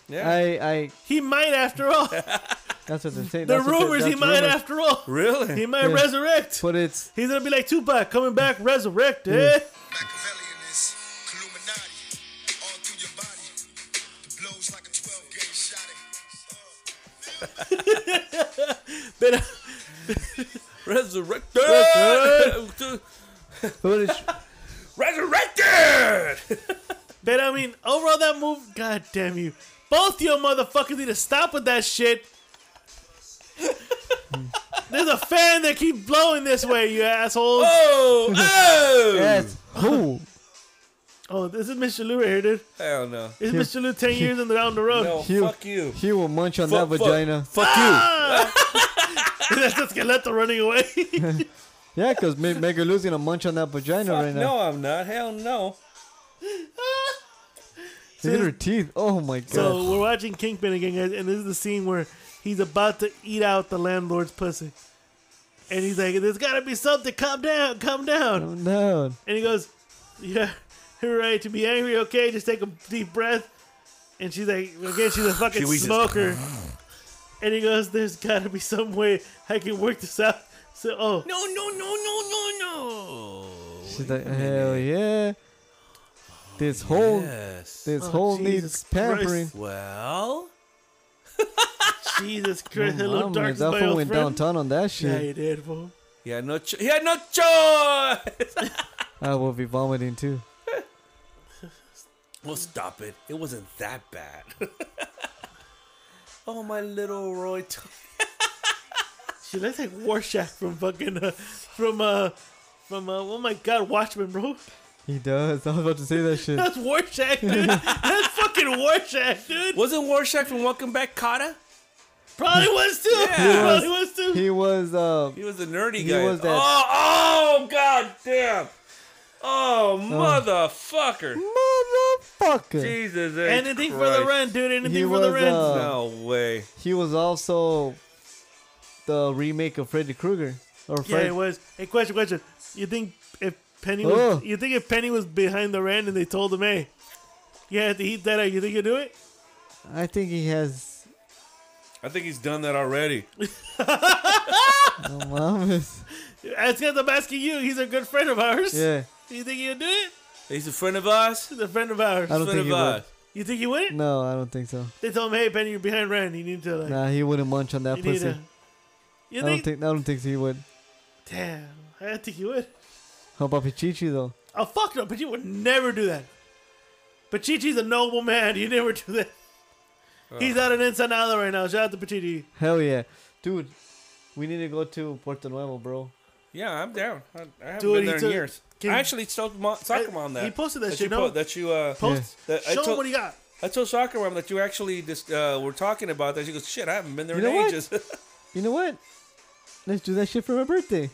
yeah. I, I, He might after all. that's what they're saying. the That's what they- rumors he that's might rumors. after all. really? He might Yeah. resurrect. But it's, He's gonna be like Tupac coming back resurrected. Machiavellian is Illuminati all through your body. The blows like a 12 gauge shot. uh, But Resurrected. but it's Resurrected. but I mean, overall that move. God damn you! Both you motherfuckers need to stop with that shit. There's a fan that keep blowing this way, you assholes. Oh, oh. that's, who? Oh, this is Mr. Lou right here, dude. Hell no. This is Mr. Lou 10 years and down the road. No, He- fuck you. He will munch on Fuck, that fuck, vagina. Fuck That's the skeleton running away. Yeah, because Me- Megalu's gonna munch on that vagina you. right Fuck, now. no, I'm not. Hell no. Look at her teeth. Oh my god. so we're watching Kingpin again, guys, and this is the scene where he's about to eat out the landlord's pussy. And he's like, there's got to be something. Calm down, calm down. Oh, no. And he goes, yeah, you're right to be angry, okay? Just take a deep breath. And she's like, again, she's a fucking wheezes. smoker. And he goes, there's got to be some way I can work this out. So, oh, No, no, no, no, no, no. She's like, hell yeah. This whole Yes. this Oh, whole Jesus needs pampering. Christ. Well, Jesus Christ, hello, Mom, dark that my fool old went friend. downtown on that Yeah, shit. he did, fool. he had no. Cho- he had no choice. I will be vomiting too. well, stop it. It wasn't that bad. oh, my little Roy. T- She looks like Warshak from fucking uh, from uh from uh oh my god Watchmen, bro. He does. I was about to say that shit. That's Warshak, dude. That's fucking Warshak, dude. wasn't Warshak from Welcome Back Kata? Probably was too. Yeah. Probably was too. He was uh He was the nerdy He guy. was that- Oh, oh, god damn. Oh, motherfucker. motherfucker. Jesus. Anything for the rent? rent, dude. Anything He for was, the rent. uh, No way. He was also the remake of Freddy Krueger. Or yeah, Fred. it was. Hey, question, question. You think if Penny Oh. was, you think if Penny was behind the rent and they told him, hey, you have to eat that out, you think you'll do it? I think he has I think he's done that already. no mames. Ask him, I'm asking you. He's a good friend of ours. Yeah. You think you'll do it? He's a friend of ours. He's a friend of ours. I don't friend think of he would. ours. You think you wouldn't? No, I don't think so. They told him, "Hey, Penny, you're behind Rand. You need to like, Nah, he wouldn't munch on that you need pussy. to." You I don't think? think I don't think he would. Damn, I think you would. How about Pichichi though? Oh fuck no, but you would never do that. Pachichi's a noble man. You never do that. He's out in Ensenada right now. Shout out to Pachichi. Hell yeah, dude. We need to go to Puerto Nuevo, bro. Yeah, I'm down. I, I haven't Dude, been he there in took- years. can- I actually told Mo- Soccer Mom that. he posted that shit, you no? po- that you uh, Post, that I show him told- what he got. I told Soccer Mom that you actually just uh, were talking about that. She goes, "Shit, I haven't been there You in know what? ages." You know what? Let's do that shit for my birthday.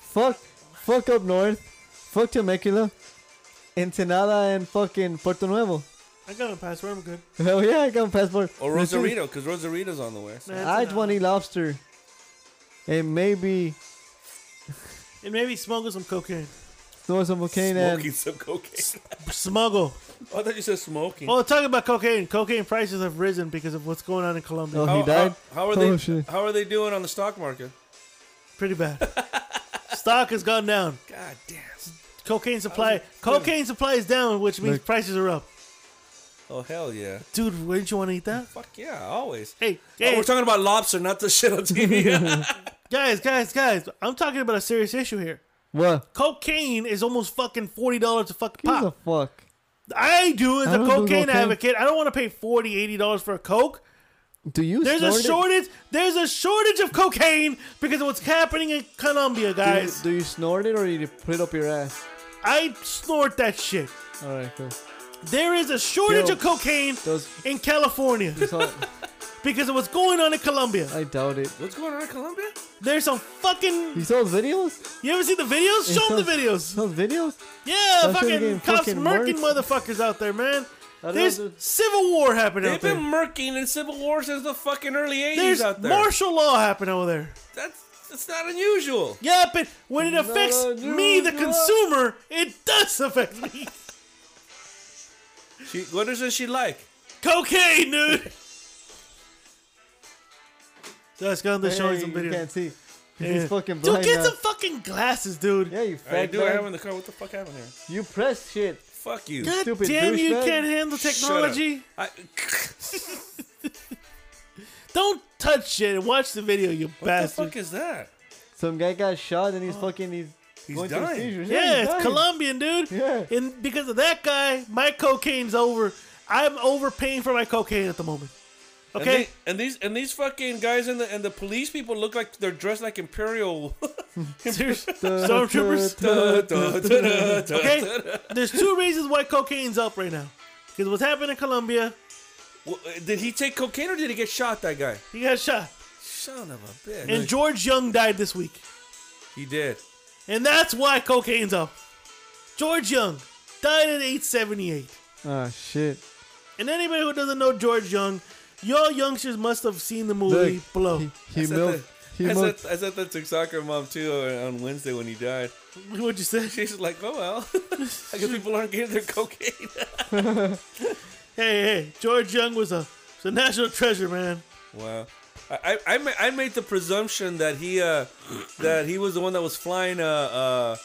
Fuck, fuck up north, fuck Temecula, Ensenada, and fucking Puerto Nuevo. I got him a password. I'm good. Hell yeah, I got a passport. or Let's do it. Rosarito, because Rosarito's on the way. I just want to eat lobster, and maybe And maybe smuggle some cocaine. throw some cocaine Smoking and some cocaine. Smuggle. Oh, I thought you said smoking. Oh, talking about cocaine. Cocaine prices have risen because of what's going on in Colombia. Oh. he how, died? How, how are Oh, they? shit. How are they doing on the stock market? Pretty bad. Stock has gone down. God damn. Cocaine supply. Cocaine supply is down, which means Look. prices are up. Oh hell yeah. Dude, wouldn't you want to eat that? Fuck yeah, always. Hey, Oh, hey, we're talking about lobster, not the shit on TV. guys, guys, guys! I'm talking about a serious issue here. what? Cocaine is almost fucking forty dollars a fucking Give a pop. fuck. I do as I a don't do cocaine, cocaine. advocate. I don't want to pay 40 dollars for a coke. Do you? There's a snort it? shortage. There's a shortage of cocaine because of what's happening in Colombia, Do you- guys. do you snort it or you put it up your ass? I snort that shit. All right, cool. There is a shortage Yo, of cocaine Those. in California so- because of what's going on in Colombia. I doubt it. What's going on in Colombia? There's some fucking. You saw those videos? You ever see the videos? It Show them the sounds- videos. Those videos? Yeah, That's really fucking getting cops fucking murking motherfuckers out there, man. don't There's know, dude. civil war happening out They've there. been murking in civil war since the fucking early '80s There's out there. martial law happening over there. That's that's not unusual. Yeah, but when it affects no, me, the no. consumer, it does affect me. She, what is it she like? Cocaine, dude. So let's go on the show Hey, some you video. can't see. Yeah. He's fucking Dude, blind get now. some fucking glasses, dude. Yeah, you Hey, fat dude, I have in guy. the car. What the fuck happened here? You press shit. Fuck you. God stupid damn you douchebag. can't handle technology. Shut up. I, Don't touch shit and watch the video, you what the bastard. fuck is that? Some guy got shot and he's fucking, he's, He's going through dying. seizures. Oh. Yeah, he's it's dying. Colombian, dude. Yeah. And because of that guy, my cocaine's over. I'm overpaying for my cocaine at the moment. Okay. And, the- and these and these fucking guys and the and the police people look like they're dressed like imperial. Seriously. Uh, Stormtroopers. Da, da, da, da, da. Okay, there's two reasons why cocaine's up right now. Because what's happened in Colombia, Well, uh, Did he take cocaine or did he get shot? That guy. he got shot, Son of a bitch. and George Young died this week, he did. and that's why cocaine's up. George Young died at age 78. Ah, shit. And anybody who doesn't know George Young, y'all youngsters must have seen the movie Look, Blow. He, he I said milked. that- He I milked. said, I said that to soccer mom too uh, on Wednesday when he died. What'd you say? She's like, oh well, I guess people aren't getting their cocaine. Hey, hey, George Young was a, was a national treasure, man. wow. I, I, I, ma- I made the presumption that he uh, that he was the one that was flying uh, uh,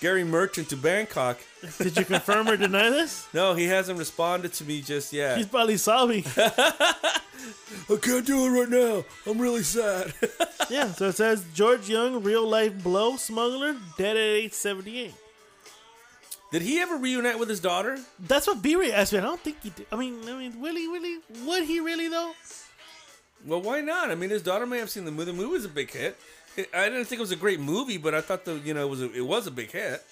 Gary Merchant to Bangkok. Did you confirm or deny this? No, he hasn't responded to me just yet. He's probably sobbing. I can't do it right now. I'm really sad. Yeah, so it says George Young, real life blow smuggler, dead at age 78. Did he ever reunite with his daughter? That's what B-Ray asked me. I don't think he did. I mean, I mean, really, really, would he really though? Well, why not? I mean, his daughter may have seen the movie. The movie was a big hit. It, I didn't think it was a great movie, but I thought the you know it was a, it was a big hit.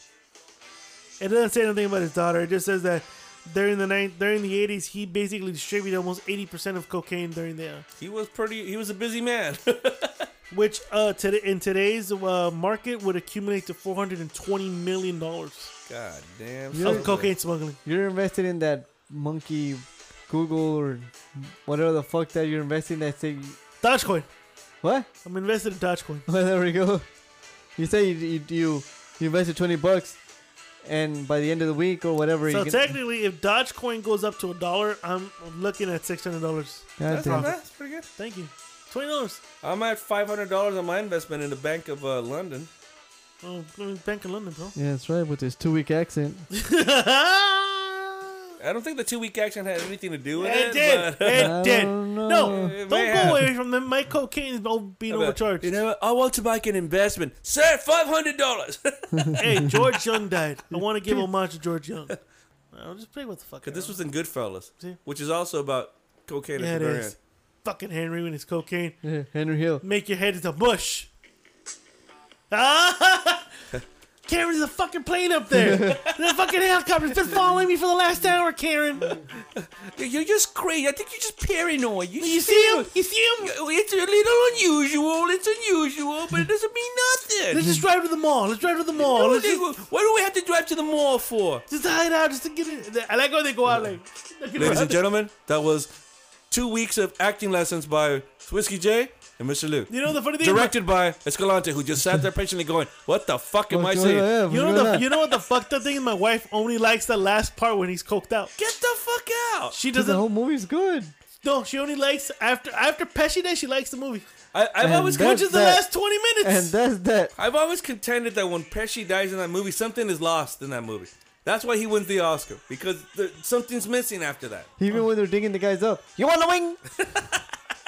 It doesn't say anything about his daughter. It just says that during the night, during the 80s, he basically distributed almost 80 percent of cocaine during the, He was pretty. He was a busy man. which uh, today in today's uh, market would accumulate to 420 million dollars God damn. Yeah. of cocaine smuggling. You're invested in that monkey, Google or whatever the fuck that you're investing. That say Dogecoin. what? I'm invested in Dogecoin. Well, there we go. You say you you, you, you invested twenty bucks, and by the end of the week or whatever, So you technically, if Dogecoin goes up to a dollar, I'm looking at six hundred dollars. God That's, damn. that's pretty good. Thank you. Twenty dollars. I'm at five hundred dollars on my investment in the Bank of uh, London. Oh, Bank of London, bro. Yeah, that's right. With this two-week accent. I don't think the two week action had anything to do with It it. did. but- I It did. don't know. No, It don't may go have. away from them. My cocaine is all being overcharged. You know, what? I want to make an investment. Sir, five hundred dollars. hey, George Young died. I want to give homage to George Young. I'll just play what the fuck. I Because this know. was in Goodfellas, See? which is also about cocaine. yeah, at it the very is. end. Fucking Henry with his cocaine. Yeah, Henry Hill. Make your head into bush. Ah! Karen's a fucking plane up there. the fucking helicopter's been following me for the last hour, Karen. You're just crazy. I think you're just paranoid. You, You see him? You see him? It's a little unusual. It's unusual, but it doesn't mean nothing. Let's just drive to the mall. Let's drive to the mall. What Let's do just, they- what do we have to drive to the mall for? just hide out just to get it. I like how they go out like. looking Ladies around. and gentlemen, that was two weeks of acting lessons by Whiskey J and Mr. Lou. You know the funny thing. about- Directed by Escalante, who just sat there patiently going, What the fuck am I What's saying? going on? You know What's going the on? you know what the fucked up thing is? My wife only likes the last part when he's coked out. Get the fuck out! She Dude, the doesn't. whole movie's good. No, she only likes after after Pesci Day. She likes the movie, I, I've, And always which that's contended, is the that- last twenty And minutes. that's that. I've always contended that when Pesci dies in that movie, something is lost in that movie. That's why he wins the Oscar, because the, something's missing after that. Even when they're digging the guys up, you want a wing?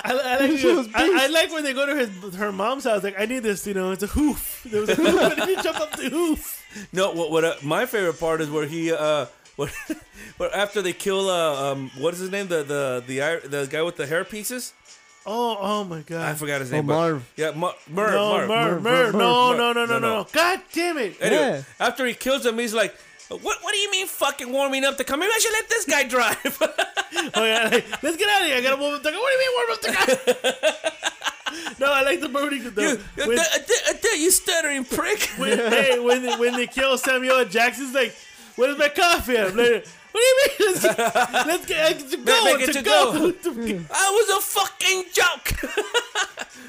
I, I, like, She was I, I like when they go to his her mom's house. Like I need this, you know. It's a hoof. There was a hoof, and he jumped up the hoof. No, what, what uh, my favorite part is where he, uh, where, where after they kill, uh, um, what is his name? The, the, the, Ir- the guy with the hair pieces? Oh, oh my I god. forgot his Oh, name. but- Marv. Yeah, Mar- Merv. no, Merv, Merv. Merv, Merv, Merv, no, Merv. no, no, no, no, No, no. no. God damn it. Anyway, Yeah. after he kills him, he's like, "What? What do you mean fucking warming up the car? Maybe I should let this guy drive." Oh yeah, like, let's get out of here. I gotta warm up the guy. What do you mean warm up the guy? no, I like the birdie you, though. you- When- th- th- th- uh, you stuttering prick. when, hey, when they, when they kill Samuel L. Jackson's like, "Where's my coffee?" I'm like, "What do you mean? Let's, let's get uh, to go make it to, to go." go. I was a fucking joke.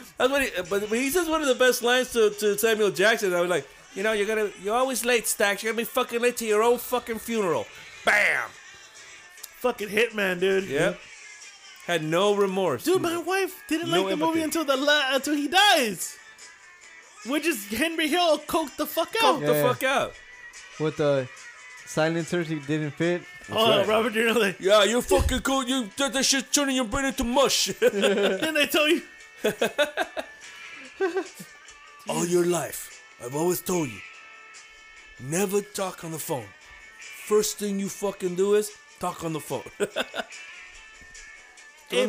That's what he, but but he says one of the best lines to, to Samuel Jackson. I was like, you know, you're gonna, you're always late, Stacks. You're gonna be fucking late to your own fucking funeral. Bam. Fucking hitman, dude. Yep. Had no remorse. Dude, my wife didn't No like the movie empathy. until the la- until he dies, which is Henry Hill coked the fuck out. Fuck the Yeah. fuck out. With the silencer, he didn't fit. Oh, right. Robert De Niro. Like, Yeah, you fucking cool. You that, that shit's turning your brain into mush. then they tell you, All your life, I've always told you, never talk on the phone. First thing you fucking do is talk on the phone. hey,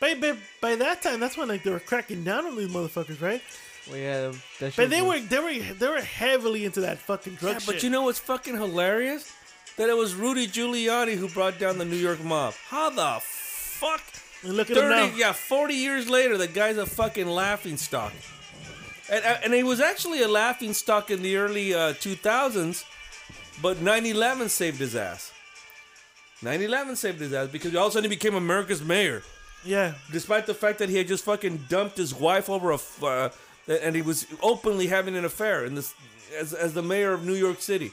By, by, by that time, that's when like they were cracking down on these motherfuckers, right? Well, yeah, that But shit they was- were they were they were heavily into that fucking drug Mm-hmm. Yeah, shit. but you know what's fucking hilarious? That it was Rudy Giuliani who brought down the New York mob. How the fuck? And look at him now. Thirty, yeah, forty years later, the guy's a fucking laughing stock. And uh, and he was actually a laughing stock in the early uh, 2000s, but 9/11 saved his ass. 9/11 saved his ass because all of a sudden he became America's mayor Yeah, despite the fact that he had just fucking dumped his wife over a, f- uh, and he was openly having an affair in this, as, as the mayor of New York City.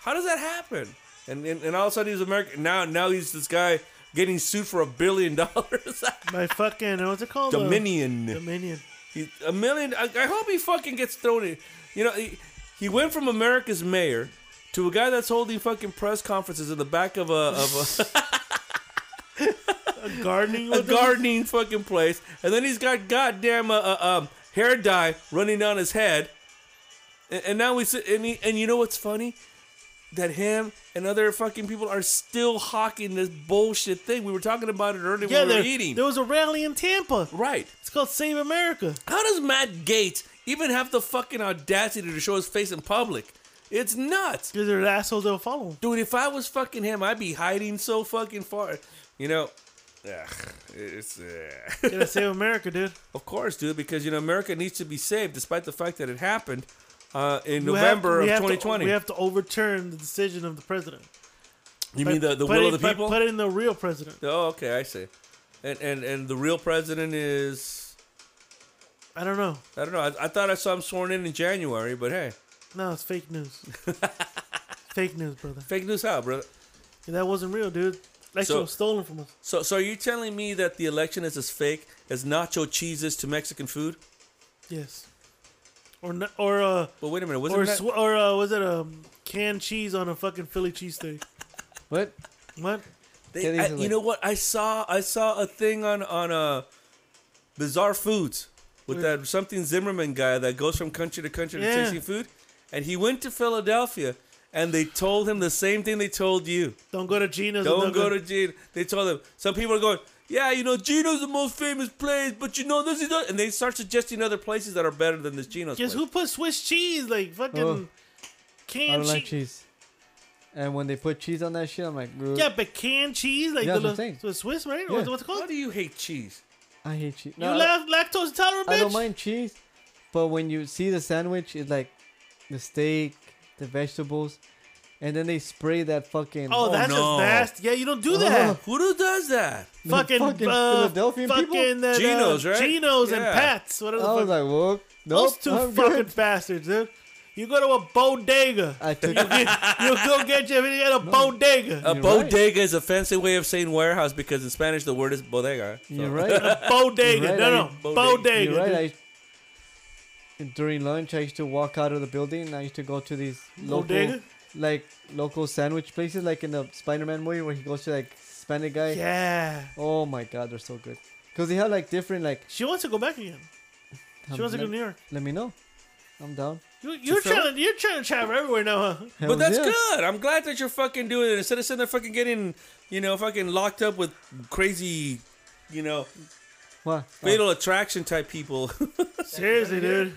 How does that happen? And and, and all of a sudden he's American. Now now he's this guy getting sued for a billion dollars. my fucking what's it called? Uh, Dominion. Dominion. He, a million. I, I hope he fucking gets thrown in. You know, he, he went from America's mayor to a guy that's holding fucking press conferences in the back of a of a. Gardening. a with them? gardening fucking place, and then he's got goddamn uh, uh, um, hair dye running down his head, and, and now we sit and, he, and you know what's funny? That him and other fucking people are still hawking this bullshit thing. We were talking about it earlier Yeah, when we there, were eating. there was a rally in Tampa. right. It's called Save America. How does Matt Gates even have the fucking audacity to show his face in public? It's nuts. Because they're the assholes that'll follow him. Dude, if I was fucking him, I'd be hiding so fucking far. You know, ugh, it's. Uh, Gotta save America, dude. Of course, dude, because you know America needs to be saved, despite the fact that it happened uh, in We have- November we of have to- 2020. we have to overturn the decision of the president. you mean the, the Put will it- of the put- people? Put in the real president. oh, okay, I see. And and and the real president is I don't know. I don't know. I, I thought I saw him sworn in in January, but hey, No, it's fake news. fake news, brother. fake news how, brother? That wasn't real, dude. Election So- was stolen from us. So so are you telling me that the election is as fake as nacho cheeses to Mexican food? Yes. Or n- or uh But wait a minute, or wasn't that? sw- or uh, was it um canned cheese on a fucking Philly cheesesteak? What? What? They, Yeah, I, these are you like- know what? I saw I saw a thing on on uh, bizarre foods with that something Zimmerman guy that goes from country to country Yeah. to tasting food, and he went to Philadelphia, and they told him the same thing they told you. Don't go to Gina's. and Don't go to Gino. They told him some people are going. Yeah, you know Gino's the most famous place, but you know this is not-" and they start suggesting other places that are better than this Gino's. Guess place. who put Swiss cheese? Like fucking Oh. I canned don't cheese. like cheese. And when they put cheese on that shit, I'm like, "Ugh." Yeah, but canned cheese, like Yeah, the, that's what I'm little- saying. the Swiss, right? Yeah. What's, what's it How called? do you hate cheese? I hate cheese. you laugh lactose intolerant, bitch. I don't mind cheese, but when you see the sandwich, it's like the steak, the vegetables, and then they spray that fucking. Oh, that's no. just nasty. Yeah, you don't Oh, do that. Ugh. Who do- does that? the fucking, uh, Philadelphian fucking people. that, uh, Geno's, right? Geno's and Yeah. Pats. What are the I fuck? was like, whoa, nope, Those 2 I'm fucking good. bastards, dude. You go to a bodega. I took you, get, you go get your everything at a bodega. A You're right. bodega is a fancy way of saying warehouse because in Spanish the word is bodega. so- You're right. Oh. bodega. You're right, no, I- no. bodega. Bodega. You're right. dude. I, during lunch, I used to walk out of the building. and I used to go to these local, Bodega? like local sandwich places, like in the Spider-Man movie where he goes to like Hispanic guy. yeah. Oh my God, they're so good. Cause they have like different like. She wants to go back again. She um, wants to go let- to New York. Let me know. I'm down. You, you're Philly? trying to you're trying to travel everywhere now, huh? Hell But that's yeah. good. I'm glad that you're fucking doing it instead of sitting there fucking getting, you know, fucking locked up with crazy, you know, What? fatal attraction type people. Seriously, dude.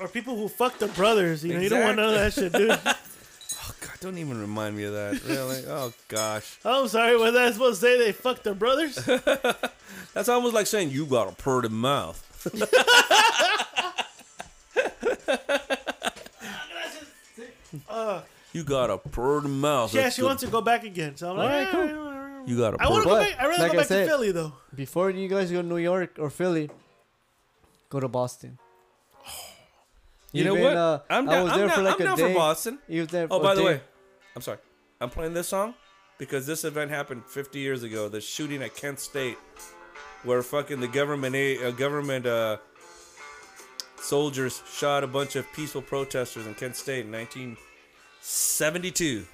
Or people who fuck their brothers. You know, you don't want none of that shit, dude. God, don't even remind me of that. Really? Oh gosh, I'm sorry. Was I supposed to say they fucked their brothers? that's almost like saying you got a purty mouth. You got a purty mouth. yeah, That's she good. wants to go back again. So I'm like, Alright, "All cool. right, You got a I want to purty. go But, back. I rather like go I back said- to Philly though. Before you guys go to New York or Philly, go to Boston. You know Even, what? uh, I'm I down. was I'm there down, for like I'm a down day. for Boston. He was there. Oh, for a by the day. way, I'm sorry. I'm playing this song because this event happened 50 years ago. The shooting at Kent State, where fucking the government, a uh, government uh, soldiers shot a bunch of peaceful protesters in Kent State in 1972.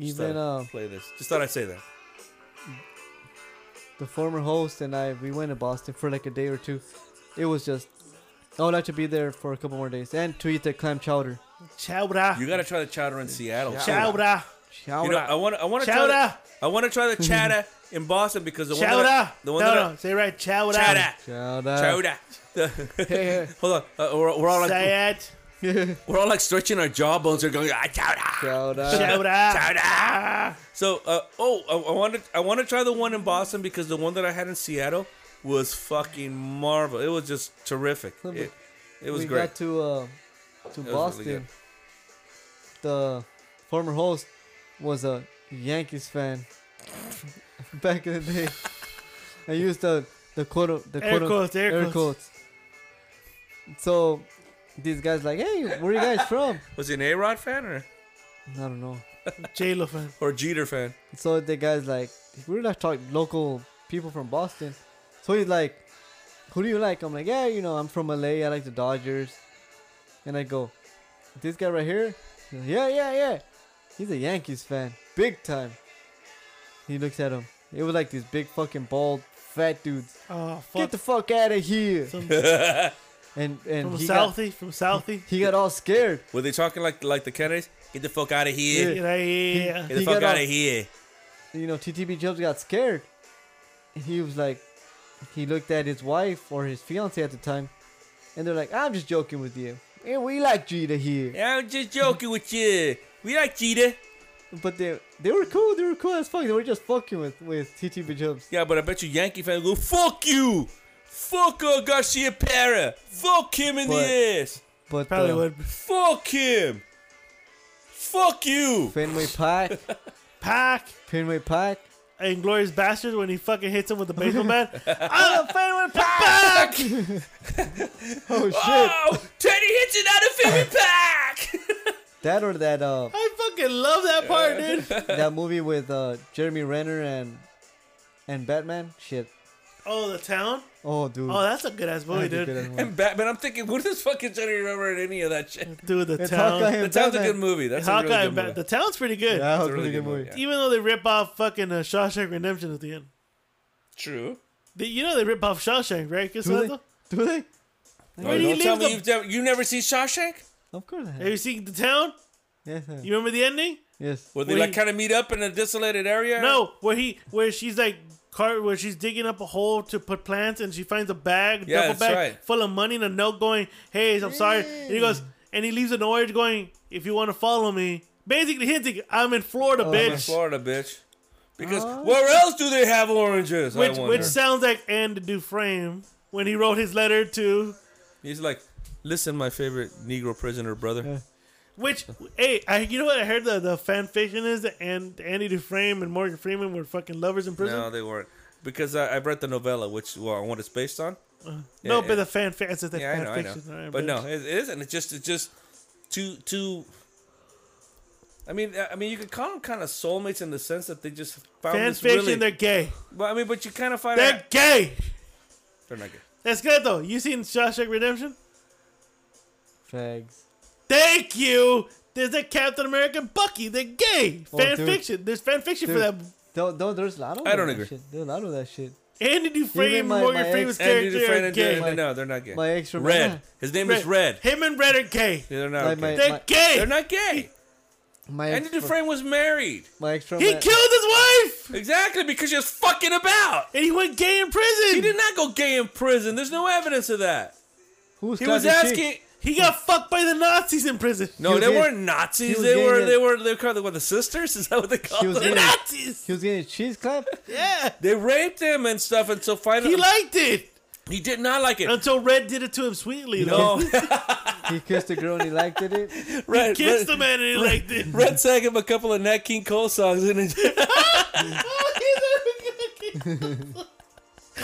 Just even thought uh, I'd play this. Just thought I'd say that. the former host and I, we went to Boston for like a day or two. It was just, I would like to be there for a couple more days and to eat the clam chowder. Chowra. You gotta try the chowder in Seattle. too. Chowra. Shout You know, out. I want I want to try Chowder. the, I want to try the chowder in Boston because the one that Chowder. I, the one no, that no, say it right. Chowder. I, chowder Shout out. chowder. The- Hey, Hold on, uh, we're, we're all like Say it. hey. we're all like stretching our jawbones. We're going ah, chowder, Shout out. Chowder. chowder. So uh, oh, I, I wanted I want to try the one in Boston because the one that I had in Seattle was fucking marvel. It was just terrific. It, it was we great. got to uh, to really Boston. good. the former host was a Yankees fan back in the day. I used the the quote the Air quote quotes, air quotes. So these guys like, hey, where are you guys from? Was he an A Rod fan or I don't know. J Lo fan. or a Jeter fan? So the guy's like, we're not talking local people from Boston. So he's like, who do you like? I'm like, yeah, you know, I'm from LA. I like the Dodgers. And I go, this guy right here? He's like, yeah, yeah, yeah. He's a Yankees fan. Big time. He looks at him. It was like these big fucking bald fat dudes. Oh Get fuck. the fuck out of here. Some- And and from he got, Southie. From Southie. he got all scared. Were they talking like like the Kennedys? Get the fuck out of here! Yeah. Get out of here. Get the He fuck got out of off- here! you know, TTB Jobs got scared. He was like, he looked at his wife or his fiance at the time, and they're like, I'm just joking with you. And we like Jeter here. I'm just joking with you. We like Jeter. But they they were cool. They were cool as fuck. They were just fucking with, with TTB Jobs. Yeah, but I bet you Yankee fans go, fuck you! Fuck uh, Garcia Para! Fuck him in But- the ass! But Probably uh, would. Fuck him! Fuck you! Fenway Park, Pack. Fenway Park. Inglorious Bastard when he fucking hits him with the baseball bat. I'm a fan with Pac. Oh Ah! Oh! shit! Teddy hits it out of Femi Pack! That or that uh I fucking love that part, dude. that movie with uh Jeremy Renner and and Batman. Shit. Oh, the town. Oh dude. Oh, that's a good ass movie, That's a dude. good ass movie. and Batman, I'm thinking, what does fucking Teddy remember in any of that shit? Dude, the It's town. Hawkeye The and Town's a Batman. good movie. That's Hawkeye a really good and Bat- movie. the town's pretty good. Yeah, that was a really a really good good movie, movie. yeah. Even though they rip off fucking uh, Shawshank Redemption at the end. True. They, you know they rip off Shawshank, right? Guess Do what? they? though? Do they? Oh, Where do you don't tell leave me the? you've never, you never seen Shawshank? Of course. I Have have. you seen the town? Yes. I have. You remember the ending? Yes. Where they Where like you- kind of meet up in a desolated area? No, where he, where she's like, car, where she's digging up a hole to put plants, and she finds a bag, duffel Yeah, that's bag right. full of money and a note going, "Hey, I'm sorry," and he goes, and he leaves an orange going, "If you want to follow me." Basically hinting, I'm in Florida, Oh, I'm in bitch. Florida, bitch. Because where else do they have oranges? I Which wonder. which sounds like Anne Dufresne when he wrote his letter to He's like, listen, my favorite Negro prisoner brother. which hey I you know what I heard the the fan fiction is that and Andy Dufresne and Morgan Freeman were fucking lovers in prison. No, No, they weren't. Because I, I've read the novella, which well, I want it's based on. yeah, but the fan fiction. It's the Yeah, I fan know, I know. fiction. alright, But bitch. no, it, it isn't. It's just, it's just two, two. I mean, I mean, you could call them kind of soulmates in the sense that they just found fan this fiction. really. They're gay. But I mean, but you kind of find They're out gay. they're not good. That's good though. You seen Shawshank Redemption? Fags. Thank you. There's a Captain America and Bucky. They're gay. Oh, fan dude. fiction. There's fan fiction Dude, for that. Don't, don't, there's a lot of I don't that agree. Shit. There's a lot of that shit. Andy Dufresne and my- Morgan my ex- Freeman's Andy character Dufresne are and gay. Dan- no, they're not gay. My ex remember. Red. His name is Red. Him and Red are gay. They're not Like gay. my- They're my- gay. They're not gay. My Andy ex, Dufresne was married. My ex He remember- killed his wife, Exactly, because she was fucking about. and he went gay in prison. He did not go gay in prison. There's no evidence of that. Who's He was Claudia Schiffer? asking. He got fucked by the Nazis in prison. No, was they gay. weren't Nazis. He was They gay were, then. they were. They were called what, the sisters. Is that what they He called was them? gay. The Nazis. He was getting a cheese clap. Yeah, They raped him and stuff. And so finally, he he, liked it did not like it. Oh, until Red did it to him sweetly. though. No, he kissed a girl and he liked it. it. Red, kissed the Red, man and he liked it. Red sang him a couple of Nat King Cole songs, and it,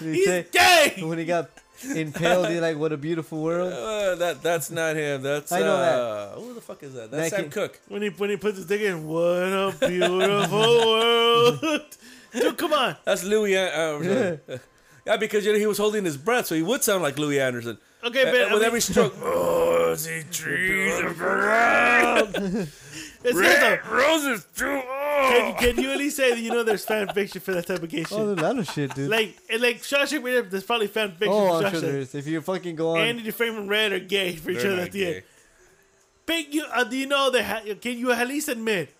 And he'd He's say- gay. when he got impaled, he like, what a beautiful world. uh, that that's not him. That's I know uh, who the fuck is that? That's Nat Sam King- Cooke. When he when he puts his dick in, what a beautiful world. Dude, come on. That's Louis. Uh, uh, yeah, because you know he was holding his breath, so he would sound like Louis Anderson. Okay, Uh, but I with mean, every stroke, oh, see trees are brown, it's red. roses too. Oh. Can you at least say that you know there's fan fiction for that type of gay shit? Oh, there's a lot of shit, dude. Like, and like Shawshank Redemption, there's probably fan fiction oh, for Shawshank. I'm sure there is. If you fucking go on, Andy Dufresne and Red are gay for each They're other not at the gay. end. Big, you, uh, do you know that? ha- Can you at least admit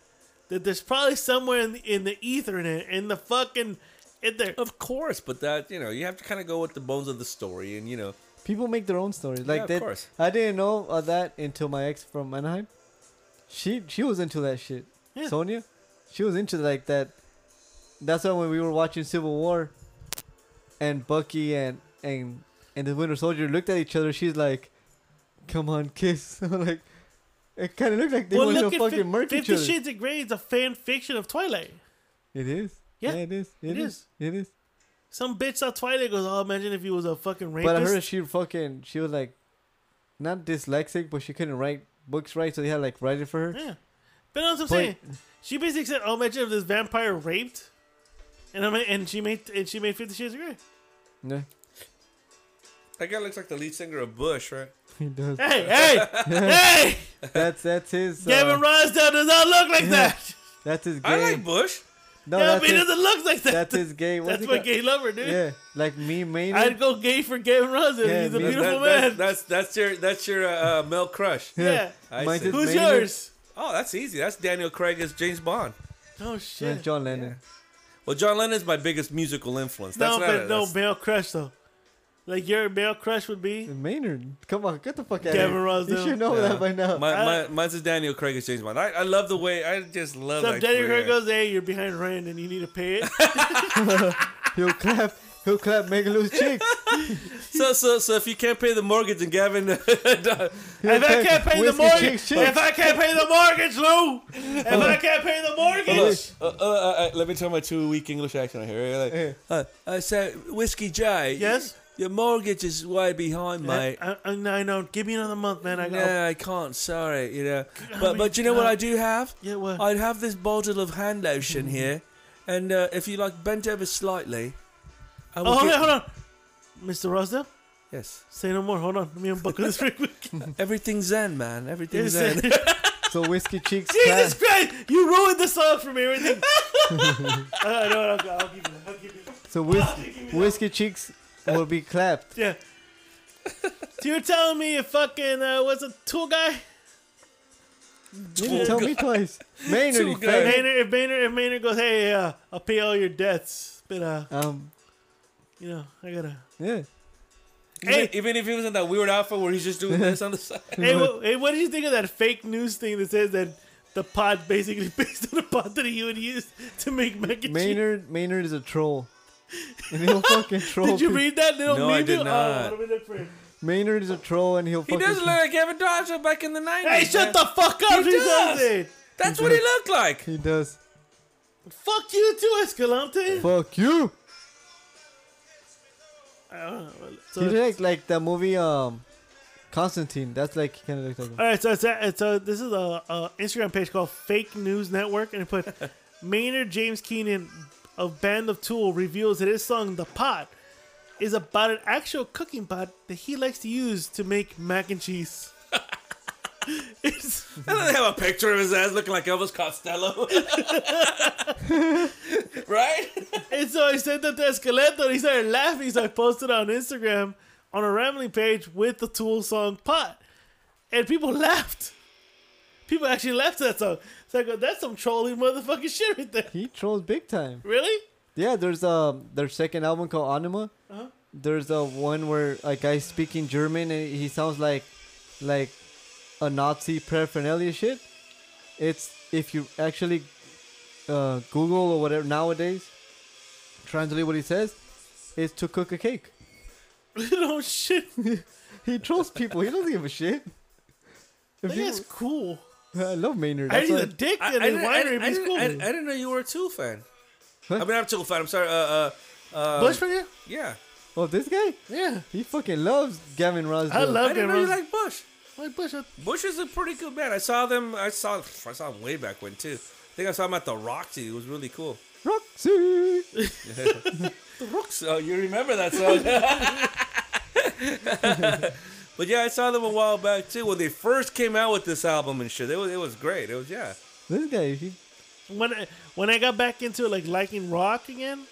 that there's probably somewhere in the, in the ether in it, in the fucking, in there. Of course, but that you know, you have to kind of go with the bones of the story, and you know, People make their own stories. Like of that, course. I didn't know uh, that until my ex from Anaheim. She she was into that shit. Yeah. Sonia, she was into like that. That's why when we were watching Civil War, and Bucky and and and the Winter Soldier looked at each other. She's like, "Come on, kiss." I'm like, it kind of looked like they were gonna Fif- fucking murk each Fifty other. Shades of Grey is a fan fiction of Twilight. It is. Yeah, it is. it It, is. is. It is. Some bitch saw Twilight and goes, "Oh, imagine if he was a fucking rapist." But I heard she fucking she was like, not dyslexic, but she couldn't write books right, so they had like write it for her. Yeah. But that's what I'm saying. She basically said, "Oh, imagine if this vampire raped," and I mean, and she made and she made Fifty Shades of Grey. Yeah, that guy looks like the lead singer of Bush, right? he does. Hey, hey, hey! That's that's his. Uh, Gavin Rosdell does not look like Yeah. that. That's his gay. I like Bush. no, yeah, Oh, that's but he his, doesn't look like that. that's his gay. what's That's it my called? gay lover, dude. Yeah, like me, Maynard. I'd go gay for Gavin Rosdell. Yeah, He's a me- That- beautiful that- man. That's that's your that's your uh, uh, male crush. yeah. I Mine's see. his Who's Maynard yours? Oh, that's easy. That's Daniel Craig as James Bond. Oh and shit. John Lennon. Well, John Lennon's my biggest musical influence. No, That's not but a, no that's- male crush though. Like your male crush would be. Maynard, come on, get the fuck out Gavin of here. Rosdell. You should know that by now. My, I- my, mine's is Daniel Craig as James Bond. I, I love the way I just love. So that if Daniel Craig career. goes, "Hey, you're behind rent and you need to pay it." he'll clap. He'll clap. Make a loose cheek. So so so if you can't pay the mortgage, then Gavin, uh, If I can't pay the Whiskey mortgage, chick shit. if I can't pay the mortgage, Lou, if I can't pay the Look, mortgage, uh, uh, uh, uh, let me tell my two weak English accent right here. right? Like, uh, I said, Whiskey J. Yes? Your mortgage is way behind, mate. I, I, uh, I know. Give me another month, man. I got. no, I can't. Sorry, you know. mean, But but you know what uh, I do have? Yeah, what? Mm-hmm. I'd have this bottle of hand lotion here, and uh, if you like, bent over slightly. I will oh, hold get- on, hold on, Mr. Rosdell. Yes, Say no more. Hold on. Let me unbuckle this real quick. everything's zen, man. Everything's zen. Jesus So whiskey cheeks. clap. Christ! You ruined the song for me. Everything. I know. I'll, I'll give you. that, I'll give you. that. So whiskey, whiskey cheeks will be clapped. Yeah. So you're telling me you fucking uh, what's a tool guy? You didn't tell me twice. Maynard, you Too good. faggot. Maynard, if Maynard, if Maynard goes, hey, uh, I'll pay all your debts, but uh, Um, you know, I gotta. yeah. Hey, Even if he was in that weird outfit where he's just doing this on the side. hey, what, hey, what did you think of that fake news thing that says that the pot basically based on the pot that he would use to make mac and cheese? Maynard, Maynard is a troll. And he'll fucking troll. Did you people. read that little No, meme? I did dude? not. Oh, what do we look for? Maynard is a troll, and he'll He fucking. does look like Gavin Dodger back in the 90s. hey, shut man. the fuck up! He He does. does it. That's what he looked like. He does. Fuck you too, Escalante. Fuck you. So- He looks like that movie, um, Constantine. That's like he kind of looks like. Him. All right, so it's a, it's a, this is a, a Instagram page called Fake News Network, and it put Maynard James Keenan of Band of Tool reveals that his song "The Pot" is about an actual cooking pot that he likes to use to make mac and cheese. it's, And then they have a picture of his ass looking like Elvis Costello. right? and so I sent that to Esqueleto, and he started laughing. So I posted on Instagram on a rambling page with the Tool song "Pot," and people laughed. People actually laughed at that song. So I go, "That's some trolling motherfucking shit right there." He trolls big time. Really? Yeah, there's um their second album called Anima. Uh-huh. There's a one where a guy speaking German and he sounds like, like, a Nazi paraphernalia shit. It's if you actually, uh, Google or whatever nowadays, translate what he says, is to cook a cake. oh shit! He trolls people. He doesn't give a shit. If That guy's you, cool. I love Maynard. I That's need why- a dick I, I, in a didn't, I, didn't, winery. I, He's didn't, cool. I, didn't- I didn't know you were a Tool fan. What? I mean, I'm a Tool fan. I'm sorry. Uh, uh, uh, Bush fan? Yeah. Oh, this guy? Yeah. He fucking loves Gavin Rosdell. I love I didn't him. know you Rose. like Bush. Like Bush. I- Bush is a pretty good band. I saw them. I saw. I saw them way back when too. I think I saw them at the Roxy. It was really cool. Roxy. The Roxy. Oh, you remember that song? but yeah, I saw them a while back too when they first came out with this album and shit. It was it was great. It was yeah. This guy, he, When I, when I got back into like liking rock again,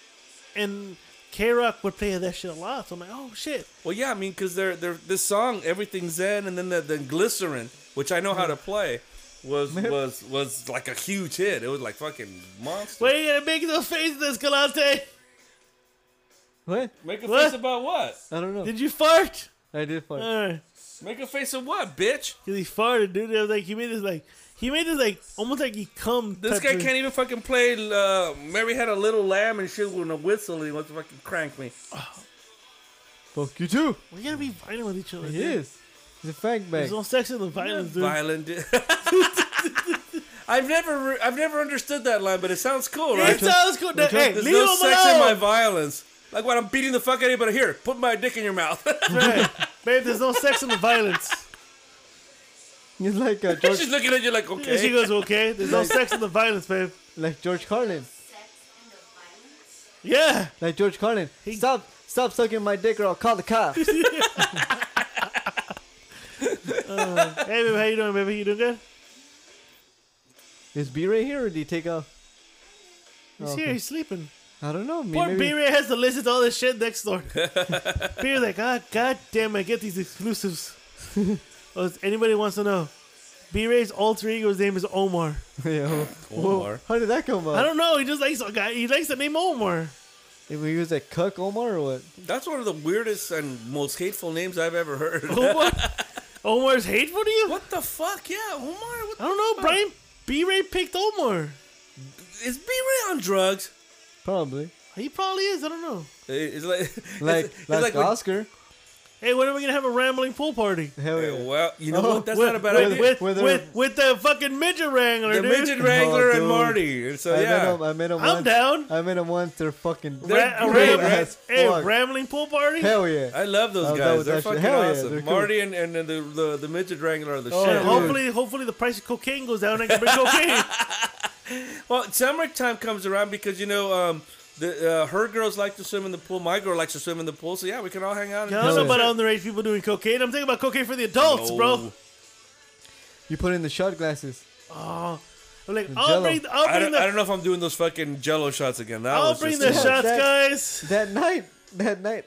and K Rock would play that shit a lot, so I'm like, oh shit. Well, yeah, I mean, because they're they're this song, everything's in, and then the, the glycerin, which I know how to play, was was was like a huge hit. It was like fucking monster. Why are you gonna make those faces, Escalante? What? Make a What? face about what? I don't know. Did Uh, you fart? I did fart. Alright. Make a face of what, bitch? 'Cause he farted, dude. It was like he made this like he made this like almost like he cum. This type guy of- can't even fucking play uh, Mary Had a Little Lamb and shit with a whistle. He wants to fucking crank me. Fuck you too. e- We gotta be violent with each other. He dude. is. He's a fact bag. There's no sex in the violence, dude. Violent. dude. I've never, re- I've never understood that line, but it sounds cool, right? It sounds good. Which one- Hey, There's leave no him sex in my alone. violence. Like when I'm beating the fuck out of you, but here, put my dick in your mouth. Right. Babe, there's no sex in the violence. He's like uh, She's George, looking at you like, And she okay. goes, okay, there's no sex in the violence, babe. like George Carlin, Sex and the violence? Yeah. like George Carlin. Stop, stop sucking my dick, or I'll call the cops. Hey, babe, how you doing, baby? You doing good? is B Ray here, or did he take off? He's Oh, here. okay. He's sleeping. I don't know. Poor Maybe, B maybe Ray has to listen to all this shit next door. B Ray's like, ah, god damn, I get these exclusives. oh, if anybody wants to know, B Ray's alter ego's name is Omar. yeah. Omar. How did that come up? I don't know. He just likes a guy. He likes the name Omar. If we use that cuck Omar or what? That's one of the weirdest and most hateful names I've ever heard. Omar. Omar's hateful to you? What the fuck? Yeah, Omar. What I don't know, Brian. B Ray picked Omar. Is B Ray on drugs? Eh, Probably. He probably is. I don't know. It's like, it's- Like, it's like, when- Oscar. Hey, when are we gonna have a rambling pool party? Hell yeah. well, you know Oh, what? That's with, not a bad with, idea. With, Whether- with, with the fucking midget wrangler, the dude. midget wrangler Oh, and dude. Marty. So I met yeah, him. I met him. I'm once. down. I met him once. They're fucking. They're Ra- a great, ram- right? hey, Fuck. rambling pool party. Hell yeah. I love I those was down guys. with They're Oh, that shit. fucking Hell yeah, awesome. they're cool. Marty and, and the, the the midget wrangler are the Oh, shit. And hopefully, hopefully the price of cocaine goes down. and I can bring cocaine. Well, summertime comes around because you know um, the uh, her girls like to swim in the pool. My girl likes to swim in the pool. So yeah, we can all hang out. And Yeah, I don't Hell know about underage people doing cocaine. I'm thinking about cocaine for the adults, bro. No. You put in the shot glasses. Oh, I'm like, I'll Jell-O. bring, the- I'll I bring don't, I the, don't know if I'm doing those fucking Jello shots again. That I'll was bring just the Yeah, shots, that- guys. That night, that night,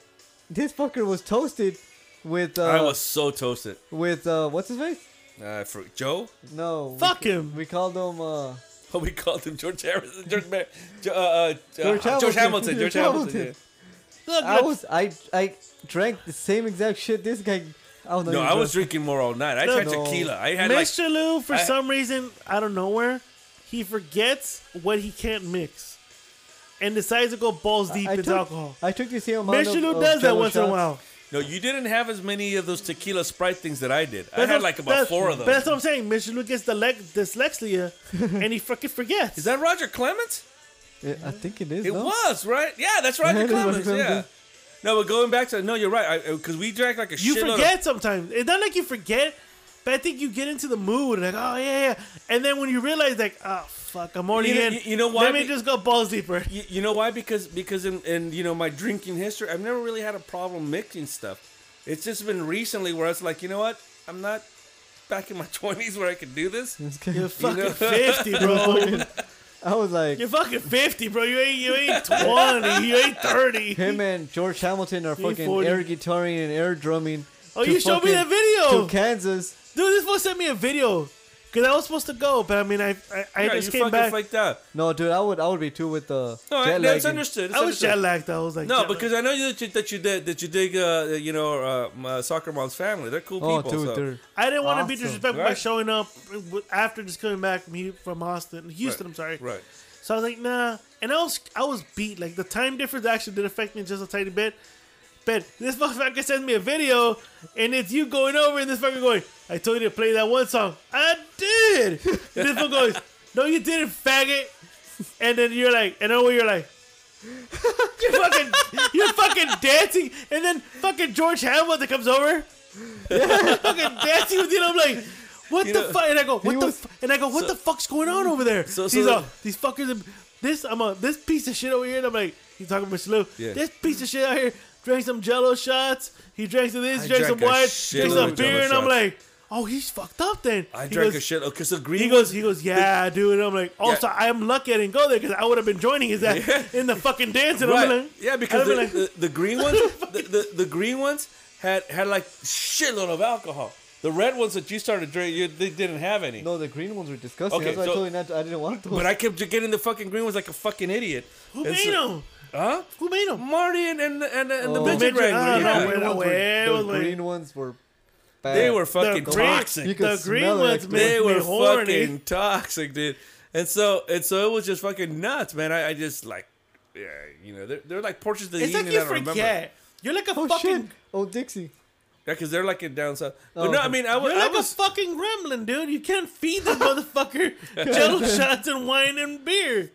this fucker was toasted with uh I was so toasted. with uh what's his face? Uh, for Joe, No. we Fuck ca- him. We called him uh oh, we called him George Harrison. George, Mar- Jo- uh, uh, George uh, George Hamilton. Hamilton. George George Hamilton. Hamilton. yeah. Look, I look, was I I drank the same exact shit this guy I was not No, even I was drunk. drinking more all night. I No, had no. tequila. I had like Mr. Lou, for I- some reason, out of nowhere, he forgets what he can't mix, and decides to go balls deep I into took, alcohol. I took the same amount Mr. of- Lou of does that Jell-O once in a shots. while. no. You didn't have as many of those tequila Sprite things that I did. That's I had what- like about that's- four of But that's those. what I'm saying. Mr. Lou gets the le- dyslexia, and he fucking forgets. Is that Roger Clemens? Yeah, I think it is. It no? was right. Yeah, that's Yeah, Roger it is Roger Clemens. Clemens, Yeah. No, but going back to no, you're right. Because we drank like a you shitload of- forget sometimes. It's not like you forget, but I think you get into the mood like, oh yeah, yeah. and then when you realize like, oh fuck, I'm already You know- in. you- you know why? Let me just go balls deeper. You, you know why? Because because in, in you know my drinking history, I've never really had a problem mixing stuff. It's just been recently where it's like, you know what? I'm not back in my twenties where I could do this. You're fucking know- fifty, bro. I was like You're fucking fifty, bro. You ain't you ain't twenty. You ain't thirty. him and George Hamilton are fucking 40. air guitaring and air drumming. Oh, to you showed me fucking- that video. to Kansas. Dude, this fool sent me a video because I was supposed to go, but I mean, I I, I Yeah, you just fucking came back. flaked out. No, dude, I would I would be too with the No, I, jet no, it's lagging. understood. It's I was understood. jet lagged. though. I was like, No, jet lagged. because I know that you, that you did that you dig uh, you know uh, my soccer mom's family. They're cool Oh, people. dude, so. dude. I didn't want to be Awesome. disrespectful by Right. showing up w- after just coming back from Hu- from Austin, Houston. I'm sorry. Right. So I was like, nah. And I was I was beat. Like the time difference actually did affect me just a tiny bit. But this motherfucker sends me a video, and it's you going over, and this fucker going, "I told you to play that one song. I did." And this one goes, "No, you didn't, faggot." And then you're like, and then you're like, you're fucking, you're fucking dancing, and then fucking George Hamilton comes over, fucking dancing with you. And I'm like, what the know, fuck? And I go, what the? was- fu-" And I go, what the fuck's going on over there? So- these so- are these fuckers. are- This I'm a this piece of shit over here. And I'm like, he's talking about Slu. Yeah. This piece of shit out here drank some Jello shots. He drank some this. I He drank some drank a wine. shitload Drank of some Jell-O beer. And I'm shots. like, oh, he's fucked up then. I He drank goes- a shit because the green he goes, he goes, yeah, dude. And I'm like, oh, Yeah. so I'm lucky I didn't go there because I would have been joining his ass Yeah. in the fucking dance. And right. I'm like, yeah, I'd because the, have been the, the green ones, the, the, the green ones had had like shitload of alcohol. The red ones that you started drinking, you, they didn't have any. No, the green ones were disgusting. Okay, That's why so- I told you not. I didn't want those. But I kept getting the fucking green ones like a fucking idiot. Who And made so- them? Huh? Who made them? Marty and and and, and the Oh. midget Midget- wrangler. ah, yeah. no, wait, no, wait, the wait. green ones were. Bad. They were fucking the green, toxic. You could the green smell it, ones like, made they me were horny. fucking toxic, dude. And so and so it was just fucking nuts, man. I, I just like, yeah, you know, they're, they're like portraits of the It's like Union you I don't forget. remember. You're like a Oh fucking. shit! Oh Dixie. Yeah, because they're like in down south. But Oh, no, okay. I mean, I, wa- You're I like was a fucking gremlin, dude. You can't feed the motherfucker jello shots and wine and beer.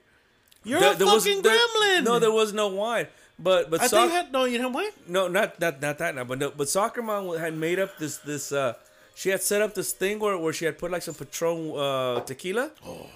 You're there- a there was- fucking there- gremlin. No, there was no wine. But but I soc- think had no. You know what? no, not not not that now. But no, but soccer mom wa- had made up this this. uh she had set up this thing where, where she had put like some Patron uh, tequila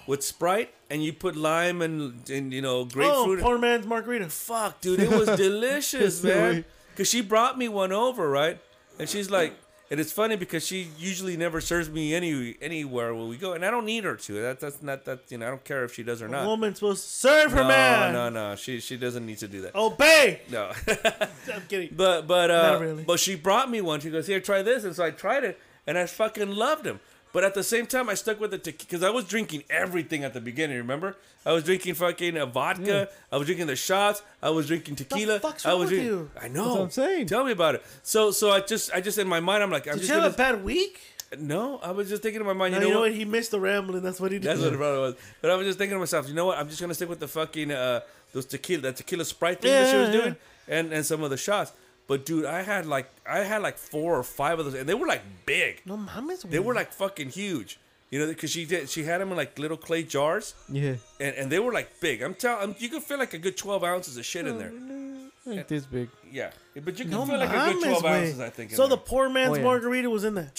with Sprite, and you put lime and, and you know Oh, grapefruit. poor man's margarita. fuck, dude, it was delicious, No man. way. Because she brought me one over, right? And she's like, and it's funny because she usually never serves me any anywhere where we go, and I don't need her to. That, that's not that you know. I don't care if she does or not. A woman's supposed to serve her Oh, no, man. no, no, she she doesn't need to do that. Obey. No, I'm kidding. but but uh, Not really. but she brought me one. She goes, here, try this, and so I tried it, and I fucking loved him. But at the same time, I stuck with the tequila because I was drinking everything at the beginning. Remember, I was drinking fucking uh, vodka. I was drinking the shots. I was drinking tequila. fuck's I wrong was with drinking- you? I know. what I'm saying. Tell me about it. So so I just I just in my mind I'm like I'm Did just you have a gonna, bad week? no. I was just thinking in my mind. No, You know, what? He missed the rambling. That's what he did. That's what it probably was. But I was just thinking to myself, you know what? I'm just gonna stick with the fucking uh those tequila that tequila sprite thing that she Yeah, was yeah. doing and and some of the shots. But dude, I had like I had like four or five of those, and they were like big. no, mama's. They were like fucking huge. You know, because she did she had them in like little clay jars, Yeah. and, and they were like big. I'm telling you, could feel like a good twelve ounces of shit in there. Like this big. Yeah, but you can no feel like a good mama's. twelve way. ounces. I think. in So the there. poor man's Oh, yeah. margarita was in there.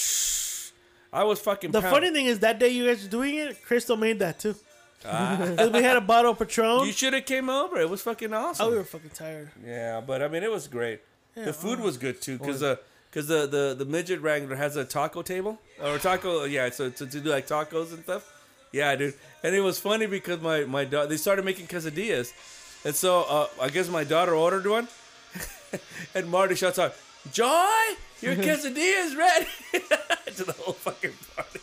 I was fucking. The pound- funny thing is that day you guys were doing it, Crystal made that too. And we had a bottle of Patron. Ah. you should have came over. It was fucking awesome. oh, we were fucking tired. Yeah, but I mean, it was great. the food was good too, because Oh, yeah. uh, because the, the the midget wrangler has a taco table or taco. Yeah, so to, to do like tacos and stuff. Yeah, dude. And it was funny because my my daughter they started making quesadillas, and so uh, I guess my daughter ordered one, and Marty shouts out, "Joy, your quesadilla is ready!" to the whole fucking party.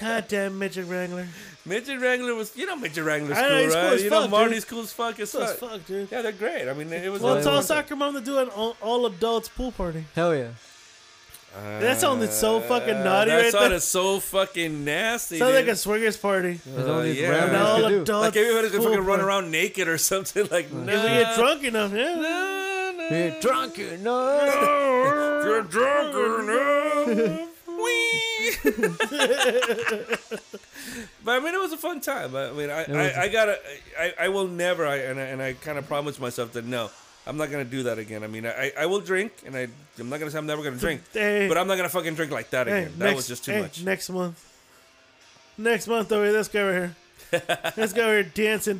Goddamn midget wrangler. Midget wrangler was you know midget wrangler's I know, cool, he's cool right? as you fuck, know dude. Marty's cool as fuck as So as fuck. fuck, dude. Yeah, they're great. I mean, it was. Well, it tell was- soccer mom to do an all, all adults pool party. Hell yeah. that sounded so fucking naughty Uh, that right sounded there. so fucking nasty. Sounds like dude. a swingers party. That's all these Uh, yeah. An ramblings Yeah. all could do. adults. like everybody's gonna pool fucking run party. around naked or something. Like, nah, If we get drunk enough, yeah. nah, nah. You're drunk, you know. You're drunk or no? Whee! but I mean, it was a fun time. I mean, I, was- I, I gotta, I, I will never, I, and I, and I kind of promised myself that no, I'm not gonna do that again. I mean, I, I will drink, and I, I'm not gonna say I'm never gonna drink, Hey. but I'm not gonna fucking drink like that Hey, again. that was just too hey, much. Next month. Next month, over this guy right here. this guy right here dancing.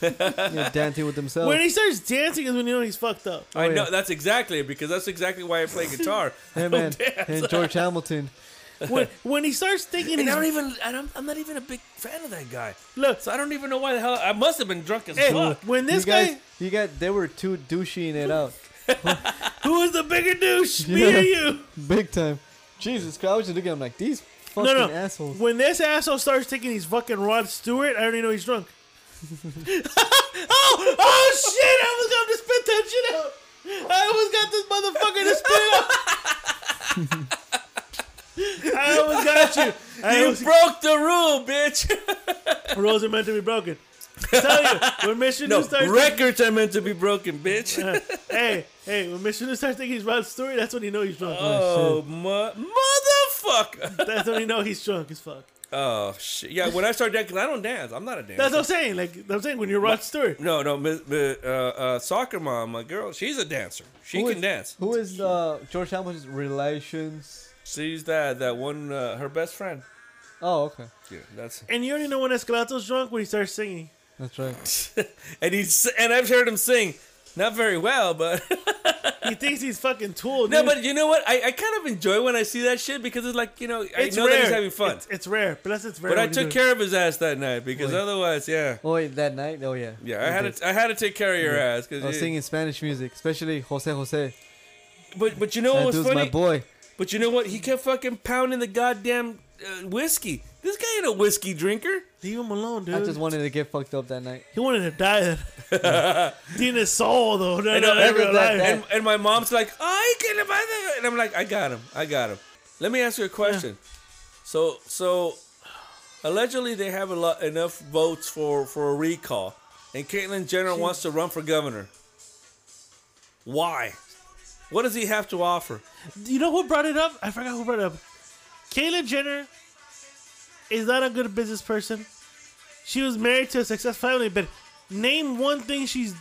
You're dancing with Oh. themselves. When he starts dancing is when you know he's fucked up. I Oh, know yeah. that's exactly it, because that's exactly why I play guitar. Hey man, and George Hamilton. When, when he starts thinking And I he's don't even. I don't, I'm not even a big fan of that guy. Look. so I don't even know why the hell I must have been drunk as Hey, fuck. when this you guys, guy, you got they were too douchey in it out, who is the bigger douche, me Yeah. or you? big time. Jesus Christ! I was just looking. I'm like these fucking no, no. assholes. When this asshole starts taking these fucking Rod Stewart, I already know he's drunk. oh, oh shit! I was going to spit that shit out. I almost got this motherfucker to spit it out. I almost got you. I you almost- broke the rule, bitch. rules are meant to be broken. I tell you, when Mission no, New starts records are meant to be broken, bitch. hey, hey, when Mr. New starts thinking he's Rod Stewart, that's when you know he's drunk. oh, mu- motherfucker. That's when you know he's drunk as fuck. oh shit. Yeah, when I start dancing, I don't dance. I'm not a dancer. That's what I'm saying. Like I'm saying, when you're Rod Stewart, no, no, mi- mi- uh, uh, soccer mom, my girl, she's a dancer. She Who can is- dance. Who is uh, George Hamilton's relations? She's that that one, uh, her best friend. Oh, okay, Yeah, that's and you already know when Escalato's drunk when he starts singing. that's right. and he's and I've heard him sing, not very well, but He thinks he's fucking tool. No, dude. but you know what? I, I kind of enjoy when I see that shit because it's like, you know, I know that he's having fun. It's, it's rare. Plus, it's rare. but I when you took do it. care of his ass that night because Wait. otherwise, yeah. Oh wait, that night. Oh yeah. Yeah, I had it. to I had to take care of your ass I was because singing Spanish music, especially Jose Jose. But but you know what That was dude's Oh, funny? my boy. But you know what? He kept fucking pounding the goddamn uh, whiskey. This guy ain't a whiskey drinker. Leave him alone, dude. I just wanted to get fucked up that night. he wanted to die. Then. in his soul, though. No, no, and, no, no, that- no. that- and, and my mom's like, "Oh, he killed him by the-" and I'm like, "I got him. I got him." Let me ask you a question. So, so allegedly they have a lot enough votes for for a recall, and Caitlyn Jenner wants to run for governor. Why? What does he have to offer? You know who brought it up? I forgot who brought it up. Kayla Jenner is not a good business person. She was married to a successful family, but name one thing she's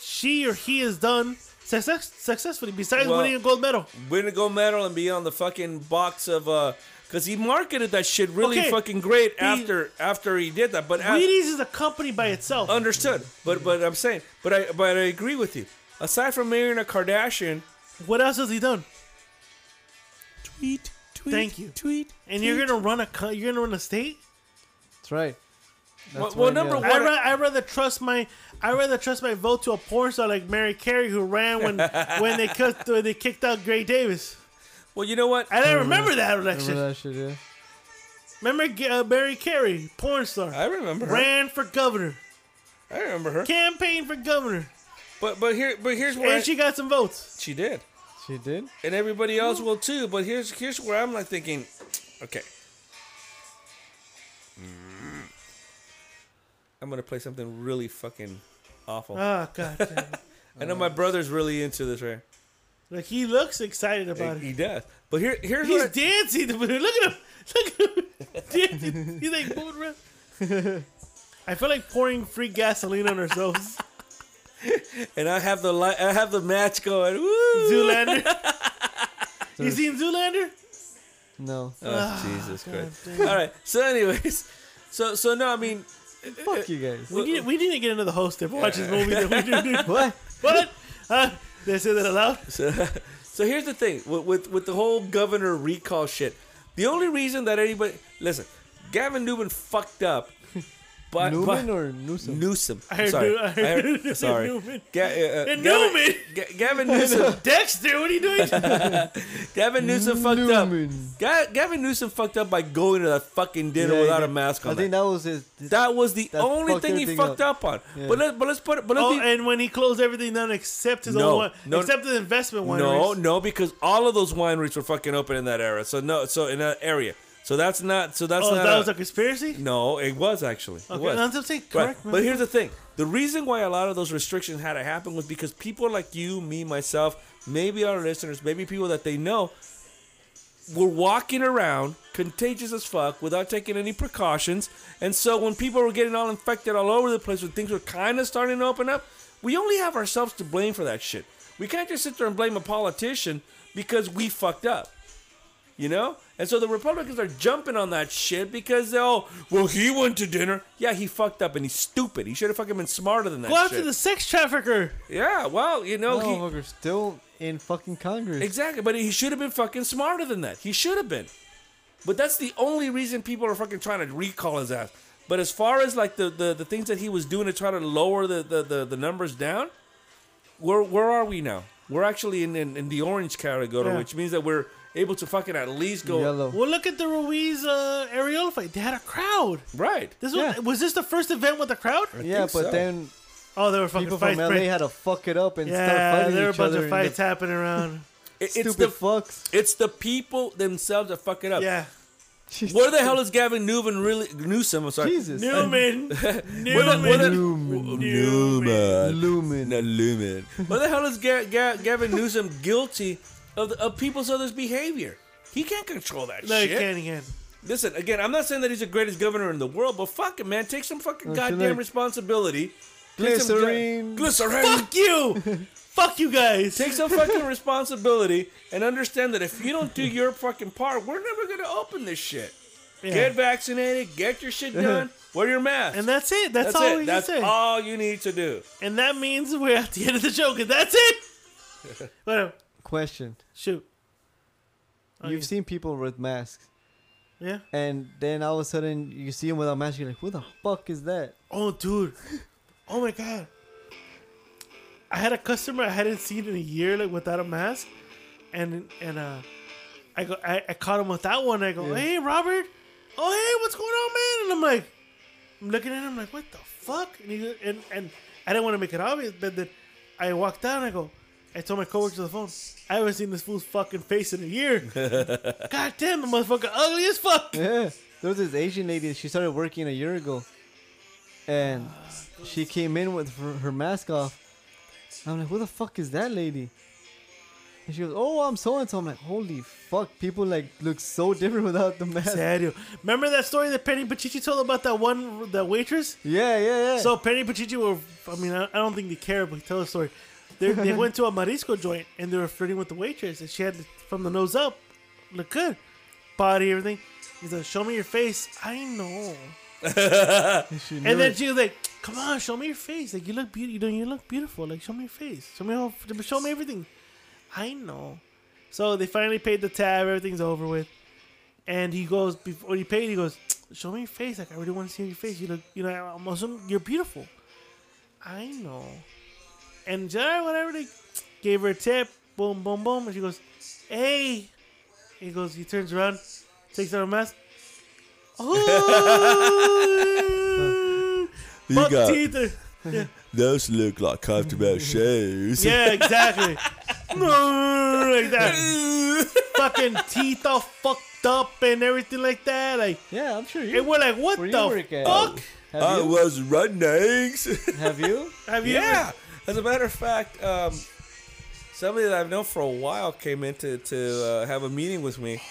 she or he has done success, successfully besides Well- winning a gold medal. Win a gold medal and be on the fucking box of uh, because he marketed that shit really Okay. fucking great He- after after he did that. Oh, But af- Wheaties is a company by itself. understood. But but I'm saying, but I but I agree with you. Aside from marrying a Kardashian, what else has he done? tweet, tweet. Thank you. Tweet. And you're gonna run a co- you're gonna run a state? That's right. Well, That's well, when, number uh, one, I ra- I rather trust my I rather trust my vote to a porn star like Mary Carey who ran when when they cut when they kicked out Gray Davis. well, you know what? And I remember that election. Remember that shit, yeah. Remember G- uh, Mary Carey, porn star, I remember her. ran for governor, I remember her. campaigned for governor, But but here but here's where I- and she got some votes. she did, She did. and everybody else will too. But here's here's where I'm like thinking, okay, Mm. I'm gonna play something really fucking awful. Oh god, damn. I know my brother's really into this, right? like he looks excited about He, it. he does. But here here's He's what I- dancing. Look at him. Look at him. dancing. He's like moving around. I feel like pouring free gasoline on ourselves, and I have the li- I have the match going. Woo! Zoolander. you seen Zoolander? No. Oh, Jesus Christ! All right. So, anyways, so so no, I mean, Fuck you guys. We need, we need to get another host that watches movies that we do. do. What? What? Huh? Did I say that aloud? So, so here's the thing with, with with the whole governor recall shit. The only reason that anybody listen, Gavin Newman fucked up. But, Newman but- or Newsom? Newsom? I heard sorry, Nu- I heard Newman. sorry. Newman. Ga- uh, uh, And Gavin- Newman. Ga- Gavin Newsom. Dexter, what are you doing? Gavin Newsom fucked Newman. up. Ga- Gavin Newsom fucked up by going to that fucking dinner Yeah, without he a did. mask on. I think that. that was his. his- That was the that only fucked thing he everything fucked up, on. Yeah. But let, but let's put it. But let's Oh, be, and when he closed everything down except his No, own one, no, except the investment one. No, no, because all of those wineries were fucking open in that era. So no, so in that area. So that's not. So that's oh, not. that a- was a conspiracy. no, it was actually. It Okay, was. that's what I'm saying. Right. Correct. But here's the thing: the reason why a lot of those restrictions had to happen was because people like you, me, myself, maybe our listeners, maybe people that they know, were walking around contagious as fuck without taking any precautions. And so when people were getting all infected all over the place, when things were kind of starting to open up, we only have ourselves to blame for that shit. We can't just sit there and blame a politician because we fucked up. You know? And so the Republicans are jumping on that shit because, oh, well, he went to dinner. Yeah, he fucked up and he's stupid. He should have fucking been smarter than that Go after shit. the sex trafficker. yeah, well, you know, That he, motherfucker's still in fucking Congress. Exactly, but he should have been fucking smarter than that. He should have been. But that's the only reason people are fucking trying to recall his ass. But as far as like the the, the things that he was doing to try to lower the, the, the, the numbers down, where where are we now? We're actually in, in, in the orange category, Yeah. which means that we're able to fucking at least go Yellow. Well, look at the Ruiz uh, Ariola fight. They had a crowd. right. This Yeah. was was this the first event with a crowd? yeah, think but so. then Oh, there were fucking people from fights. LA break- had to fuck it up and start yeah, fighting there were a each bunch other. of in fights the happening around. It- it's Stupid the fucks. it's the people themselves that fuck it up. Yeah, Where the hell is Gavin Newman really Newsom? I'm sorry. Jesus. Newman, Where the, where the, Newman, Newman. Newman. Lumen. Not Lumen. Why the hell is Ga- Ga- Gavin Newsom guilty of, the, of people's others' behavior? He can't control that no, you shit. can't again. Listen, again, I'm not saying that he's the greatest governor in the world, but fuck it, man. Take some fucking Oh, goddamn shouldn't I- responsibility. Take some Glycerine. go- glycerine. Fuck you, fuck you guys. Take some fucking responsibility and understand that if you don't do your fucking part, we're never gonna open this shit. Yeah. Uh-huh. Get vaccinated. Get your shit done. Wear your mask. and that's it. That's, That's all it. we That's can say. all you need to do. And that means we're at the end of the show. Cause that's it. Whatever. Question. Shoot. Oh, You've yeah. seen people with masks, Yeah. and then all of a sudden you see them without masks. You're like, who the fuck is that? Oh, dude. Oh my god. I had a customer I hadn't seen in a year, like without a mask, and and uh, I go, I, I caught him with that one. I go, Yeah. hey Robert, oh hey, what's going on, man? And I'm like, I'm looking at him like, what the fuck? And he go- and and I didn't want to make it obvious, but then I walked down. I go, I told my coworker on the phone, I haven't seen this fool's fucking face in a year. God damn, the motherfucker ugly as fuck. Yeah, there was this Asian lady. She started working a year ago, and she came in with her, her mask off. I'm like, who the fuck is that lady? And she goes, oh, I'm so and so. I'm like, holy fuck, people like look so different without the mask. Serio. Remember that story that Penny Pachichi told about that one, that waitress? Yeah, yeah, yeah. So Penny Pachichi were, I mean, I, I don't think they care, but tell a story. They, they went to a marisco joint and they were flirting with the waitress, and she had from the nose up, look good, body, everything. He's like, "Show me your face." I know. she knew And then it. she was like, "Come on, show me your face. Like you look beautiful. You look beautiful. Like show me your face. Show me all. Show me everything." I know. So they finally paid the tab. Everything's over with. And he goes before he paid. He goes, "Show me your face. Like I really want to see your face. You look. You know, I'm awesome. You're beautiful." I know. And Jedi, whatever they gave her a tip. Boom, boom, boom. And she goes, "Hey." He goes. He turns around, takes out her mask. Oh, buck got- teeth. Those look like comfortable shoes. Yeah, exactly. No, like that. Fucking teeth all fucked up and everything like that. Like, yeah, I'm sure you. and we're like, what where you the work at? fuck? Have I you? was running. Have you? Have you? Yeah. As a matter of fact, um, somebody that I've known for a while came in to, to uh, have a meeting with me.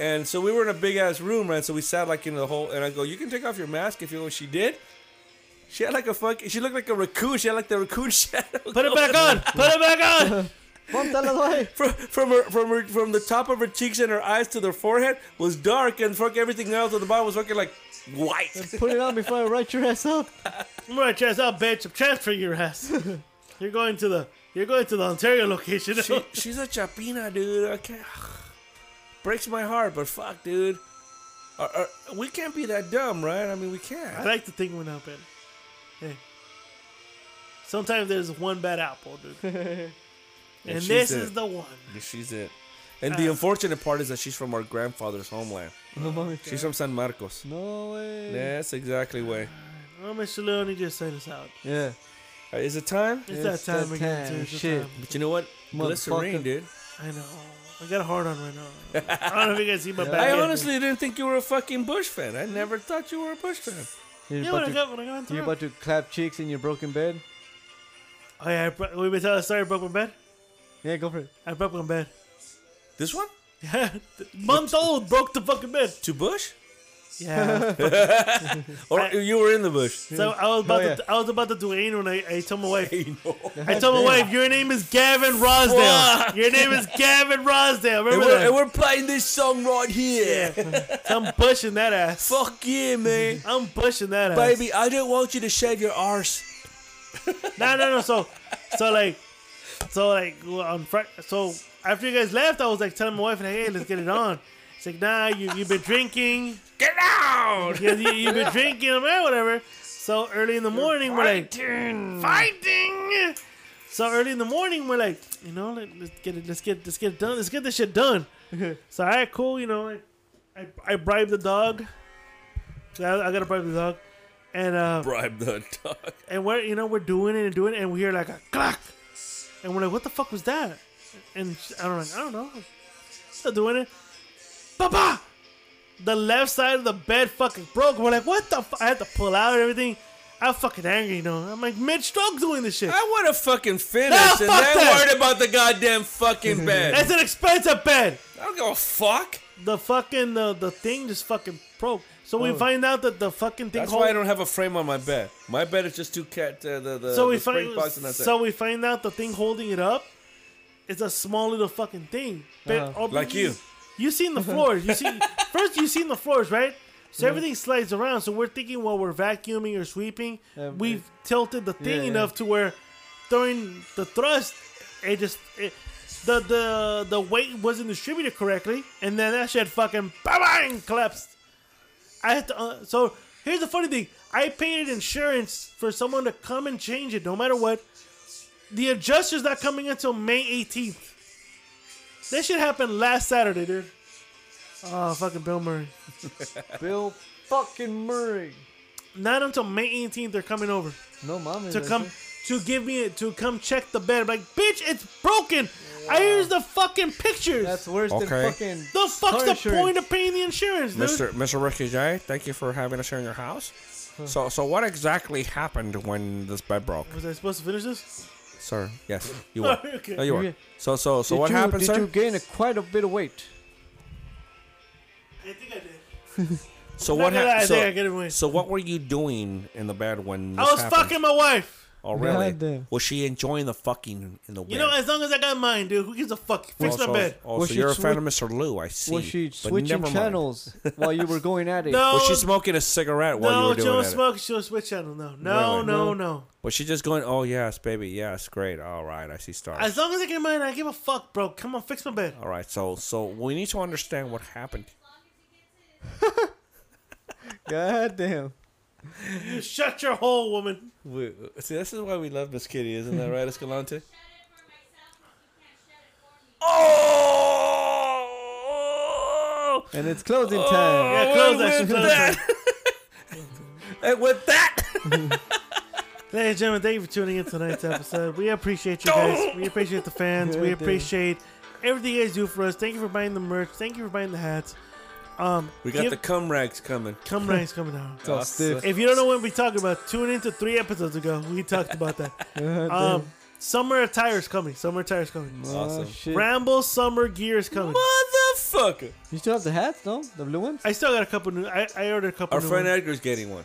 And so we were in a big ass room, right? So we sat like in the whole, and I go, "You can take off your mask if you want." She did. She had like a fuck. She looked like a raccoon. She had like the raccoon shadow. Put it back on. Put it back on. Ponte la doy. from from her, from her from the top of her cheeks and her eyes to their forehead was dark, and fuck everything else at the bottom was fucking like white. Put it on before I write your ass up. I'm gonna chest out, bitch. I'm transferring your ass. You're going to the. You're going to the Ontario location. She, she's a chapina, dude. I can't. Breaks my heart, but fuck, dude. Uh, uh, we can't be that dumb, right? I mean, we can't. I like to think we're not bad. Hey. Sometimes there's one bad apple, dude. and she this said- is the one. She's it. And the unfortunate part is that she's from our grandfather's homeland. No, mames. She's from San Marcos. No way. That's exactly way. Oh, Mr. Leone just sent us out. Yeah. Uh, is it time? It's, It's that time that again. time, Too. It's that shit. time. But you know what? Glycerine, Motherfucker. dude. I know. I got a hard on right now. I don't know if you guys see my back. I end. honestly didn't think you were a fucking Bush fan. I never thought you were a Bush fan. You're, Yeah, when about I to, got when I got into you're it. about to clap cheeks in your broken bed. Oh yeah, I bro- we been telling a story. I broke my bed. Yeah, go for it. I broke my bed. This one? Yeah, month old broke the fucking bed. To Bush? Yeah. Or I- you were in the Bush? so I was about Oh, yeah. to I was about to do anal, and I, I told my wife. You know. I told my wife, your name is Gavin Rosdale. Fuck. Your name is Gavin Rosdale. And Remember we're, that? and we're playing this song right here. I'm pushing that ass. Fuck yeah, man. I'm pushing that ass. Baby, I don't want you to shave your arse. no, no, no. So, so like, so like well, on Friday. So after you guys left, I was like telling my wife, like, "Hey, let's get it on." It's like, "Nah, you you've been drinking. Get out! You, you, you've been drinking, I'm like, whatever." So early in the morning, we're like fighting. So early in the morning, we're like, you know, let, us get it, let's get, let's get it done, let's get this shit done. so all right, cool. You know, I, I, I bribed the dog. I, I gotta bribe the dog, and uh, Bribe the dog. and we're you know we're doing it and doing it, and we hear like a clack, and we're like, what the fuck was that? And sh- I don't like, I don't know. Still doing it, Papa. The left side of the bed fucking broke. We're like, what the? Fu-? I had to pull out and everything. I'm fucking angry, you know. I'm like mid stroke doing this shit. I want to fucking finish No, fuck and then that. worried about the goddamn fucking bed. That's an expensive bed. I don't give a fuck. The fucking the the thing just fucking broke. So we find out that the fucking thing. Oh. That's hold- why I don't have a frame on my bed. My bed is just two cat uh, the the, so the we spring find box and that's so we find out the thing holding it up it's a small little fucking thing But- Uh-huh. oh, but Like you. you seen the floors you see first you seen the floors right so everything slides around so we're thinking while we're vacuuming or sweeping Yeah, Um, we've eh, tilted the thing yeah. enough to where during the thrust it just it, the the the weight wasn't distributed correctly and then that shit fucking bang bang collapsed I had to. Uh, so here's the funny thing: I paid insurance for someone to come and change it, no matter what. The adjuster's not coming until May 18th. This shit happened last Saturday, dude. Oh, fucking Bill Murray. Bill fucking Murray. Not until May 18th they're coming over No mommy. to come to give me to come check the bed. I'm like, bitch, it's broken. I here's the fucking pictures. That's worse Okay. than fucking. the fuck's car the insurance. point of paying the insurance, dude? Mr. Mr. Ricky J, thank you for having us here in your house. So, so what exactly happened when this bed broke, Was I supposed to finish this? sir? Yes, you were. Okay. No, you were. You- So, so, so Did what you, happened, Did sir? you gain a, quite a bit of weight? I think I did. so Not what gonna lie, I happened? think I get it So, right. so what were you doing in the bed when this I was happened? fucking my wife. Oh, really? Goddamn. Was she enjoying the fucking in the bed? You know, as long as I got mine, dude. Who gives a fuck? Fix oh, my so, bed. Oh, Was so she you're a fan swi- of Mr. Lou? I see. Was she but never switching mind. channels while you were going at it? No, Was she smoking a cigarette while you no, were doing she'll it? smoke. She'll switch channel. No, no, Really? no, No. no. Was she just going? Oh yes, baby, yes, great. All right, I see stars. As long as I get mine, I give a fuck, bro. Come on, fix my bed. All right, so so we need to understand what happened. God damn. You shut your hole, woman. We, see, this is why we love Miss Kitty, isn't that right, Escalante? Oh! And it's closing time. Yeah, close that. shit, Close that. And with that, Ladies and gentlemen, thank you for tuning in to tonight's episode. We appreciate you guys. We appreciate the fans. We Yeah, appreciate everything you guys do for us. Thank you for buying the merch. Thank you for buying the hats. Um, we got give- the cum rags coming. come nice coming down. It's all stiff. If you don't know what we talked about, tune into three episodes ago. We talked about that. Um, summer attire is coming. Summer attire is coming. Oh, Awesome. shit. Ramble summer gear is coming. Motherfucker! You still have the hats, no? The blue ones? I still got a couple new. I, I ordered a couple. Our new friend ones. Edgar's getting one.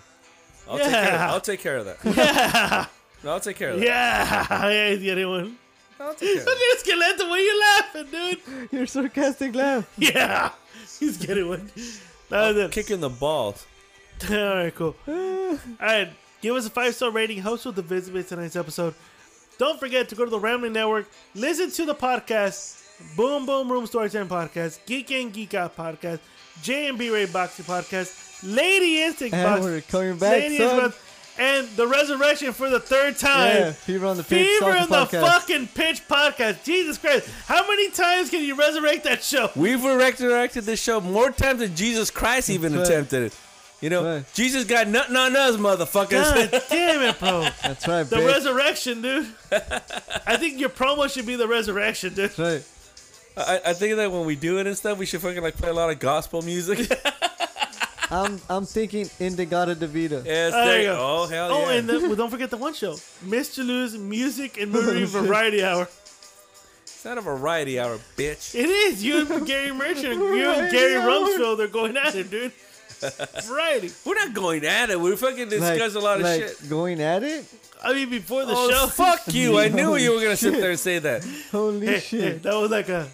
I'll, take care of, Yeah. I'll take care of that. No, I'll take care of that. yeah, yeah, he's getting one. I'll take care of Look that. at Skeleton. Why you laughing, dude? Your sarcastic laugh. Yeah, he's getting one. That was it. Kicking the balls. All right, cool. All right, give us a five star rating. Host with the visit tonight's episode. Don't forget to go to the Rambling Network. Listen to the podcast. Boom Boom Room Storytime Podcast, Geek and Geek Out Podcast, J and B Ray Boxing Podcast, Lady Instinct And Box, we're coming back, Lady son. Instinct, and the Resurrection for the third time. Yeah, Fever on the Pitch. Fever Salsa in the podcast. fucking pitch podcast. Jesus Christ. How many times can you resurrect that show? We've resurrected this show more times than Jesus Christ even That's right. attempted it. You know, Right. Jesus got nothing on us, motherfuckers. God damn it, bro. That's right, The bitch. resurrection, dude. I think your promo should be the resurrection, dude. That's right. I, I think that when we do it and stuff, we should fucking like play a lot of gospel music. I'm I'm thinking Indigada Davida. yes, Oh, there there you you go. Oh, hell Oh, yeah. and the, well, don't forget the one show, Mr. Lou's Music and Movie Variety Hour. it's not a variety hour, bitch. It is you and Gary Merchant, you and Gary Rumsfeld are going at it, dude. Variety. We're not going at it. We fucking discuss a lot of like shit. Going at it? I mean, before the Oh, show, fuck you. I knew you were going to sit there and say that. Holy Hey, hey, shit. that was like a.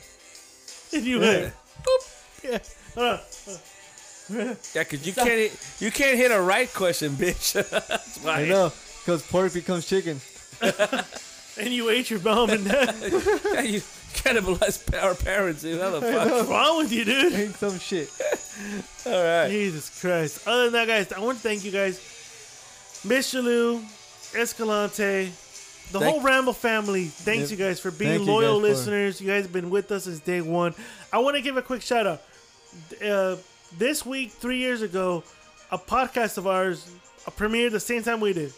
And you went, boop. Yeah. Hold on. Yeah, because you can't, you can't hit a right question, bitch. That's why. I know. Because pork becomes chicken. And you ate your bum, and that's Yeah, you cannibalize our parents, dude. How the fuck? wrong with you, dude. Ain't some shit. All right. Jesus Christ. Other than that, guys, I want to thank you guys. Michelou, Escalante, the Thank- whole Ramble family. Thanks Yep. you guys for being Thank you loyal guys for- listeners. You guys have been with us since day one. I want to give a quick shout out. Uh, this week, three years ago, a podcast of ours premiered the same time we did.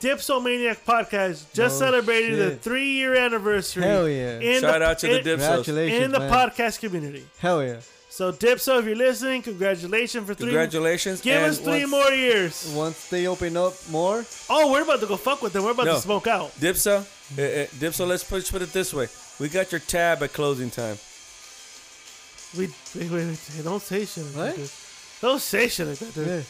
Dipsomaniac podcast just No celebrated the shit. three year anniversary. Hell yeah. in Shout out to the in- Dipsos. Congratulations, In the man. podcast community. Hell yeah. So, Dipso, if you're listening, congratulations for three Congratulations. Give and us three once- more years. Once they open up more, Oh, we're about to go fuck with them. We're about No. to smoke out. Dipsa, uh, uh, Dipsa, let's put, put it this way. We got your tab at closing time. We wait, wait, wait. hey, Don't say shit like What? that. Dude. Don't say shit like that, dude. yeah.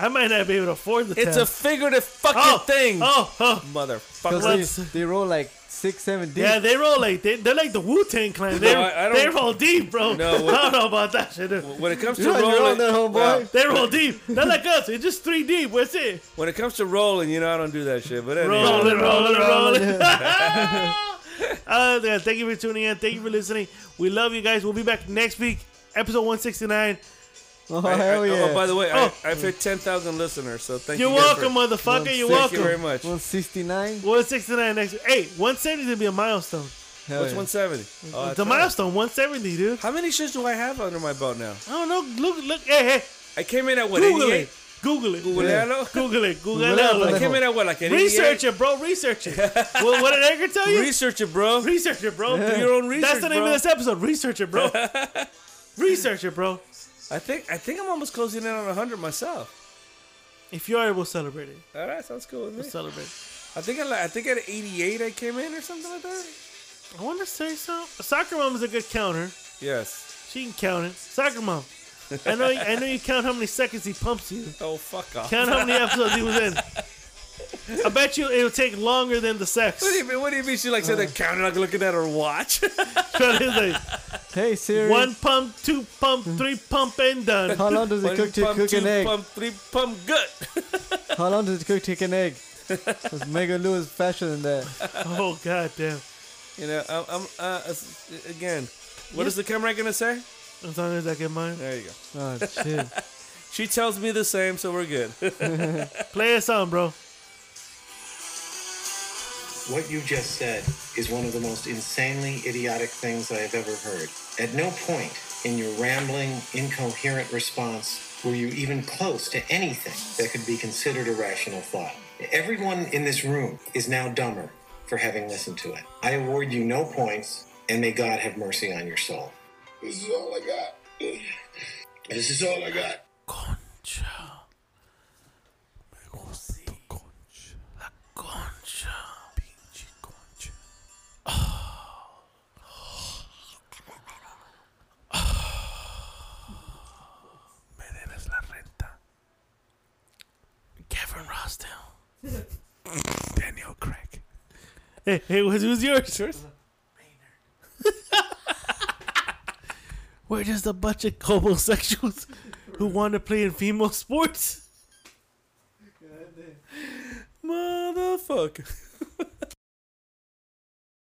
I might not be able to afford the. It's tab. a figurative fucking oh thing. Oh, oh. Motherfucker. 'Cause Let's- they, they roll like six, seven deep. Yeah, they roll like they, they're like the Wu Tang Clan. They, I- I don't- they roll deep, bro. No, what- I don't know about that shit. Dude. When it comes to You're on your rolling, own there, homeboy. Yeah. They roll deep. They're like us. It's just three deep. What's it? when it comes to rolling, you know I don't do that shit. But anyway, Rolling, rolling, rolling. Uh, yeah, thank you for tuning in. Thank you for listening. We love you guys. We'll be back next week, episode one sixty nine. Oh, I- I- hell yeah. oh, by the way, Oh. I, I've hit ten thousand listeners, so thank You're you. guys welcome, For, motherfucker. You're thank welcome. you very much. 169. 169 next. Hey, 170 is gonna be a milestone. Hell What's yeah. 170? Oh, the that's right. milestone 170, dude. How many shits do I have under my belt now? I don't know. Look, look. Hey, hey. I came in at what? Google 88? it. Google it. Google Yeah. Google it. Google Google it. it. I came in at what? Like an Research it, bro. Research it. what, what did Edgar tell you? Research it, bro. Research it, bro. Do your own research, That's the name bro. of this episode. Research it, bro. Research it, bro. I think I think I'm almost closing in on 100 myself. If you are, we'll celebrate it. All right, sounds cool with me. We'll celebrate. it. I think I, li- I think at 88 I came in or something like that. I want to say so. Soccer mom is a good counter. Yes. She can count it. Soccer mom. I know. I know you count how many seconds he pumps you. Oh fuck off. Count how many episodes he was in. I bet you it'll take longer than the sex. What do you mean? What do you mean? She like said that counter like looking at her watch. It's like, Hey Siri, One pump, two pump, three pump, and done. how long does it One cook to pump, cook two an egg? Pump three pump good. How long does it cook to cook an egg? 'Cause Mega Lou is faster than that. Oh god damn! You know, I'm, I'm uh, as- again. What is the camera gonna say? As long as I get mine, There you go. Oh shit. She tells me the same, so we're good. play us on, bro. What you just said is one of the most insanely idiotic things I have ever heard. At no point in your rambling, incoherent response were you even close to anything that could be considered a rational thought. Everyone in this room is now dumber for having listened to it. I award you no points, and may God have mercy on your soul. This is all I got. This is all I got. Kevin Rossdale, Daniel Craig. Hey, hey, who's, who's yours? Yours? We're just a bunch of homosexuals who want to play in female sports. Motherfucker.